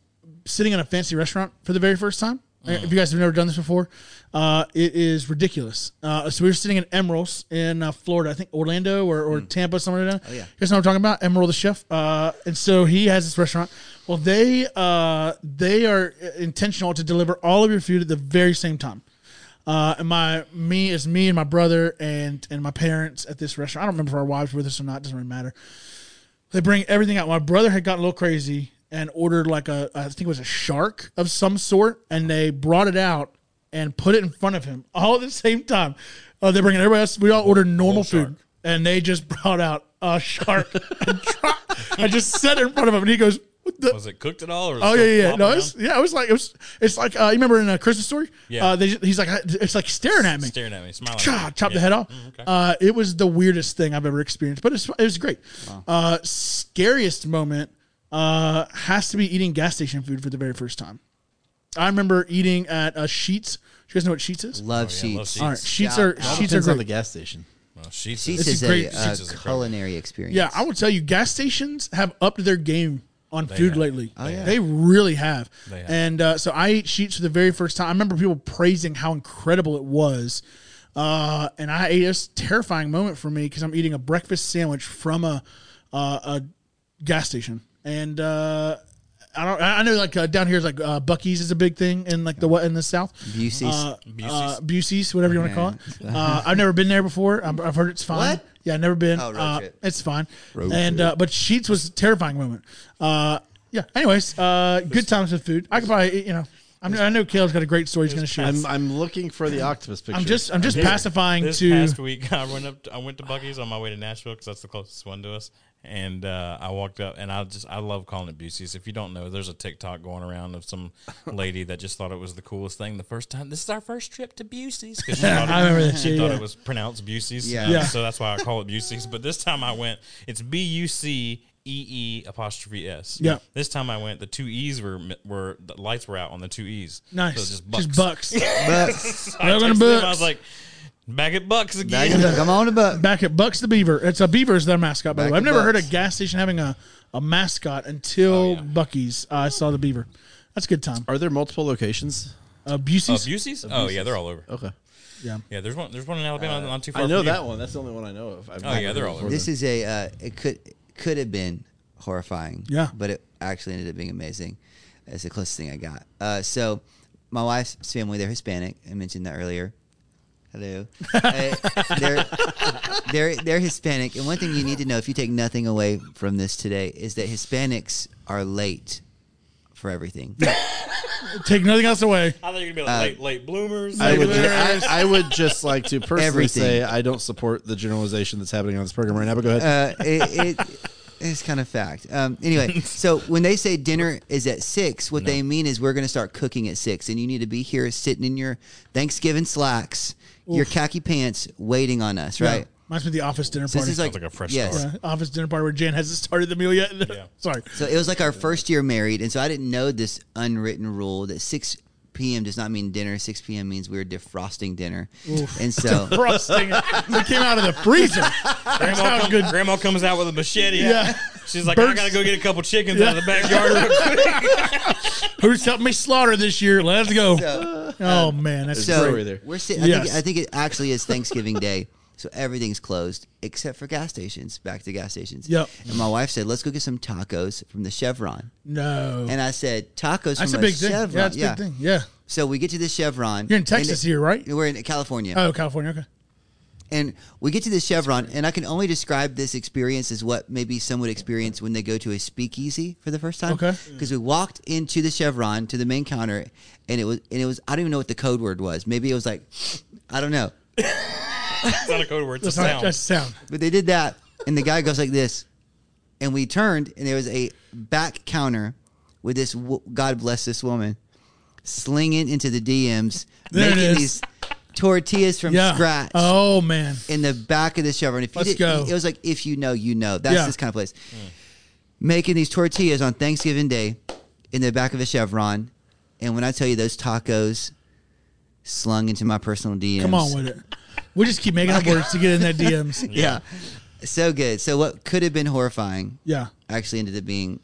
A: sitting in a fancy restaurant for the very first time. Uh, If you guys have never done this before, uh, it is ridiculous. Uh, so we were sitting in Emeralds in uh, Florida, I think Orlando or, or Tampa, somewhere down. Oh yeah, you guys know what I'm talking about? Emerald the chef, uh, and so he has this restaurant. Well, they uh, they are intentional to deliver all of your food at the very same time. Uh, and my me is me and my brother and and my parents at this restaurant. I don't remember if our wives were with us or not. Doesn't really matter. They bring everything out. My brother had gotten a little crazy and ordered like a I think it was a shark of some sort, and they brought it out and put it in front of him (laughs) all at the same time. Uh, they're bringing everybody else. We all ordered normal food, and they just brought out a shark (laughs) and, dropped- and just set it in front of him. And he goes, "What the
D: was it cooked at all? Or
A: Oh yeah, yeah, yeah. no, it's, yeah. It was like it was. It's like uh, you remember in a Christmas story.
D: Yeah.
A: Uh, they, just- he's like, it's like staring at me.
D: staring at me, smiling.
A: Chop, chop the head off.
D: Mm,
A: uh, it was the weirdest thing I've ever experienced, but it's, it was great. Uh, scariest moment uh, has to be eating gas station food for the very first time. I remember eating at a Sheets. Do you guys know what Sheets is?
C: Love
D: yeah, love
C: sheets.
D: sheets.
A: All right, Oh, Sheets
C: Yeah.
A: are
B: All
A: Sheets are
B: depends on the
A: great.
B: gas station.
D: Well, she
C: Sheets
A: It's
C: is
A: a
C: a,
A: great-
C: uh,
D: sheets is incredible.
C: culinary experience.
A: Yeah, I will tell you, gas stations have upped their game on food
D: have.
A: lately.
C: Oh, yeah.
A: They really have.
D: They have.
A: And uh, so I ate sheets for the very first time. I remember people praising how incredible it was. Uh, and I ate it was a terrifying moment for me because I'm eating a breakfast sandwich from a uh, a gas station. And uh, I don't. I I know like uh, down here is like uh, Bucky's is a big thing in like the what in the south.
C: Busey's.
A: Uh, uh, Busey's, whatever you want to call it. Uh, I've never been there before. I'm, I've heard it's fine.
C: What?
A: Yeah, I've never been.
C: Oh, road
A: Uh,
C: trip.
A: it's fine.
B: Road
A: and
B: trip.
A: uh, but Sheets was a terrifying moment. Uh, yeah. Anyways, uh, good times with food. I could probably you know. I'm, I know Caleb's got a great story he's going to share.
B: I'm
A: I'm,
B: I'm looking for the octopus picture.
A: just I'm just pacifying
D: this
A: to
D: past week (laughs) I went up to, I went to Bucky's on my way to Nashville because that's the closest one to us and uh, I walked up and I just I love calling it Busey's if you don't know there's a TikTok going around of some lady that just thought it was the coolest thing the first time this is our first trip to
A: (laughs)
D: Busey's 'cause she thought,
A: I remember that
D: she
A: shit,
D: thought
A: yeah.
D: it was pronounced Busey's
C: Yeah.
D: um,
A: Yeah.
D: so that's why I call it Busey's but this time I went it's B U C E E apostrophe S
A: Yeah.
D: this time I went the two E's were were the lights were out on the two E's
A: nice.
D: so
A: just bucks. (laughs)
C: Bucks.
D: I,
A: Welcome to
D: texted him, I
A: Bucks.
D: was like back at Bucks again.
C: Back to the- Come on, to
A: (laughs)
C: Buck.
A: Back at Bucks the Beaver. It's a Beaver is their mascot by the
C: Back
A: way. I've
C: at
A: never heard
C: Bucks.
A: a gas station having a a mascot until
D: yeah.
A: Bucky's. I saw the Beaver. That's a good time.
B: Are there multiple locations?
A: Uh, Busey's.
D: Abuses? Oh yeah, they're all over.
B: Okay.
A: yeah.
D: Yeah, there's one. There's one in Alabama, not too far.
B: I know
D: from you.
B: that one. That's the only one I know of. I've
D: Oh,
B: not
D: yeah,
B: heard
D: they're
B: of
D: all
B: it.
D: over.
C: This is a. Uh, it could could have been horrifying.
A: Yeah.
C: But it actually ended up being amazing. It's the closest thing I got. Uh, so, my wife's family they're Hispanic. I mentioned that earlier. Hello. (laughs) Uh, they're, they're they're Hispanic, and one thing you need to know if you take nothing away from this today is that Hispanics are late for everything.
A: Take nothing else away.
D: I thought you were gonna be like late, late bloomers.
B: I (laughs)
D: late
B: would,
D: bloomers.
B: I, I would just like to personally
C: Everything.
B: say I don't support the generalization that's happening on this program right now. But go ahead.
C: uh, it, it it's kind of fact. Um,
D: (laughs)
C: anyway, so when they say dinner is at six, what they mean is we're going to start cooking at six, and you need to be here sitting in your Thanksgiving slacks, your khaki pants, waiting on us, right?
A: Reminds me of the office dinner
C: So
A: party.
C: this is like,
D: like a fresh
C: yes.
D: start.
A: Yeah, office dinner party where Jan hasn't started the meal yet. (laughs) Sorry.
C: So it was like our first year married, and so I didn't know this unwritten rule that six p.m. does not mean dinner. Six p.m. means we were defrosting dinner,
A: (laughs)
C: and so
A: Frosting. it came out of the freezer.
D: Grandma,
A: sounds
D: come-
A: good.
D: grandma comes out with a machete.
A: Yeah.
D: (laughs) She's like, I
A: Burst.
D: gotta go get a couple chickens out of the backyard. real quick."
A: Who's helping me slaughter this year? Let's go.
C: So- um,
A: oh man, that's
C: so
B: brewery there.
C: we're sitting. I,
A: Yes.
C: think, I think it actually is Thanksgiving Day, so everything's closed except for gas stations. Back to gas stations.
A: Yep.
C: And my wife said, "Let's go get some tacos from the Chevron,"
A: no.
C: and I said, "Tacos
A: Oh. that's a
C: from
A: big thing.
C: Chevron."
A: Yeah, that's a big thing. Yeah.
C: So we get to the Chevron.
A: You're in
C: and
A: Texas
C: it-
A: here, right?
C: We're in California.
A: Oh, California. Okay.
C: And we get to the Chevron, and I can only describe this experience as what maybe some would experience when they go to a speakeasy for the first time.
A: Okay.
C: Because we walked into the Chevron to the main counter, and it was and it was I don't even know what the code word was. Maybe it was like I don't know,
D: it's not a code word.
A: That's
D: It's a sound.
A: sound. That's sound.
C: but they did that, and the guy goes like this, and we turned, and there was a back counter with this. wo- God bless this woman, slinging into the DMs,
A: There it
C: making
A: is.
C: these tortillas from
A: Yeah.
C: scratch
A: Oh man.
C: in the back of the Chevron. If you
A: Let's
C: did,
A: go.
C: It was like if you know, you know. That's
A: Yeah.
C: this kind of place. Making these tortillas on Thanksgiving Day in the back of a Chevron, and when I tell you those tacos slung into my personal DMs,
A: Come on with it. We just keep
C: (laughs)
A: making up words to get in that DMs.
C: yeah. so good. So what could have been horrifying,
A: Yeah.
C: actually ended up being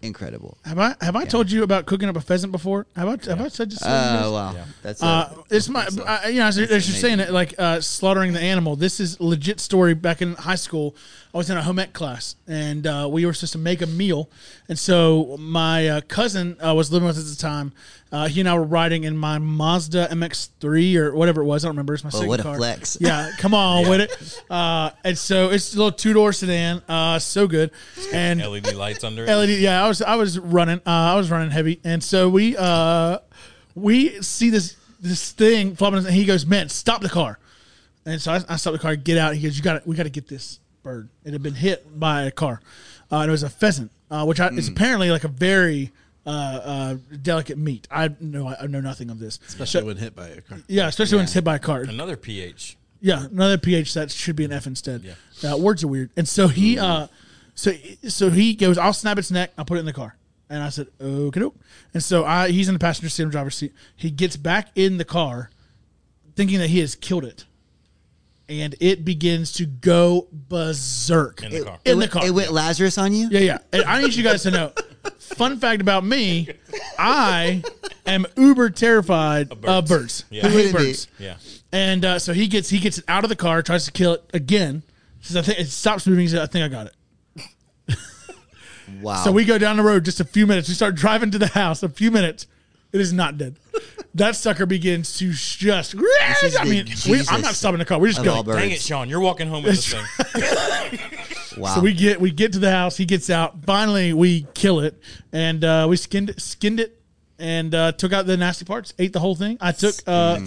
C: incredible.
A: Have I have I told you about cooking up a pheasant before? Have I have I said this? to
C: Oh
A: you guys?
C: wow, that's
A: Uh,
C: a,
A: it's my, I, you know, as, you're- as you're
C: amazing.
A: saying it, like uh, slaughtering the animal. This is legit story. Back in high school, I was in a home ec class, and uh, we were supposed to make a meal. And so my uh, cousin uh, was living with us at the time. Uh, he and I were riding in my Mazda MX-3 or whatever it was. I don't remember. It's my second
C: Oh, what a
A: car.
C: flex.
A: (laughs) Yeah, come
C: (laughs)
A: on with it. Uh, and so it's a little two door sedan. Uh, so good. And
D: LED E lights under it.
A: LED. E Yeah, I was I was running. Uh, I was running heavy, and so we uh, we see this this thing flopping, and he goes, "Man, stop the car!" And so I, I stopped the car, get out. He goes, "You got to We got to get this bird. It had been hit by a car. Uh, and it was a pheasant, uh, which I, is apparently like a very uh, uh, delicate meat. I know I know nothing of this.
B: Especially when hit by a car.
A: Yeah, especially when it's hit by a car.
D: Another PH.
A: Yeah, another PH that should be an F instead. Uh, words are weird. And so he, uh, so so he goes, I'll snap its neck. I'll put it in the car. And I said, okay, doke. And so I, he's in the passenger seat, I'm driver's seat. He gets back in the car, thinking that he has killed it, and it begins to go berserk
D: In the car.
A: In the
C: went-
A: car.
C: It went Lazarus on you.
A: Yeah, yeah. And I need you guys to
C: (laughs)
A: know. Fun fact about me, I am uber terrified of birds.
D: Yeah.
A: I
C: Who
A: hate
C: wouldn't be?
A: birds.
D: Yeah.
A: And uh, so he gets he gets it out of the car, tries to kill it again. Says I think it stops moving. He says, I think I got it.
C: Wow.
A: So we go down the road just a few minutes. We start driving to the house. A few minutes, it is not dead. That sucker begins to sh- just.
C: is
A: I mean,
C: the
A: we, I'm
C: Jesus
A: not stopping the car. We're just
C: of all
A: going.
C: birds.
D: Dang it, Sean. You're walking home with this thing.
C: wow.
A: So we get we get to the house. He gets out. Finally, we kill it, and uh, we skinned it, skinned it, and uh, took out the nasty parts. Ate the whole thing. I took. Uh,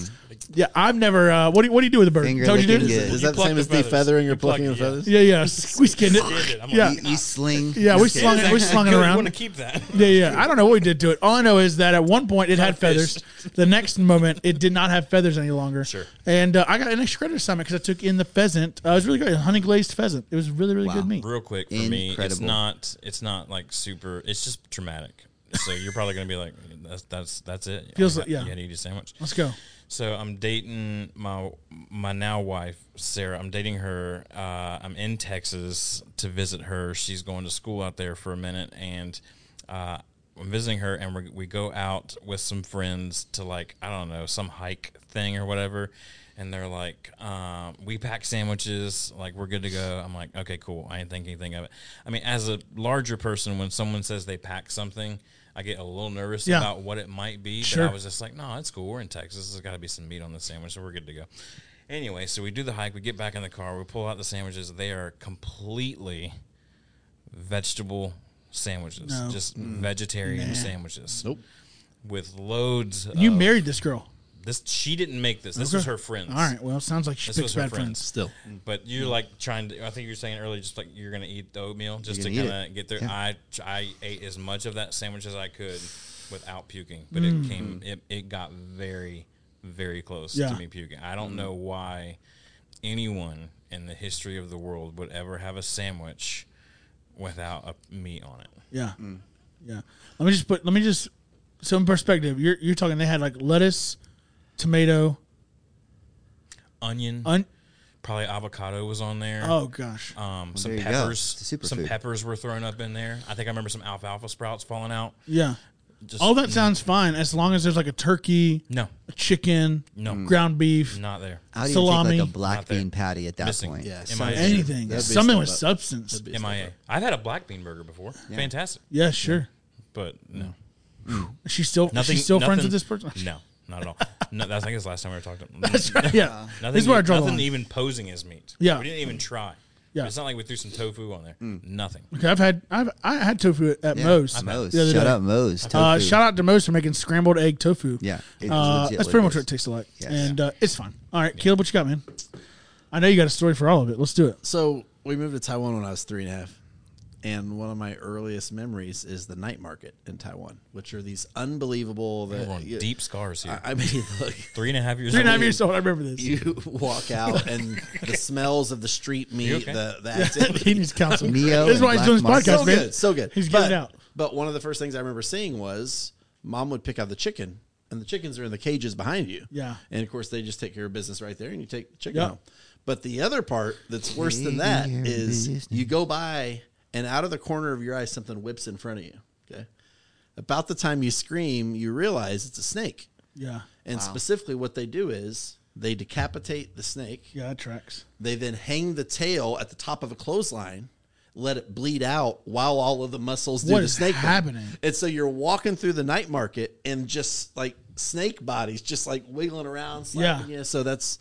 A: yeah, I've never. Uh, what do you, what do you do with a bird?
C: Mm-hmm. Finger
A: Told you
C: licking
A: do.
C: good.
B: Is
D: You
B: that the
D: pluck
B: same
D: the
B: as
D: feathers.
B: defeathering
D: You
B: or
D: pluck
B: plucking
D: it,
B: the
D: yeah.
B: feathers?
A: Yeah, yeah. s- We skinned it.
D: I'm like,
A: Yeah,
C: you, you sling.
A: yeah. We slung
D: "That's
A: it. We
D: actually
A: slung it
D: good. We want
A: around.
D: to keep that.
A: Yeah, yeah. I don't know what we did to it. All I know is that at one point it had feathers.
D: Starfished.
A: The next moment it did not have feathers any longer.
D: Sure.
A: And uh, I got an extra credit assignment because I took in the pheasant. Uh, it was really great, honey glazed pheasant. It was really really
C: Wow.
A: good meat.
D: Real quick for me, it's
C: Incredible.
D: not. It's not like super. It's just traumatic. So you're probably gonna be like, that's that's that's it.
A: Feels
D: You
A: like- yeah.
D: You had to eat a sandwich.
A: Let's go.
D: So I'm dating my my now wife Sarah. I'm dating her. Uh, I'm in Texas to visit her. She's going to school out there for a minute, and uh, I'm visiting her. And we we go out with some friends to like I don't know some hike thing or whatever. And they're like, um, we pack sandwiches, like we're good to go. I'm like, okay, cool. I ain't think anything of it. I mean, as a larger person, when someone says they pack something, I get a little nervous
A: Yeah.
D: about what it might be. Sure.
A: Sure.
D: I was just like, no, it's cool. We're in Texas. There's got to be some meat on the sandwich, so we're good to go. Anyway, so we do the hike. We get back in the car. We pull out the sandwiches. They are completely vegetable sandwiches,
A: No.
D: just vegetarian sandwiches.
B: Nope.
D: With loads.
A: You
D: of,
A: married this girl.
D: this. She didn't make Oh. this. This was her friends.
A: All right. Well, sounds like she
D: This
A: picks
D: was her
A: bad
D: friends.
A: friends.
B: Still.
D: But you're like trying to. I think you were saying earlier, just like you're gonna eat the oatmeal just to
C: Mm. You're gonna
D: kind
C: eat
D: of get there.
C: Yeah.
D: I I ate as much of that sandwich as I could without puking, but it
C: Mm.
D: came. It, it got very very close
A: Yeah.
C: Mm.
D: to me puking. I don't know why. anyone in the history of the world would ever have a sandwich without a meat on it.
A: Yeah.
D: Mm.
A: Yeah. Let me just put let me just so in perspective, you're you're talking they had like lettuce, tomato,
D: Onion,
A: un
D: probably avocado was on there.
A: oh gosh.
D: Um, some
C: there you go.
D: peppers,
C: It's a
D: some
C: superfood.
D: peppers were thrown up in there. I think I remember some alfalfa sprouts falling out.
A: Yeah.
D: Just
A: All that sounds fine as long as there's like a turkey,
D: no,
A: a chicken,
D: No.
A: ground beef,
D: not there.
C: How do you
A: Salami.
C: take like a black
D: Not there.
C: bean patty at that
D: Missing.
C: point?
B: Yeah,
D: MIA.
B: so-
A: anything.
B: That'd be
A: Something
B: still
A: with
B: up.
A: substance.
B: That'd be still
D: MIA.
B: up.
D: I've had a black bean burger before. Fantastic.
A: Yeah, sure.
D: But no.
A: She's still
D: Nothing
A: she's still friends
D: nothing-
A: with this person.
D: No, not at all. No, I think it's the last time we were talking.
A: That's right. (laughs) Yeah.
D: (laughs) Nothing,
A: this is where I draw the
D: nothing
A: line.
D: even posing as meat.
A: Yeah.
D: We didn't even try.
A: Yeah. Mm.
D: It's not like we threw some tofu on there.
A: (laughs)
D: Nothing.
A: Okay, I've had I've I had tofu at, at
C: Yeah,
A: Moe's.
C: Moe's.
A: the other
C: Shout
A: day.
C: out Moe's. Tofu.
A: Uh,
D: (laughs)
A: shout out to Moe's for making scrambled egg tofu.
C: Yeah, it's
A: Uh,
C: legit
A: that's
C: what
A: pretty
C: it
A: much
C: is.
A: what it tastes like,
C: Yeah.
A: and Uh, it's fine. All right, Caleb, what you got, man? I know you got a story for all of it. Let's do it.
B: So we moved to Taiwan when I was three and a half. And one of my earliest memories is the night market in Taiwan, which are these unbelievable. That,
D: We're on
B: you-
D: deep scars here.
B: I, I mean, (laughs) look,
D: three and a half years
A: Three and a half
D: old.
A: years old. I remember this.
B: you walk out (laughs) and the smells of the street meat,
D: okay?
B: the, (laughs)
A: (laughs)
B: the
A: he
B: activity.
A: needs counsel.
C: Neo
A: this is why
C: and
A: he's doing his
C: Black
A: podcast,
B: so
A: man.
B: good, so good.
A: He's
B: but,
A: giving out.
B: But one of the first things I remember seeing was mom would pick out the chicken, and the chickens are in the cages behind you.
A: Yeah.
B: and of course they just take care of business right there, and you take the chicken
A: Yeah.
B: home. But the other part that's worse than that
C: Take care of
B: is
C: business.
B: you go by, and out of the corner of your eye, something whips in front of you. Okay, about the time you scream, you realize it's a snake,
A: Yeah,
B: and specifically what they do is they decapitate the snake.
A: yeah, that tracks.
B: They then hang the tail at the top of a clothesline, let it bleed out while all of the muscles do
A: What
B: the
A: is
B: snake. thing.
A: happening?
B: And so you're walking through the night market and just like snake bodies just like wiggling around. Slapping
A: Yeah.
B: You. So that's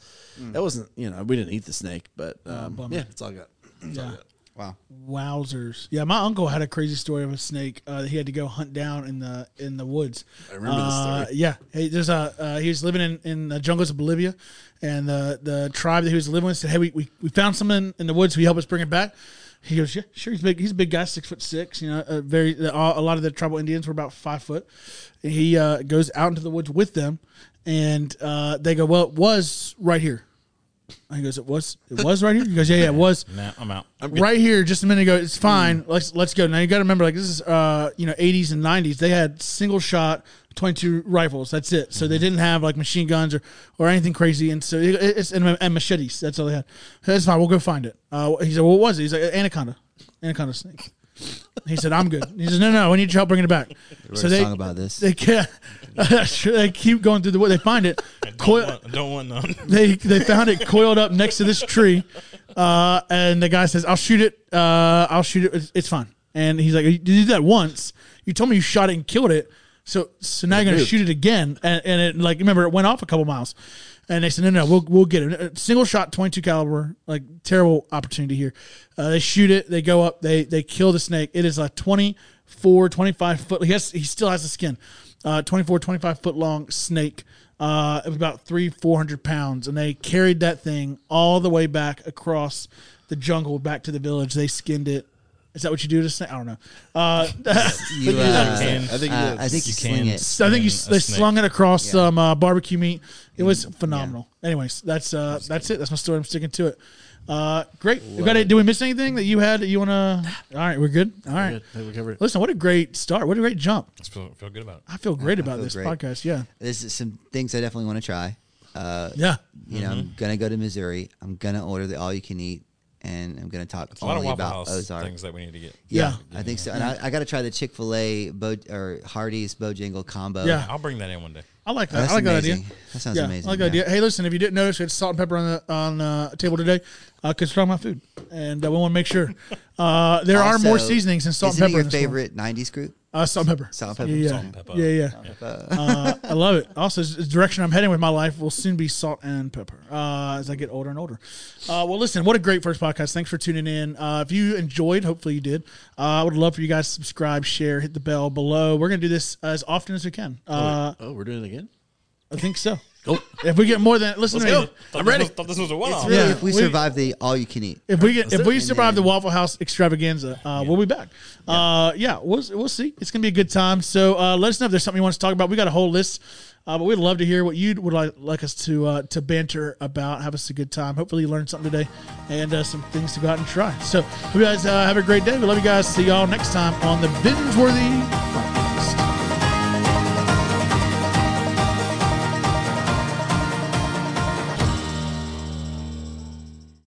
B: that wasn't you know we didn't eat the snake, but um,
A: Oh, bummer.
B: yeah, it's all good. It's all
A: Yeah.
B: good.
C: Wow.
A: (laughs) Wowzers. Yeah, my uncle had a crazy story of a snake uh, that he had to go hunt down in the in the woods.
B: I remember this
A: Uh,
B: story.
A: Yeah, hey, there's a uh, he was living in, in the jungles of Bolivia, and the the tribe that he was living with said, "Hey, we, we, we found something in the woods. Will you help us bring it back?" He goes, "Yeah, sure." He's big. He's a big guy, six foot six. You know, a very the, a lot of the tribal Indians were about five foot. He uh, goes out into the woods with them, and uh, they go, "Well, it was right here." And He goes, "It was it was right here." He goes, "Yeah, yeah, it
B: (laughs)
A: was."
D: Nah, I'm out.
A: right here just a minute ago.
C: Mm.
A: It's fine. Let's let's go. Now you got to remember, like this is uh you know 80s and 90s. They had single shot 22 rifles. That's it. So
C: Mm-hmm.
A: they didn't have like machine guns or or anything crazy. And so it, it's and, and machetes. That's all they had. That's fine. We'll go find it. Uh, he said, "What was it?" He's like, "Anaconda, anaconda snake." He said, "I'm good." He says, "No, no, we need your help bringing it back."
C: wrote a song about this.
A: They, ca- (laughs) they keep going through the wood. They find
C: (laughs)
A: it. Coil-
D: Don't want- Don't want none. (laughs)
A: they they found it coiled up next to this tree, uh, and the guy says, "I'll shoot it. Uh, I'll shoot it. It's, it's fine." And he's like, "You did that once. You told me you shot it and killed it. So so now you're gonna shoot it again." And, and it like remember it went off a couple miles, and they said, "No, no, we'll we'll get it. Uh, Single shot, 22 caliber. Like terrible opportunity here. Uh, they shoot it. They go up. They they kill the snake. It is a 24, 25 foot. He has he still has the skin." Uh, 24, 25 foot long snake uh, it was about three, four hundred pounds, and they carried that thing all the way back across the jungle back to the village. They skinned it. Is that what you do to snake? I don't know. Uh,
C: You, uh,
D: can.
B: I think you
C: uh,
B: did.
C: I think you,
D: You
C: sling
D: can.
C: it.
A: so I think you,
D: Skin a
A: they
D: snake.
A: slung it across some uh, barbecue meat. It was
C: Mm.
A: phenomenal. Anyways, that's uh, that's it. That's my story. I'm sticking to it. Uh, great. We got it. Did we miss anything that you had that you want to? All right, we're good. All right.
B: good. I think we covered it.
A: Listen, what a great start. What a great jump.
D: Just feel, feel good about it.
A: I feel great about
C: feel
A: this
C: great.
A: podcast. Yeah.
C: There's some things I definitely want to try. Uh,
A: Yeah.
C: You know,
D: Mm-hmm.
C: I'm gonna go to Missouri. I'm gonna order the all you can eat, and I'm gonna talk
D: A lot of
C: only
D: Waffle
C: about
D: House
C: Ozark.
D: things that we need to get.
C: Yeah,
A: Yeah.
C: I think so. And I, I got to try the Chick Fil A Bo- or Hardee's Bojangle combo.
A: Yeah.
D: I'll bring that in one day.
A: I like that.
C: That's
A: I like
C: amazing.
A: that idea.
C: That sounds
A: yeah,
C: amazing.
A: I like that idea. Hey, listen, if you didn't notice, we had salt and pepper on the on uh, table today because we're talking about food, and uh, we want to make
C: (laughs)
A: sure uh, there are more
C: Also,
A: seasonings than salt and
C: isn't it
A: pepper. in
C: your
A: this one.
C: favorite '90s group?
A: Uh, salt and pepper.
C: Salt and pepper.
A: Yeah,
D: Salt and pepper.
A: yeah, yeah. Uh, I love it. Also, the direction I'm heading with my life will soon be salt and pepper uh, as I get older and older. Uh, well, listen, what a great first podcast. Thanks for tuning in. Uh, if you enjoyed, hopefully you did. Uh, I would love for you guys to subscribe, share, hit the bell below. We're gonna do this as often as we can. Uh,
B: oh, we're doing it again.
A: I think so.
B: Go.
A: If we get more than listen,
B: Let's go.
A: to me.
D: Thought
B: I'm
D: this
B: ready.
D: Was, thought this was a one off.
A: really- Yeah,
C: if we,
A: we-
C: survive the all you can eat,
A: If we get, if we
C: And
A: survive the
C: then-
A: Waffle House extravaganza, uh, we'll be back. Uh, yeah, we'll we'll see. It's gonna be a good time. So uh, let us know if there's something you want us to talk about. We got a whole list, uh, but we'd love to hear what you would like, like us to uh, to banter about. Have us a good time. Hopefully, you learned something today, and uh, some things to go out and try. So, hope you guys uh, have a great day. We love you guys. See y'all next time on the Binge Worthy Podcast.